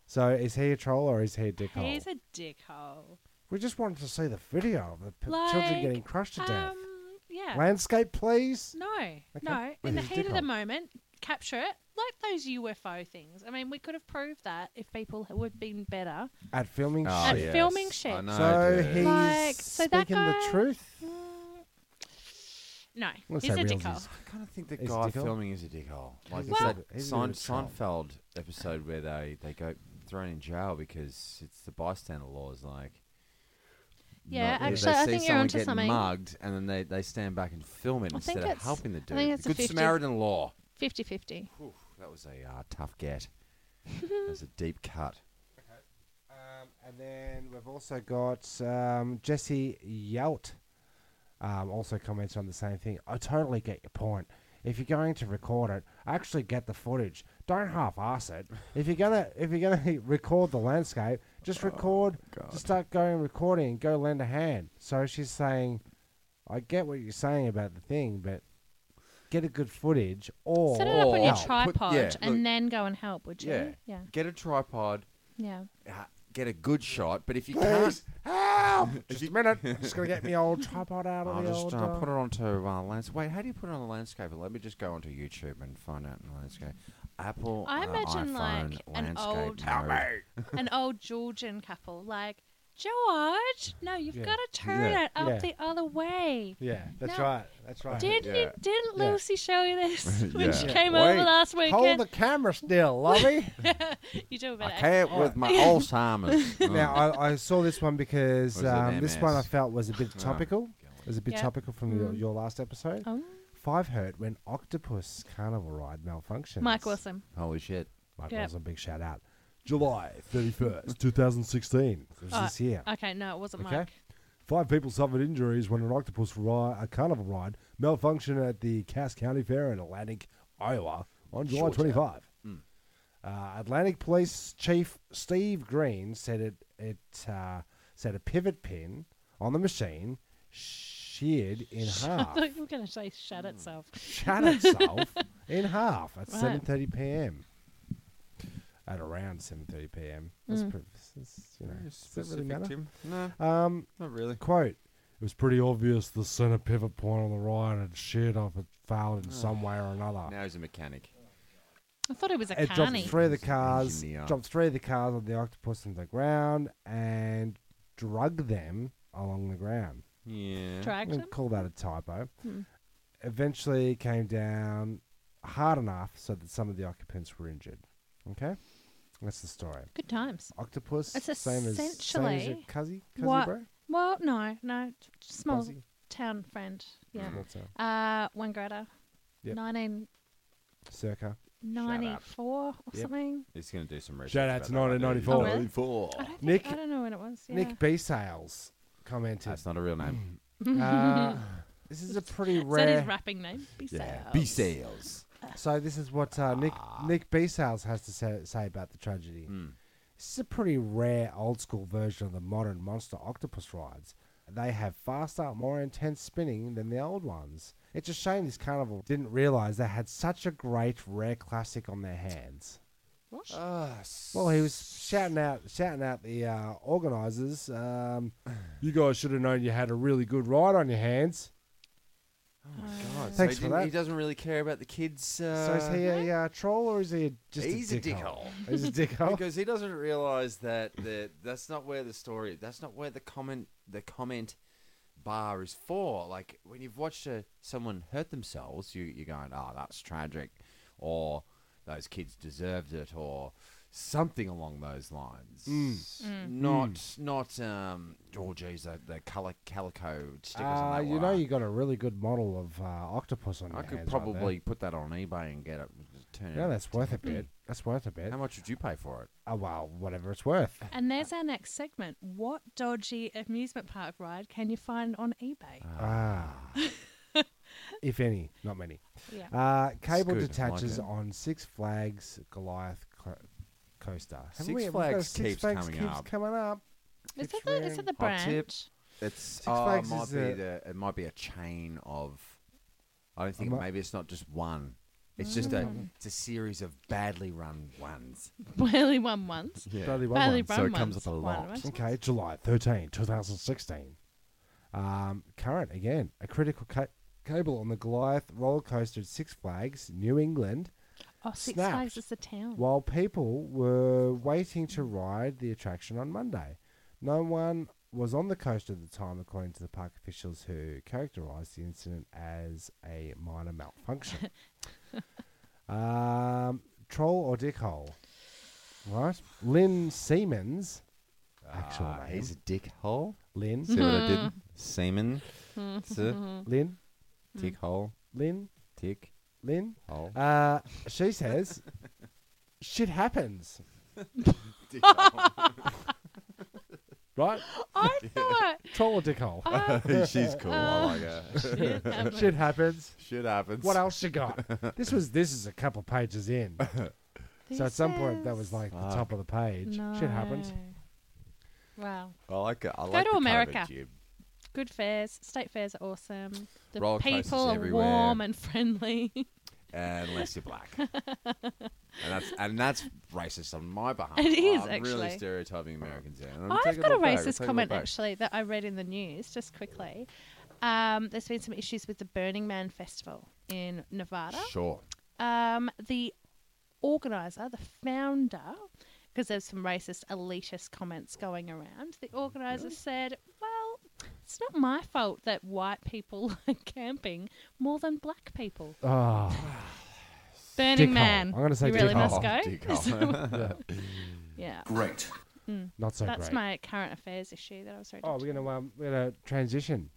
[SPEAKER 4] So is he a troll or is he a dickhole?
[SPEAKER 5] He's a dickhole.
[SPEAKER 4] We just wanted to see the video of the p- children
[SPEAKER 5] Like,
[SPEAKER 4] getting crushed to death.
[SPEAKER 5] Um, yeah.
[SPEAKER 4] Landscape, please.
[SPEAKER 5] No, no.
[SPEAKER 4] Well,
[SPEAKER 5] In the
[SPEAKER 4] he's a
[SPEAKER 5] heat of the
[SPEAKER 4] dickhole.
[SPEAKER 5] moment, capture it like those UFO things. I mean, we could have proved that if people had- would have been better.
[SPEAKER 4] At filming
[SPEAKER 3] Oh,
[SPEAKER 5] And
[SPEAKER 4] shit.
[SPEAKER 3] yes.
[SPEAKER 5] filming
[SPEAKER 3] I
[SPEAKER 5] shit.
[SPEAKER 3] know,
[SPEAKER 4] so
[SPEAKER 3] dude.
[SPEAKER 4] he's
[SPEAKER 5] Like, so that
[SPEAKER 4] speaking the
[SPEAKER 5] guy-
[SPEAKER 4] truth.
[SPEAKER 5] Mm, No,
[SPEAKER 4] Let's
[SPEAKER 5] he's
[SPEAKER 4] say
[SPEAKER 5] a
[SPEAKER 4] realsies.
[SPEAKER 5] dickhole.
[SPEAKER 3] I kind of think the
[SPEAKER 4] He's a
[SPEAKER 3] guy
[SPEAKER 4] dickhole.
[SPEAKER 3] filming is a dickhole. Like
[SPEAKER 4] He's
[SPEAKER 3] it's
[SPEAKER 4] a
[SPEAKER 3] that
[SPEAKER 4] bit- he's a
[SPEAKER 3] Sein-
[SPEAKER 4] bit of a troll.
[SPEAKER 3] Seinfeld episode where they, they go thrown in jail because it's the bystander laws. Like,
[SPEAKER 5] Yeah,
[SPEAKER 3] not-
[SPEAKER 5] actually,
[SPEAKER 3] they
[SPEAKER 5] I
[SPEAKER 3] see
[SPEAKER 5] think you're
[SPEAKER 3] someone
[SPEAKER 5] onto
[SPEAKER 3] getting
[SPEAKER 5] something.
[SPEAKER 3] mugged, and then they, they stand back and film it
[SPEAKER 5] I
[SPEAKER 3] instead
[SPEAKER 5] think
[SPEAKER 3] of
[SPEAKER 5] it's-
[SPEAKER 3] helping the
[SPEAKER 5] I
[SPEAKER 3] dude.
[SPEAKER 5] think it's a
[SPEAKER 3] Good
[SPEAKER 5] 50
[SPEAKER 3] Samaritan law.
[SPEAKER 5] 50 50.
[SPEAKER 3] Whew, that was a uh, tough get. That's a deep cut.
[SPEAKER 4] Um, and then we've also got um, Jesse Yout um, also comments on the same thing. I totally get your point. If you're going to record it, actually get the footage. Don't half-ass it. If you're gonna if you're gonna record the landscape,
[SPEAKER 3] Oh,
[SPEAKER 4] just record. just start going recording and go lend a hand. So she's saying, I get what you're saying about the thing, but get a good footage or
[SPEAKER 5] Set it up on your
[SPEAKER 3] Oh, put-
[SPEAKER 5] tripod
[SPEAKER 3] yeah,
[SPEAKER 5] and
[SPEAKER 3] look.
[SPEAKER 5] then go and help, would you?
[SPEAKER 3] Yeah.
[SPEAKER 5] Yeah.
[SPEAKER 3] Get a tripod,
[SPEAKER 5] Yeah.
[SPEAKER 3] uh, get a good shot, but if you can't,
[SPEAKER 4] help.
[SPEAKER 3] If
[SPEAKER 4] Just
[SPEAKER 3] you-
[SPEAKER 4] a minute. I'm just gonna get my old tripod out of
[SPEAKER 3] I'll
[SPEAKER 4] the
[SPEAKER 3] just
[SPEAKER 4] old.
[SPEAKER 3] uh,
[SPEAKER 4] uh,
[SPEAKER 3] put it onto uh, landscape. Wait, how do you put it on the landscape? Let me just go onto YouTube and find out in the landscape. Apple,
[SPEAKER 5] I
[SPEAKER 3] uh,
[SPEAKER 5] imagine,
[SPEAKER 3] iPhone,
[SPEAKER 5] like, an
[SPEAKER 3] landscape
[SPEAKER 5] old-
[SPEAKER 3] mode.
[SPEAKER 5] An old Georgian couple. Like, George, no, you've
[SPEAKER 4] Yeah.
[SPEAKER 5] got to turn
[SPEAKER 3] Yeah.
[SPEAKER 5] it up
[SPEAKER 4] Yeah.
[SPEAKER 5] the other way.
[SPEAKER 4] Yeah, that's
[SPEAKER 5] No.
[SPEAKER 4] right. That's right.
[SPEAKER 5] Didn't you,
[SPEAKER 3] Yeah.
[SPEAKER 5] didn't
[SPEAKER 4] Yeah.
[SPEAKER 5] Lucy show you this when she
[SPEAKER 3] Yeah.
[SPEAKER 5] came
[SPEAKER 4] Wait,
[SPEAKER 5] over last
[SPEAKER 4] Hold
[SPEAKER 5] weekend?
[SPEAKER 4] the camera still, Lobby.
[SPEAKER 5] you do about
[SPEAKER 3] I
[SPEAKER 5] it.
[SPEAKER 3] can't with my Alzheimer's. Mm.
[SPEAKER 4] now, I, I saw this one because
[SPEAKER 3] Was it
[SPEAKER 4] um, this one I
[SPEAKER 3] MS?
[SPEAKER 4] felt was a bit topical. It was a bit
[SPEAKER 5] Yeah. Mm.
[SPEAKER 4] topical from your, your last episode.
[SPEAKER 5] Oh,
[SPEAKER 4] Five hurt when octopus carnival ride malfunctions.
[SPEAKER 5] Mike Wilson.
[SPEAKER 3] Holy shit.
[SPEAKER 4] Mike
[SPEAKER 5] Yep.
[SPEAKER 4] Wilson, big shout out. July 31st, 2016. It was
[SPEAKER 5] Oh,
[SPEAKER 4] this year.
[SPEAKER 5] Okay, no, it wasn't
[SPEAKER 4] Okay.
[SPEAKER 5] Mike.
[SPEAKER 4] Five people suffered injuries when an octopus ride, a carnival ride malfunctioned at the Cass County Fair in Atlantic, Iowa on July 25. Uh, Atlantic Police Chief Steve Green said it, it uh, said a pivot pin on the machine sheared in
[SPEAKER 5] I
[SPEAKER 4] half.
[SPEAKER 5] thought you were going to say shut itself.
[SPEAKER 4] Shut itself in half at
[SPEAKER 5] Right.
[SPEAKER 4] 7:30 p.m. At around 7:30 p.m. That's
[SPEAKER 5] Mm.
[SPEAKER 4] pretty, that's, you know,
[SPEAKER 3] Yeah,
[SPEAKER 4] does that really
[SPEAKER 3] specific,
[SPEAKER 4] matter?
[SPEAKER 3] Tim. No,
[SPEAKER 4] Um,
[SPEAKER 3] not really.
[SPEAKER 4] Quote: It was pretty obvious the center pivot point on the right had sheared off and failed in
[SPEAKER 3] Ah.
[SPEAKER 4] some way or another.
[SPEAKER 3] Now he's a mechanic.
[SPEAKER 5] I thought it was a
[SPEAKER 4] It dropped
[SPEAKER 5] carny.
[SPEAKER 4] three of the cars,
[SPEAKER 3] Engineer.
[SPEAKER 4] dropped three of the cars on the octopus on the ground, and drug them along the ground.
[SPEAKER 3] Yeah.
[SPEAKER 5] Dragged
[SPEAKER 4] We'll
[SPEAKER 5] them?
[SPEAKER 4] call that a typo.
[SPEAKER 5] Hmm.
[SPEAKER 4] Eventually came down hard enough so that some of the occupants were injured. Okay? That's the story.
[SPEAKER 5] Good times.
[SPEAKER 4] Octopus,
[SPEAKER 5] It's
[SPEAKER 4] same as, same as your
[SPEAKER 5] essentially
[SPEAKER 4] cuzzy, cuzzy
[SPEAKER 5] what-
[SPEAKER 4] bro?
[SPEAKER 5] Well, no, no, t- small
[SPEAKER 4] Cuzzy?
[SPEAKER 5] town friend. Yeah.
[SPEAKER 4] What's that?
[SPEAKER 5] Uh, one grader.
[SPEAKER 4] Mm-hmm. Yep. Circa.
[SPEAKER 5] 1994 or
[SPEAKER 4] Yep.
[SPEAKER 5] something.
[SPEAKER 3] He's going to do some research.
[SPEAKER 4] Shout out
[SPEAKER 3] about
[SPEAKER 4] to
[SPEAKER 3] that one day.
[SPEAKER 4] 1994.
[SPEAKER 5] Oh, really? I don't, think,
[SPEAKER 4] Nick-
[SPEAKER 5] I don't know when it was. Yeah.
[SPEAKER 4] Nick B. Sales commented.
[SPEAKER 3] That's not a real name.
[SPEAKER 4] Uh, this is a pretty
[SPEAKER 5] Is that
[SPEAKER 4] rare.
[SPEAKER 5] his rapping name? Be
[SPEAKER 4] Mm,
[SPEAKER 3] B sales.
[SPEAKER 4] So this is what uh, Nick Nick Besales has to say, say about the tragedy.
[SPEAKER 3] Hmm.
[SPEAKER 4] This is a pretty rare old school version of the modern monster octopus rides. They have faster, more intense spinning than the old ones. It's a shame this carnival didn't realize they had such a great rare classic on their hands. Well, he was shouting out, shouting out the uh, organisers. Um, you guys should have known you had a really good ride on your hands.
[SPEAKER 3] Oh, God,
[SPEAKER 4] Thanks
[SPEAKER 3] so
[SPEAKER 4] for
[SPEAKER 3] he didn't-
[SPEAKER 4] that.
[SPEAKER 3] He doesn't really care about the kids. Uh,
[SPEAKER 4] so is he a uh, troll or is he just
[SPEAKER 3] He's
[SPEAKER 4] a
[SPEAKER 3] a
[SPEAKER 4] dickhole? He's a dickhole.
[SPEAKER 3] because he doesn't realize that the, that's not where the story. That's not where the comment the comment bar is for. Like when you've watched uh someone hurt themselves, you you're going, oh, that's tragic, or those kids deserved it, or something along those lines.
[SPEAKER 4] Mm.
[SPEAKER 3] Not not um. Oh, geez, the, the color calico stickers
[SPEAKER 4] Uh,
[SPEAKER 3] on that
[SPEAKER 4] you know,
[SPEAKER 3] one.
[SPEAKER 4] you got a really good model of uh, octopus on
[SPEAKER 3] I
[SPEAKER 4] your
[SPEAKER 3] could
[SPEAKER 4] hands
[SPEAKER 3] probably
[SPEAKER 4] Right
[SPEAKER 3] put that on eBay and get it. just Turn
[SPEAKER 4] there. Yeah,
[SPEAKER 3] it.
[SPEAKER 4] that's worth a bit. That's worth a bit.
[SPEAKER 3] How much would you pay for it?
[SPEAKER 4] Oh, well, whatever it's worth.
[SPEAKER 5] And there's our next segment. What dodgy amusement park ride can you find on eBay?
[SPEAKER 4] Ah. if any, not many.
[SPEAKER 5] yeah.
[SPEAKER 4] Uh, cable
[SPEAKER 3] good, I like
[SPEAKER 4] detaches
[SPEAKER 3] it.
[SPEAKER 4] on Six Flags Goliath co- coaster. Haven't
[SPEAKER 3] Six
[SPEAKER 4] we- we've got a
[SPEAKER 3] Flags
[SPEAKER 4] Six
[SPEAKER 3] keeps
[SPEAKER 4] Flags
[SPEAKER 3] coming
[SPEAKER 4] keeps
[SPEAKER 3] up.
[SPEAKER 4] coming up.
[SPEAKER 5] Is
[SPEAKER 4] Keeps
[SPEAKER 5] that, the, is
[SPEAKER 4] rearing-
[SPEAKER 5] that the
[SPEAKER 3] Hot tip.
[SPEAKER 5] branch?
[SPEAKER 3] It's
[SPEAKER 4] Six
[SPEAKER 3] oh,
[SPEAKER 4] Flags
[SPEAKER 3] it might
[SPEAKER 4] is
[SPEAKER 3] be
[SPEAKER 4] a-
[SPEAKER 3] the it might be a chain of. I don't think
[SPEAKER 4] I'm Mm. not-
[SPEAKER 3] maybe it's not just one. It's just a it's a series of badly run ones.
[SPEAKER 5] Barely won once.
[SPEAKER 4] Barely one
[SPEAKER 5] Barely
[SPEAKER 4] once.
[SPEAKER 5] won
[SPEAKER 3] So it
[SPEAKER 5] once.
[SPEAKER 3] comes up a
[SPEAKER 5] One
[SPEAKER 3] lot.
[SPEAKER 5] once.
[SPEAKER 4] Okay, July 13, 2016. Um, current, again, a critical ca- cable on the Goliath roller coaster at Six Flags, New England,
[SPEAKER 5] Oh, Six
[SPEAKER 4] Snapped.
[SPEAKER 5] Flags is the town.
[SPEAKER 4] while people were waiting to ride the attraction on Monday. No one was on the coaster at the time, according to the park officials who characterised the incident as a minor malfunction. um, troll or dickhole? Right? Lynn Siemens. Actual
[SPEAKER 3] Ah,
[SPEAKER 4] name.
[SPEAKER 3] he's a dickhole.
[SPEAKER 4] Lynn.
[SPEAKER 5] Mm-hmm.
[SPEAKER 3] See what I did? Semen. Sir.
[SPEAKER 4] Lynn.
[SPEAKER 3] Tick hole.
[SPEAKER 4] Lynn.
[SPEAKER 3] Tick
[SPEAKER 4] Lynn.
[SPEAKER 3] hole.
[SPEAKER 4] Uh, she says, shit happens. right?
[SPEAKER 5] I thought.
[SPEAKER 4] Troll or dickhole?
[SPEAKER 5] I
[SPEAKER 3] She's cool.
[SPEAKER 5] Uh.
[SPEAKER 3] I like her.
[SPEAKER 5] shit, that
[SPEAKER 4] shit happens.
[SPEAKER 3] Shit happens.
[SPEAKER 4] What else you got? this was this is a couple pages in.
[SPEAKER 5] was-
[SPEAKER 4] so at some point that
[SPEAKER 5] this
[SPEAKER 4] was like the
[SPEAKER 3] Fuck.
[SPEAKER 4] top of the page.
[SPEAKER 5] is-
[SPEAKER 4] Shit happens.
[SPEAKER 5] No. Wow.
[SPEAKER 3] I like it. I like
[SPEAKER 5] to
[SPEAKER 3] the COVID
[SPEAKER 5] America.
[SPEAKER 3] tube.
[SPEAKER 5] Good fairs. State fairs are awesome. The
[SPEAKER 3] Roller coasters
[SPEAKER 5] people are
[SPEAKER 3] everywhere.
[SPEAKER 5] warm and friendly.
[SPEAKER 3] unless you're black. and that's and that's racist on my behalf.
[SPEAKER 5] It is,
[SPEAKER 3] I'm
[SPEAKER 5] actually.
[SPEAKER 3] really stereotyping Americans there. and I'm
[SPEAKER 5] I've
[SPEAKER 3] taking
[SPEAKER 5] got a
[SPEAKER 3] it back, I'm
[SPEAKER 5] racist
[SPEAKER 3] taking it
[SPEAKER 5] comment
[SPEAKER 3] back.
[SPEAKER 5] actually that I read in the news just quickly. Um, there's been some issues with the Burning Man Festival in Nevada.
[SPEAKER 3] Sure.
[SPEAKER 5] Um, the organizer, the founder, because there's some racist elitist comments going around, the organizer said, "Well, it's not my fault that white people are camping more than black people."
[SPEAKER 4] Oh,
[SPEAKER 5] Burning
[SPEAKER 4] Dickhole.
[SPEAKER 5] Man.
[SPEAKER 4] I'm gonna say
[SPEAKER 5] you really
[SPEAKER 4] dickhole.
[SPEAKER 5] must go. yeah,
[SPEAKER 4] not so
[SPEAKER 5] that's
[SPEAKER 4] great.
[SPEAKER 5] my current affairs issue that I was reading.
[SPEAKER 4] oh, we're gonna um, we're gonna transition.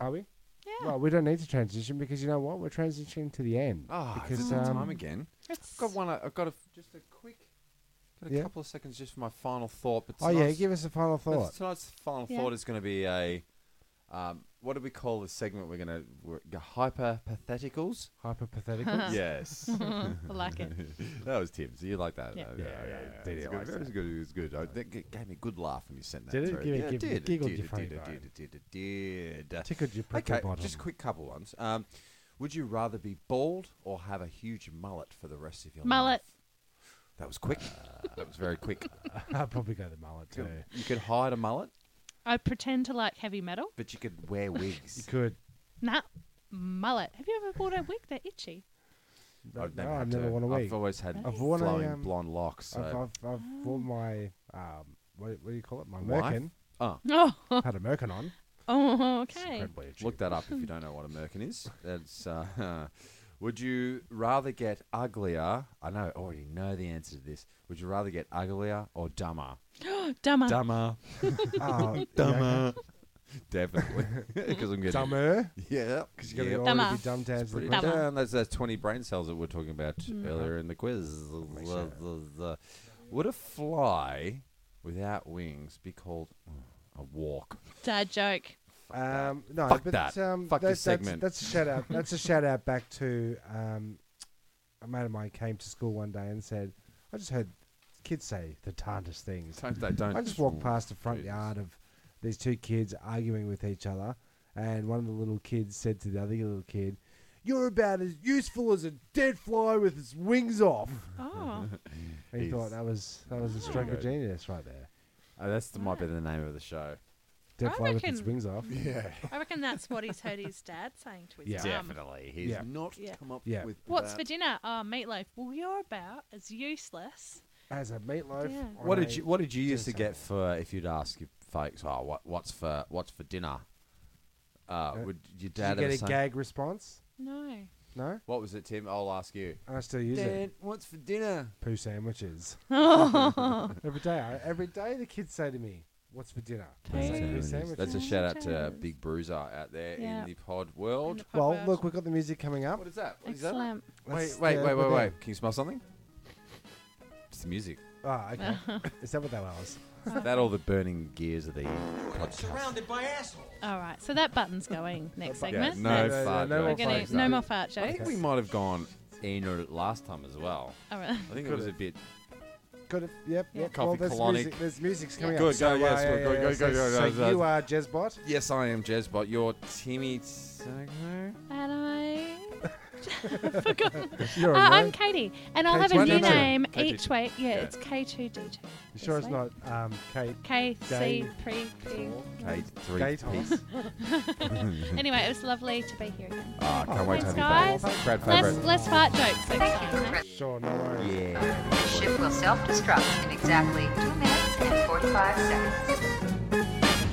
[SPEAKER 4] Are we?
[SPEAKER 5] Mm. Yeah.
[SPEAKER 4] Well, we don't need to transition because you know what? We're transitioning to the end.
[SPEAKER 3] Oh, because
[SPEAKER 4] because
[SPEAKER 3] it's that
[SPEAKER 4] um,
[SPEAKER 3] time again.
[SPEAKER 5] It's-
[SPEAKER 3] I've got one. I've got a, just a quick, got a
[SPEAKER 4] Yeah.
[SPEAKER 3] couple of seconds just for my final thought. But
[SPEAKER 4] oh yeah,
[SPEAKER 3] tonight's-
[SPEAKER 4] give us a final
[SPEAKER 3] but
[SPEAKER 4] thought.
[SPEAKER 3] Tonight's final
[SPEAKER 5] Yeah.
[SPEAKER 3] thought is going to be a um, what do we call the segment? We're gonna we're, hyperpatheticals.
[SPEAKER 4] Hyperpatheticals?
[SPEAKER 3] yes,
[SPEAKER 5] I like it.
[SPEAKER 3] that was Tim's. You like that?
[SPEAKER 5] Yeah.
[SPEAKER 3] though?
[SPEAKER 4] Yeah, yeah, yeah.
[SPEAKER 3] It's
[SPEAKER 4] Did it
[SPEAKER 3] good.
[SPEAKER 4] like
[SPEAKER 3] It was good. It was good. I think it gave me a good laugh when you sent that.
[SPEAKER 4] Did it?
[SPEAKER 3] through.
[SPEAKER 4] Give it-
[SPEAKER 3] Yeah,
[SPEAKER 4] give-
[SPEAKER 3] did, it
[SPEAKER 4] giggled
[SPEAKER 3] did,
[SPEAKER 4] your
[SPEAKER 3] it
[SPEAKER 4] funny
[SPEAKER 3] did, it
[SPEAKER 4] bone.
[SPEAKER 3] did, it did, it did. Uh,
[SPEAKER 4] Tickled your prickle
[SPEAKER 3] Okay,
[SPEAKER 4] bottom.
[SPEAKER 3] just a quick couple ones. Um, would you rather be bald or have a huge mullet for the rest of your
[SPEAKER 5] Mullet.
[SPEAKER 3] life? That was quick.
[SPEAKER 4] Uh,
[SPEAKER 3] that was very quick.
[SPEAKER 4] I'd probably go the mullet too.
[SPEAKER 3] You could hide a mullet,
[SPEAKER 5] I pretend to like heavy metal.
[SPEAKER 3] but you could wear
[SPEAKER 4] You
[SPEAKER 3] wigs.
[SPEAKER 4] could.
[SPEAKER 5] Nah, mullet. Have you ever bought a wig? They're itchy.
[SPEAKER 3] I've
[SPEAKER 4] no,
[SPEAKER 3] never
[SPEAKER 4] I've
[SPEAKER 3] had
[SPEAKER 4] never
[SPEAKER 3] to.
[SPEAKER 4] worn a wig.
[SPEAKER 3] I've always had
[SPEAKER 4] I've worn a,
[SPEAKER 3] flowing
[SPEAKER 4] um,
[SPEAKER 3] blonde locks. So.
[SPEAKER 4] I've, I've, I've
[SPEAKER 5] Oh.
[SPEAKER 4] worn my, um, what, what do you call it? My
[SPEAKER 3] Wife?
[SPEAKER 4] merkin.
[SPEAKER 3] Oh,
[SPEAKER 5] Oh,
[SPEAKER 4] Had a merkin on.
[SPEAKER 5] oh okay.
[SPEAKER 4] Incredibly cheap.
[SPEAKER 3] look that up if you don't know what a merkin is. That's. Uh, would you rather get uglier? I know, I already know the answer to this. Would you rather get uglier or dumber?
[SPEAKER 5] Dumber.
[SPEAKER 3] Dumber,
[SPEAKER 4] Oh,
[SPEAKER 3] dumber, definitely. Because I'm getting
[SPEAKER 4] dumber.
[SPEAKER 3] Yeah, because
[SPEAKER 4] You're
[SPEAKER 3] yep.
[SPEAKER 4] going to
[SPEAKER 5] Dumber.
[SPEAKER 4] be dumb down to the
[SPEAKER 3] pretty
[SPEAKER 4] ground.
[SPEAKER 5] Dumber.
[SPEAKER 3] down. That's, that's 20 brain cells that we we're talking about earlier in the quiz. Would a fly without wings be called a walk?
[SPEAKER 5] Dad joke.
[SPEAKER 4] Um, no,
[SPEAKER 3] Fuck
[SPEAKER 4] but
[SPEAKER 3] that.
[SPEAKER 4] Um,
[SPEAKER 3] Fuck
[SPEAKER 4] that-
[SPEAKER 3] this
[SPEAKER 4] that's-
[SPEAKER 3] segment.
[SPEAKER 4] That's, a shout out. That's a shout out back to um, a mate of mine came to school one day and said, "I just heard kids say the tarndest things."
[SPEAKER 3] Don't they? Don't.
[SPEAKER 4] I just walked past the front
[SPEAKER 3] Jesus.
[SPEAKER 4] yard of these two kids arguing with each other, and one of the little kids said to the other little kid, "You're about as useful as a dead fly with its wings off."
[SPEAKER 5] Oh,
[SPEAKER 4] And he
[SPEAKER 3] He's-
[SPEAKER 4] thought that was that was a stroke
[SPEAKER 3] good.
[SPEAKER 4] of genius right there.
[SPEAKER 3] Oh, that's the, might be the name of the show.
[SPEAKER 4] Dead
[SPEAKER 5] I
[SPEAKER 4] fly with its
[SPEAKER 5] reckon-
[SPEAKER 4] wings off.
[SPEAKER 3] Yeah,
[SPEAKER 5] I reckon that's what he's heard his dad saying to his
[SPEAKER 4] Yeah.
[SPEAKER 5] mum.
[SPEAKER 3] definitely. He's
[SPEAKER 4] Yeah.
[SPEAKER 3] not
[SPEAKER 5] Yeah.
[SPEAKER 3] come up
[SPEAKER 4] Yeah.
[SPEAKER 3] with
[SPEAKER 5] What's
[SPEAKER 3] that.
[SPEAKER 5] for dinner? Oh, meatloaf. Well, you're about as useless.
[SPEAKER 4] As a meatloaf.
[SPEAKER 5] Yeah.
[SPEAKER 4] on
[SPEAKER 3] What
[SPEAKER 4] a-
[SPEAKER 3] did you What did you used to
[SPEAKER 4] dinner
[SPEAKER 3] get for if you'd ask your folks? Oh, what what's for what's for dinner? Uh, would your
[SPEAKER 4] Did you
[SPEAKER 3] dad ever
[SPEAKER 4] get a
[SPEAKER 3] say-
[SPEAKER 4] gag response?
[SPEAKER 5] No.
[SPEAKER 4] No?
[SPEAKER 3] What was it, Tim? I'll ask you.
[SPEAKER 4] I still use
[SPEAKER 3] Dad,
[SPEAKER 4] it.
[SPEAKER 3] what's for dinner?
[SPEAKER 4] Poo sandwiches. every day. I, every day the kids say to me, What's for dinner? I say, "Poo sandwiches."
[SPEAKER 3] That's a shout out to Big Bruiser out there
[SPEAKER 5] Yeah.
[SPEAKER 3] in the pod world.
[SPEAKER 4] Well, look, we've got the music coming up.
[SPEAKER 3] What is that? What is that?
[SPEAKER 5] Excellent.
[SPEAKER 3] Wait,
[SPEAKER 4] That's
[SPEAKER 3] wait,
[SPEAKER 4] the-
[SPEAKER 3] wait, wait,
[SPEAKER 4] the-
[SPEAKER 3] wait. Can you smell something? It's the music.
[SPEAKER 4] Ah, okay. is that what that was?
[SPEAKER 3] Is that all the burning gears of the podcast?
[SPEAKER 11] Surrounded by assholes.
[SPEAKER 5] All right, so that button's going next
[SPEAKER 3] Yeah,
[SPEAKER 5] segment.
[SPEAKER 3] no
[SPEAKER 4] No, no,
[SPEAKER 3] fart
[SPEAKER 4] no more
[SPEAKER 5] We're
[SPEAKER 3] jokes.
[SPEAKER 5] gonna,
[SPEAKER 4] farts.
[SPEAKER 5] no more fart
[SPEAKER 3] I think
[SPEAKER 5] jokes.
[SPEAKER 3] we might have gone anal last time as well.
[SPEAKER 5] All right.
[SPEAKER 3] I think it was a bit.
[SPEAKER 4] Got it. Yep.
[SPEAKER 5] Yeah.
[SPEAKER 4] yep.
[SPEAKER 3] Coffee
[SPEAKER 4] well, there's
[SPEAKER 3] colonic.
[SPEAKER 4] music. There's music's coming
[SPEAKER 3] Good,
[SPEAKER 4] up. so,
[SPEAKER 3] go, yes,
[SPEAKER 4] uh,
[SPEAKER 3] good, good, good,
[SPEAKER 4] so-
[SPEAKER 3] good, good,
[SPEAKER 4] So
[SPEAKER 3] good.
[SPEAKER 4] you are Jezbot.
[SPEAKER 3] Yes, I am Jezbot. You're Timmy Sago.
[SPEAKER 5] And I forgot.
[SPEAKER 4] You're
[SPEAKER 5] Uh,
[SPEAKER 4] a
[SPEAKER 5] I'm
[SPEAKER 4] word.
[SPEAKER 5] Katie, and I'll have
[SPEAKER 4] K2.
[SPEAKER 5] a new
[SPEAKER 4] K2.
[SPEAKER 5] name
[SPEAKER 3] K2.
[SPEAKER 5] each week. Yeah,
[SPEAKER 3] Yeah.
[SPEAKER 5] it's K2D2.
[SPEAKER 4] You sure it's not um, Kate?
[SPEAKER 5] K C
[SPEAKER 4] K-
[SPEAKER 5] pre P.
[SPEAKER 3] Kate three.
[SPEAKER 4] Kate Hoss.
[SPEAKER 5] Anyway, it was lovely to be here again.
[SPEAKER 3] Ah, can't wait to have
[SPEAKER 5] Oh, Thanks,
[SPEAKER 3] you back.
[SPEAKER 5] guys.
[SPEAKER 3] Brad
[SPEAKER 5] Less,
[SPEAKER 3] favourite.
[SPEAKER 5] less fart jokes next time. eh?
[SPEAKER 4] Sure, no worries.
[SPEAKER 3] Yeah.
[SPEAKER 1] Ship will self-destruct in exactly 2 minutes and 45 seconds.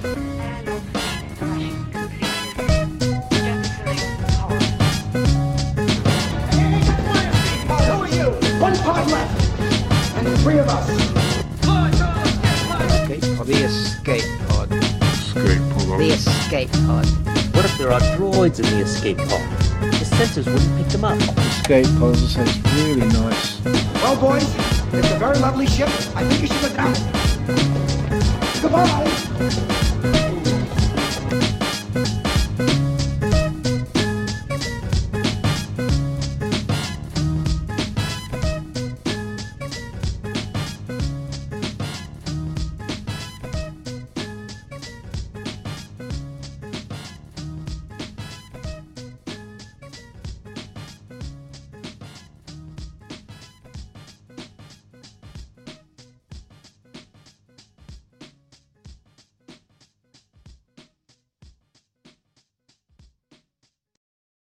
[SPEAKER 2] Escape pod. The escape pod.
[SPEAKER 1] The escape pod.
[SPEAKER 11] What if there are droids in the escape pod? The sensors wouldn't pick them up.
[SPEAKER 2] Escape pod sounds really nice.
[SPEAKER 11] Well, boys, it's a very lovely ship. I think you should look out. Goodbye.